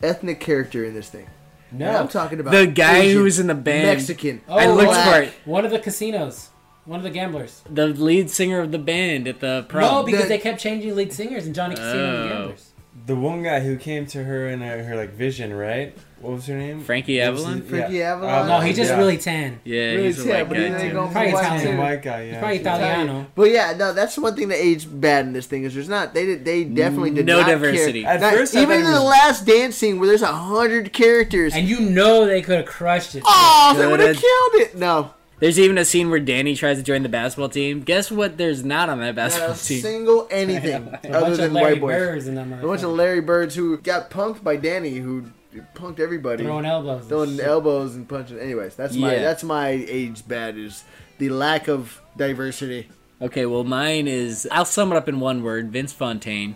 Speaker 4: ethnic character in this thing?
Speaker 5: No.
Speaker 4: And I'm talking about
Speaker 1: The guy who
Speaker 4: Asian,
Speaker 1: was in the band.
Speaker 4: Mexican.
Speaker 5: Oh,
Speaker 1: I looked
Speaker 4: black.
Speaker 1: for it.
Speaker 5: One of the casinos. One of the gamblers.
Speaker 1: The lead singer of the band at the
Speaker 5: No,
Speaker 1: prom.
Speaker 5: because
Speaker 4: The-
Speaker 5: they kept changing lead singers and Johnny Casino and the
Speaker 1: Oh.
Speaker 5: gamblers.
Speaker 6: The one guy who came to her in her, her like vision, right? What was her name?
Speaker 1: Frankie
Speaker 6: What was
Speaker 1: Avalon?
Speaker 6: his-
Speaker 4: Frankie Avalon?
Speaker 5: No, Oh, he just
Speaker 6: yeah.
Speaker 5: really tan.
Speaker 1: yeah,
Speaker 4: Really
Speaker 1: he's a
Speaker 4: sad,
Speaker 1: white
Speaker 4: but
Speaker 1: guy
Speaker 4: then they
Speaker 1: too.
Speaker 4: go for
Speaker 5: Probably
Speaker 4: white
Speaker 5: Italian.
Speaker 4: too.
Speaker 6: He's a white guy. Yeah.
Speaker 5: Probably Italiano.
Speaker 4: But yeah, no, that's one thing that aged bad in this thing is there's not they did they definitely did
Speaker 1: No
Speaker 4: not
Speaker 1: diversity.
Speaker 4: Care.
Speaker 6: At
Speaker 4: Not-
Speaker 6: first I
Speaker 4: even
Speaker 6: thought it
Speaker 4: in the
Speaker 6: was-
Speaker 4: last dance scene where there's a hundred characters.
Speaker 5: And you know they could have crushed it.
Speaker 4: oh, they would have
Speaker 1: Good.
Speaker 4: killed it. No,
Speaker 1: There's even a scene where Danny tries to join the basketball team. Guess what? There's not on that
Speaker 4: not
Speaker 1: basketball
Speaker 4: a
Speaker 1: team.
Speaker 5: [laughs]
Speaker 4: single anything
Speaker 5: A
Speaker 4: other
Speaker 5: bunch
Speaker 4: than
Speaker 5: of Larry
Speaker 4: white boys.
Speaker 5: Birds in them.
Speaker 4: A bunch of Larry Birds who got punked by Danny, who punked everybody,
Speaker 5: throwing
Speaker 4: throwing,
Speaker 5: elbows. and shit.
Speaker 4: elbows and punching. Anyways, that's my
Speaker 1: Yeah.
Speaker 4: that's my age bad is the lack of diversity.
Speaker 1: Okay, well, mine is. I'll sum it up in one word Vince Fontaine.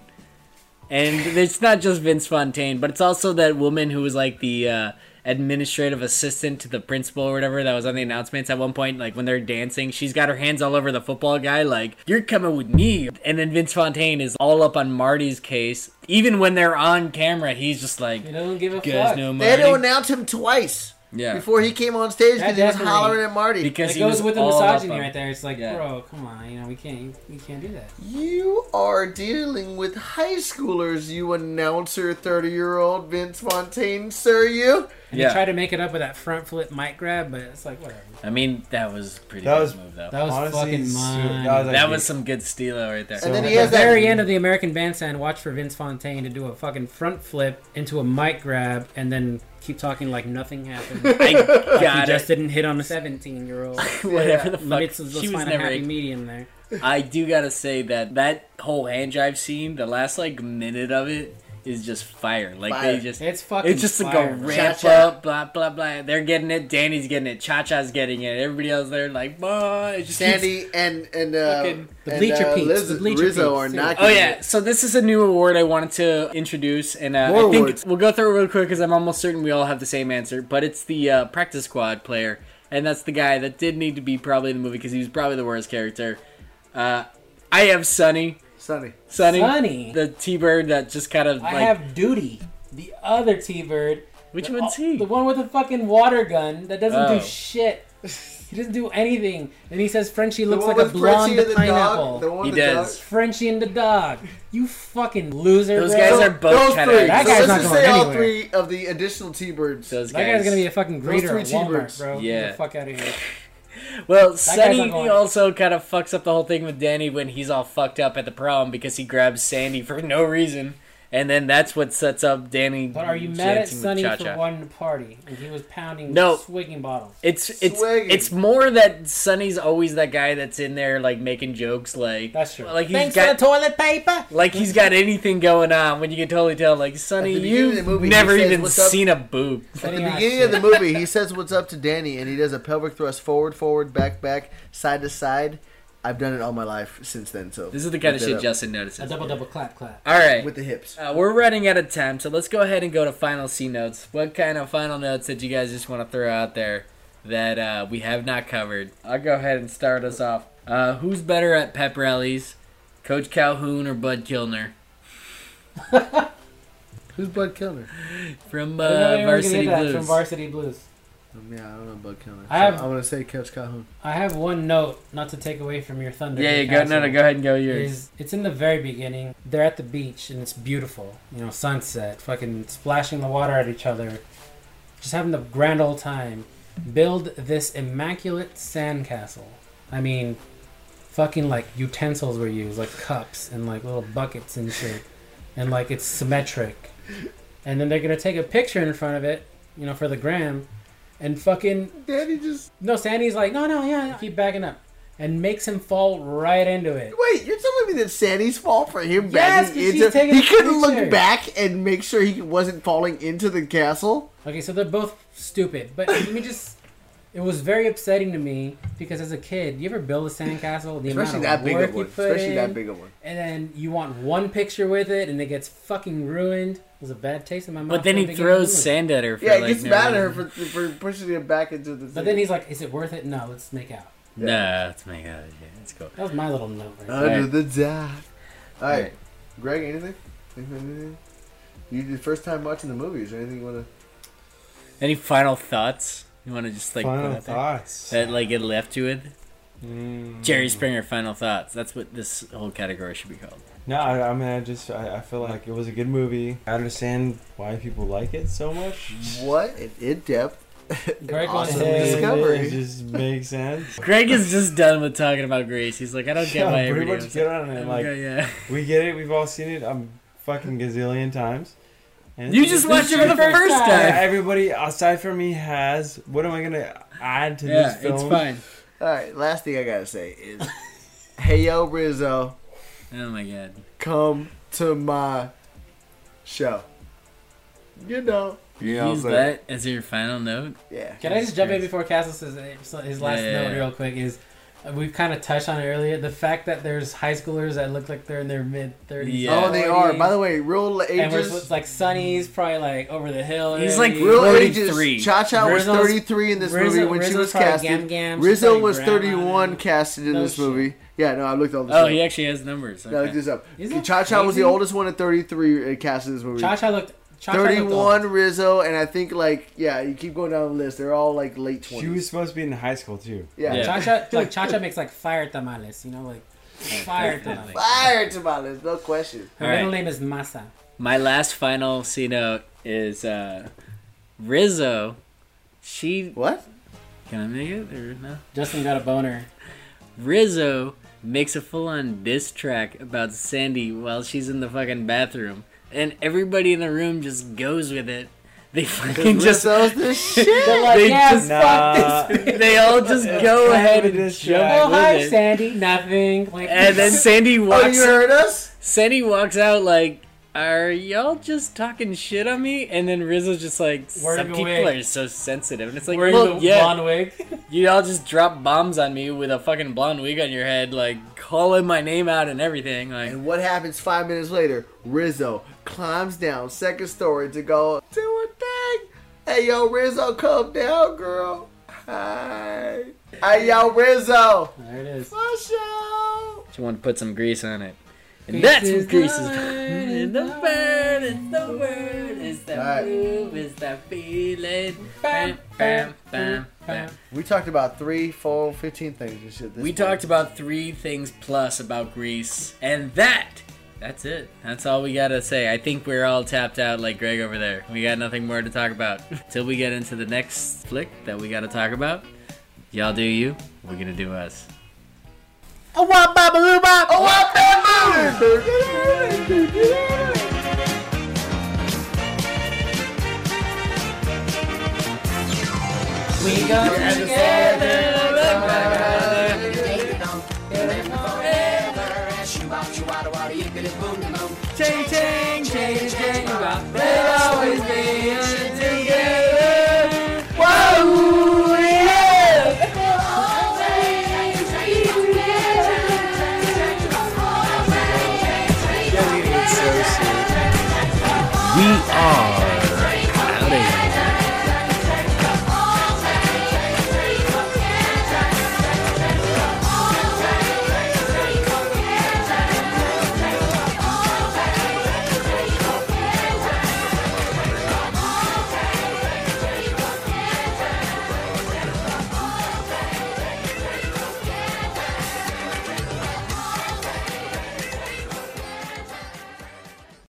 Speaker 1: And it's not just Vince Fontaine, but it's also that woman who was like the uh, administrative assistant to the principal or whatever that was on the announcements at one point. Like when they're dancing, she's got her hands all over the football guy, like, you're coming with me. And then Vince Fontaine is all up on Marty's case. Even when they're on camera, he's just like,
Speaker 5: They don't give a
Speaker 1: "You guys
Speaker 5: fuck.
Speaker 1: know
Speaker 4: They had to
Speaker 1: Marty.
Speaker 4: announce him twice
Speaker 1: Yeah.
Speaker 4: before he came on stage
Speaker 5: That
Speaker 4: because he was
Speaker 5: definitely-
Speaker 4: hollering at Marty.
Speaker 1: Because
Speaker 5: It
Speaker 1: he
Speaker 5: goes
Speaker 1: was
Speaker 5: with the
Speaker 1: all up
Speaker 5: misogyny
Speaker 1: on-
Speaker 5: right there. It's like,
Speaker 1: Yeah.
Speaker 5: bro, come on, you know we can't, we can't do that.
Speaker 4: You are dealing with high schoolers, you announcer, 30 year old Vince Fontaine, sir. You?
Speaker 5: And
Speaker 1: Yeah.
Speaker 5: they try to make it up with that front flip mic grab, but it's like whatever.
Speaker 1: I mean, that was pretty
Speaker 6: That
Speaker 1: good
Speaker 6: was-
Speaker 1: move, though.
Speaker 5: That was
Speaker 6: Honestly,
Speaker 5: fucking
Speaker 6: so-
Speaker 5: mine.
Speaker 6: that was like-
Speaker 1: That was some good steelo right there.
Speaker 4: And then
Speaker 5: At
Speaker 4: he has
Speaker 5: the
Speaker 4: that-
Speaker 5: very end of the American Bandstand, watch for Vince Fontaine to do a fucking front flip into a mic grab and then keep talking like nothing happened.
Speaker 1: I
Speaker 5: [laughs] he
Speaker 1: [laughs] got
Speaker 5: just
Speaker 1: it.
Speaker 5: didn't hit on a 17 year old.
Speaker 1: [laughs] Whatever [laughs] the fuck.
Speaker 5: Let's, let's
Speaker 1: she was
Speaker 5: find a
Speaker 1: never.
Speaker 5: happy medium there.
Speaker 1: I do gotta say that that whole hand drive scene, the last like minute of it, is just fire. Like
Speaker 5: Fire.
Speaker 1: they just
Speaker 5: It's fucking
Speaker 1: It's just like
Speaker 5: fire,
Speaker 1: a
Speaker 5: bro.
Speaker 1: ramp
Speaker 5: Cha-cha.
Speaker 1: up, blah blah blah. They're getting it. Danny's getting it. Cha Cha's getting it. Everybody else there like, bah. It just
Speaker 4: Sandy
Speaker 1: keeps-
Speaker 4: and and uh,
Speaker 1: Fucking- The
Speaker 4: and,
Speaker 1: Bleacher
Speaker 4: uh,
Speaker 1: Peeps,
Speaker 4: Liz-
Speaker 1: the Bleacher
Speaker 4: Rizzo
Speaker 1: Peeps,
Speaker 4: are
Speaker 1: too.
Speaker 4: not.
Speaker 1: Oh yeah, so this is a new award I wanted to introduce, and uh,
Speaker 4: More
Speaker 1: I think
Speaker 4: awards.
Speaker 1: we'll go through it real quick because I'm almost certain we all have the same answer. But it's the uh, practice squad player, and that's the guy that did need to be probably in the movie because he was probably the worst character. Uh, I have Sonny.
Speaker 4: Sonny.
Speaker 1: Sonny.
Speaker 5: Sonny.
Speaker 1: The T-bird that just kind of like
Speaker 5: I have Duty, the other T-bird.
Speaker 1: Which
Speaker 5: the,
Speaker 1: one's he?
Speaker 5: The one with the fucking water gun that doesn't
Speaker 1: Oh.
Speaker 5: do shit. He doesn't do anything. And he says Frenchie looks like
Speaker 4: one
Speaker 5: a
Speaker 4: with Frenchie
Speaker 5: blonde
Speaker 4: and the dog?
Speaker 5: pineapple.
Speaker 4: The one
Speaker 1: He with the does. dog?
Speaker 5: Frenchie and the dog. You fucking loser.
Speaker 1: Those
Speaker 5: bro.
Speaker 1: guys are both
Speaker 4: Those
Speaker 1: kinda-
Speaker 4: three.
Speaker 5: That
Speaker 4: so
Speaker 5: guy's
Speaker 4: let's
Speaker 5: not
Speaker 4: just
Speaker 5: going
Speaker 4: say all
Speaker 5: anywhere.
Speaker 4: three of the additional T-birds.
Speaker 1: Those
Speaker 5: That guy's gonna be a fucking
Speaker 4: Those
Speaker 5: greeter at
Speaker 4: three
Speaker 5: Walmart,
Speaker 4: T-birds.
Speaker 5: bro. Get
Speaker 1: Yeah.
Speaker 5: the fuck out of here.
Speaker 1: Well,
Speaker 5: guy's not
Speaker 1: Sonny
Speaker 5: going.
Speaker 1: also kind of fucks up the whole thing with Danny when he's all fucked up at the prom because he grabs Sandy for no reason. And then that's what sets up Danny.
Speaker 5: But are you mad at
Speaker 1: dancing with
Speaker 5: Sonny
Speaker 1: Cha-Cha.
Speaker 5: for wanting to party? And he was pounding
Speaker 1: No.
Speaker 5: swigging bottles.
Speaker 1: It's it's
Speaker 4: Swagging.
Speaker 1: it's more that Sonny's always that guy that's in there like making jokes, like
Speaker 5: That's true.
Speaker 1: like he's
Speaker 5: Thanks
Speaker 1: got
Speaker 5: for the toilet paper.
Speaker 1: like he's got anything going on when you can totally tell. Like Sonny,
Speaker 4: At the beginning
Speaker 1: you've
Speaker 4: of the movie, he
Speaker 1: never
Speaker 4: says,
Speaker 1: even
Speaker 4: "What's up?"
Speaker 1: seen a boob.
Speaker 4: At the
Speaker 5: Yeah,
Speaker 4: beginning
Speaker 5: shit.
Speaker 4: of
Speaker 1: [laughs]
Speaker 4: the movie, he says what's up to Danny, and he does a pelvic thrust forward, forward, back, back, side to side. I've done it all my life since then. So
Speaker 1: This is the kind of
Speaker 4: look that
Speaker 1: shit
Speaker 4: up.
Speaker 1: Justin notices.
Speaker 5: A double double clap clap.
Speaker 1: All right,
Speaker 4: with the hips.
Speaker 1: uh, we're running out of time, so let's go ahead and go to final C notes. What kind of final notes that you guys just want to throw out there that uh, we have not covered? I'll go ahead and start us off. Uh, who's better at pep rallies, Coach Calhoun or Bud Kilner?
Speaker 4: Who's Bud Kilner?
Speaker 1: from
Speaker 5: I know
Speaker 1: uh,
Speaker 5: you're gonna
Speaker 1: Varsity
Speaker 5: get that
Speaker 1: Blues.
Speaker 5: From Varsity Blues.
Speaker 4: Um, yeah, I don't know Bud Kilner.
Speaker 5: I have-
Speaker 4: So I'm gonna say Coach Calhoun.
Speaker 5: I have one note not to take away from your thunder.
Speaker 1: yeah, yeah, go
Speaker 5: Newcastle,
Speaker 1: no, no, go ahead and go yours.
Speaker 5: Is, it's in the very beginning. They're at the beach and it's beautiful. You know, sunset, fucking splashing the water at each other, just having the grand old time. Build this immaculate sandcastle. I mean, fucking like utensils were used, like cups and like little buckets and shit, and like it's symmetric. And then they're gonna take a picture in front of it, you know, for the gram, and fucking
Speaker 4: Danny just
Speaker 5: no, Sandy's like, no, no, yeah, yeah, keep backing up, and makes him fall right into it.
Speaker 4: wait. You're telling me that Sandy's fault for him
Speaker 5: Yes, 'cause
Speaker 4: backing
Speaker 5: she's
Speaker 4: into?
Speaker 5: taking
Speaker 4: He
Speaker 5: a
Speaker 4: couldn't
Speaker 5: picture.
Speaker 4: look back and make sure he wasn't falling into the castle.
Speaker 5: Okay, so they're both stupid, but let me just. It was very upsetting to me because as a kid, you ever build a sandcastle, the
Speaker 4: Especially
Speaker 5: amount
Speaker 4: that
Speaker 5: of
Speaker 4: big
Speaker 5: work
Speaker 4: of
Speaker 5: you
Speaker 4: one.
Speaker 5: put
Speaker 4: Especially
Speaker 5: in,
Speaker 4: that big of one.
Speaker 5: and then you want one picture with it, and it gets fucking ruined. It was a bad taste in my mouth.
Speaker 1: But then
Speaker 5: from
Speaker 1: he
Speaker 5: the beginning of
Speaker 1: throws
Speaker 5: the movie.
Speaker 1: sand at her. For,
Speaker 4: Yeah,
Speaker 1: like,
Speaker 4: he gets
Speaker 1: no
Speaker 4: mad at her
Speaker 1: reason.
Speaker 4: for, for pushing him back into the.
Speaker 5: But
Speaker 4: thing.
Speaker 5: then he's like, "Is it worth it? No, let's make out."
Speaker 1: Nah, it's my god. Yeah, that's cool.
Speaker 5: That was my little note. Right
Speaker 4: under
Speaker 1: Alright.
Speaker 4: the dive. All right,
Speaker 1: Alright.
Speaker 4: Greg, anything? Anything? You the first time watching the movie? Is there anything you want to?
Speaker 1: Any final thoughts you want to just like
Speaker 6: Final
Speaker 1: put out there?
Speaker 6: thoughts.
Speaker 1: that like it left you with?
Speaker 6: Mm.
Speaker 1: Jerry Springer final thoughts. That's what this whole category should be called.
Speaker 6: No, I, I mean, I just I, I feel like it was a good movie. I understand why people like it so much.
Speaker 4: What an in-depth, an
Speaker 5: Greg wants
Speaker 4: awesome
Speaker 5: to-
Speaker 6: And It
Speaker 5: [laughs]
Speaker 4: discovery.
Speaker 6: just makes sense.
Speaker 1: Greg is just done with talking about Grace. He's like, I don't get
Speaker 6: Yeah,
Speaker 1: why
Speaker 6: pretty
Speaker 1: everybody.
Speaker 6: much
Speaker 1: was
Speaker 6: get
Speaker 1: like-
Speaker 6: on it.
Speaker 1: I'm
Speaker 6: Like
Speaker 1: go-
Speaker 6: [laughs]
Speaker 1: yeah.
Speaker 6: we get it. We've all seen it. a fucking gazillion times. And
Speaker 1: You
Speaker 6: it's-
Speaker 1: just watched it for
Speaker 5: your
Speaker 1: the
Speaker 5: first
Speaker 1: first
Speaker 5: time.
Speaker 6: Yeah,
Speaker 1: time.
Speaker 6: everybody aside from me has. What am I gonna add to this
Speaker 1: Yeah,
Speaker 6: film?
Speaker 1: it's fine.
Speaker 4: All right, last thing I gotta say is, [laughs] hey yo Rizzo,
Speaker 1: Oh my god.
Speaker 4: come to my show. You know. You
Speaker 1: Use that as your final note.
Speaker 4: Yeah.
Speaker 5: Can I just jump in
Speaker 1: Yes.
Speaker 5: before Castle says his last
Speaker 1: Yeah, yeah,
Speaker 5: note
Speaker 1: yeah.
Speaker 5: real quick? Is uh, we've kind of touched on it earlier. The fact that there's high schoolers that look like they're in their mid thirties.
Speaker 1: Yeah.
Speaker 4: Oh, they are. By the way, real
Speaker 5: and we're s-
Speaker 4: ages.
Speaker 5: like Sonny's probably like over the hill.
Speaker 1: He's
Speaker 5: already.
Speaker 1: like
Speaker 4: Real
Speaker 1: Thirty-three.
Speaker 4: ages. Cha Cha was
Speaker 5: Rizzo's-
Speaker 4: 33 in this
Speaker 5: Rizzo-
Speaker 4: movie when she
Speaker 5: Rizzo's
Speaker 4: was
Speaker 5: probably
Speaker 4: casted.
Speaker 5: gam gam, she's
Speaker 4: Rizzo
Speaker 5: probably
Speaker 4: was
Speaker 5: grandma.
Speaker 4: 31 casted in
Speaker 5: No
Speaker 4: this
Speaker 5: shit.
Speaker 4: movie. Yeah, no, I looked all this.
Speaker 1: Oh,
Speaker 4: up.
Speaker 1: he actually has numbers.
Speaker 4: No,
Speaker 1: Okay.
Speaker 4: look this up.
Speaker 5: Isn't that
Speaker 4: Cha Cha was the
Speaker 5: crazy?
Speaker 4: oldest one at 33 cast in this movie.
Speaker 5: Cha Cha looked. Cha-Cha looked old.
Speaker 4: 31 Rizzo, and I think like yeah, you keep going down the list. They're all like late 20s.
Speaker 6: She was supposed to be in high school too.
Speaker 4: yeah.
Speaker 1: Yeah. [laughs]
Speaker 5: Cha Cha like Cha Cha makes like fire tamales. You know, like fire tamales.
Speaker 4: Fire to my list, no question.
Speaker 5: Her
Speaker 1: All right.
Speaker 5: middle name is Masa.
Speaker 1: My last final C note is uh, Rizzo. She
Speaker 4: What?
Speaker 1: can I make it or no?
Speaker 5: Justin got a boner.
Speaker 1: Rizzo makes a full-on diss track about Sandy while she's in the fucking bathroom, and everybody in the room just goes with it. They fucking
Speaker 6: [laughs]
Speaker 1: just
Speaker 4: Rizzo's the shit.
Speaker 5: They're like,
Speaker 1: They
Speaker 5: yeah,
Speaker 1: just-
Speaker 5: fuck
Speaker 6: Nah.
Speaker 5: this.
Speaker 1: they all just go
Speaker 6: kind
Speaker 1: ahead
Speaker 6: of a
Speaker 1: and
Speaker 6: diss
Speaker 1: jump
Speaker 6: track.
Speaker 5: Oh hi,
Speaker 1: with it.
Speaker 5: Sandy. Nothing. Like,
Speaker 6: [laughs]
Speaker 1: And then Sandy
Speaker 4: Oh, you
Speaker 1: walks.
Speaker 4: heard us?
Speaker 1: Sandy walks out like Are y'all just talking shit on me? And then Rizzo's just like,
Speaker 5: Wearing
Speaker 1: some
Speaker 5: a
Speaker 1: people
Speaker 5: wig.
Speaker 1: are so sensitive. And it's like,
Speaker 5: Wearing
Speaker 1: well,
Speaker 5: the
Speaker 1: yeah,
Speaker 5: blonde wig.
Speaker 1: you all just drop bombs on me with a fucking blonde wig on your head, like calling my name out and everything. Like,
Speaker 4: And what happens five minutes later? Rizzo climbs down second story to go do a thing. Hey yo, Rizzo, come down, girl. Hi. Hey yo, Rizzo.
Speaker 5: There it is.
Speaker 4: Musho.
Speaker 1: just want to put some grease on it. And
Speaker 5: Grease
Speaker 1: that's
Speaker 5: is
Speaker 1: what grease
Speaker 5: the
Speaker 1: [laughs] is.
Speaker 5: word,
Speaker 1: And the word, it's the word, it's the
Speaker 4: Alright.
Speaker 1: move, it's the feeling.
Speaker 5: Bam,
Speaker 1: Bam, bam, bam.
Speaker 4: We talked about three, four, fifteen things and shit. This
Speaker 1: We
Speaker 4: week.
Speaker 1: talked about three things plus about Greece, and that that's it. That's all we gotta say. I think we're all tapped out like Greg over there. We got nothing more to talk about. Till we get into the next flick that we gotta talk about. Y'all do you, we're gonna do us.
Speaker 4: Oh, wop, bop, a bop. Oh, wop, bop,
Speaker 5: We go together.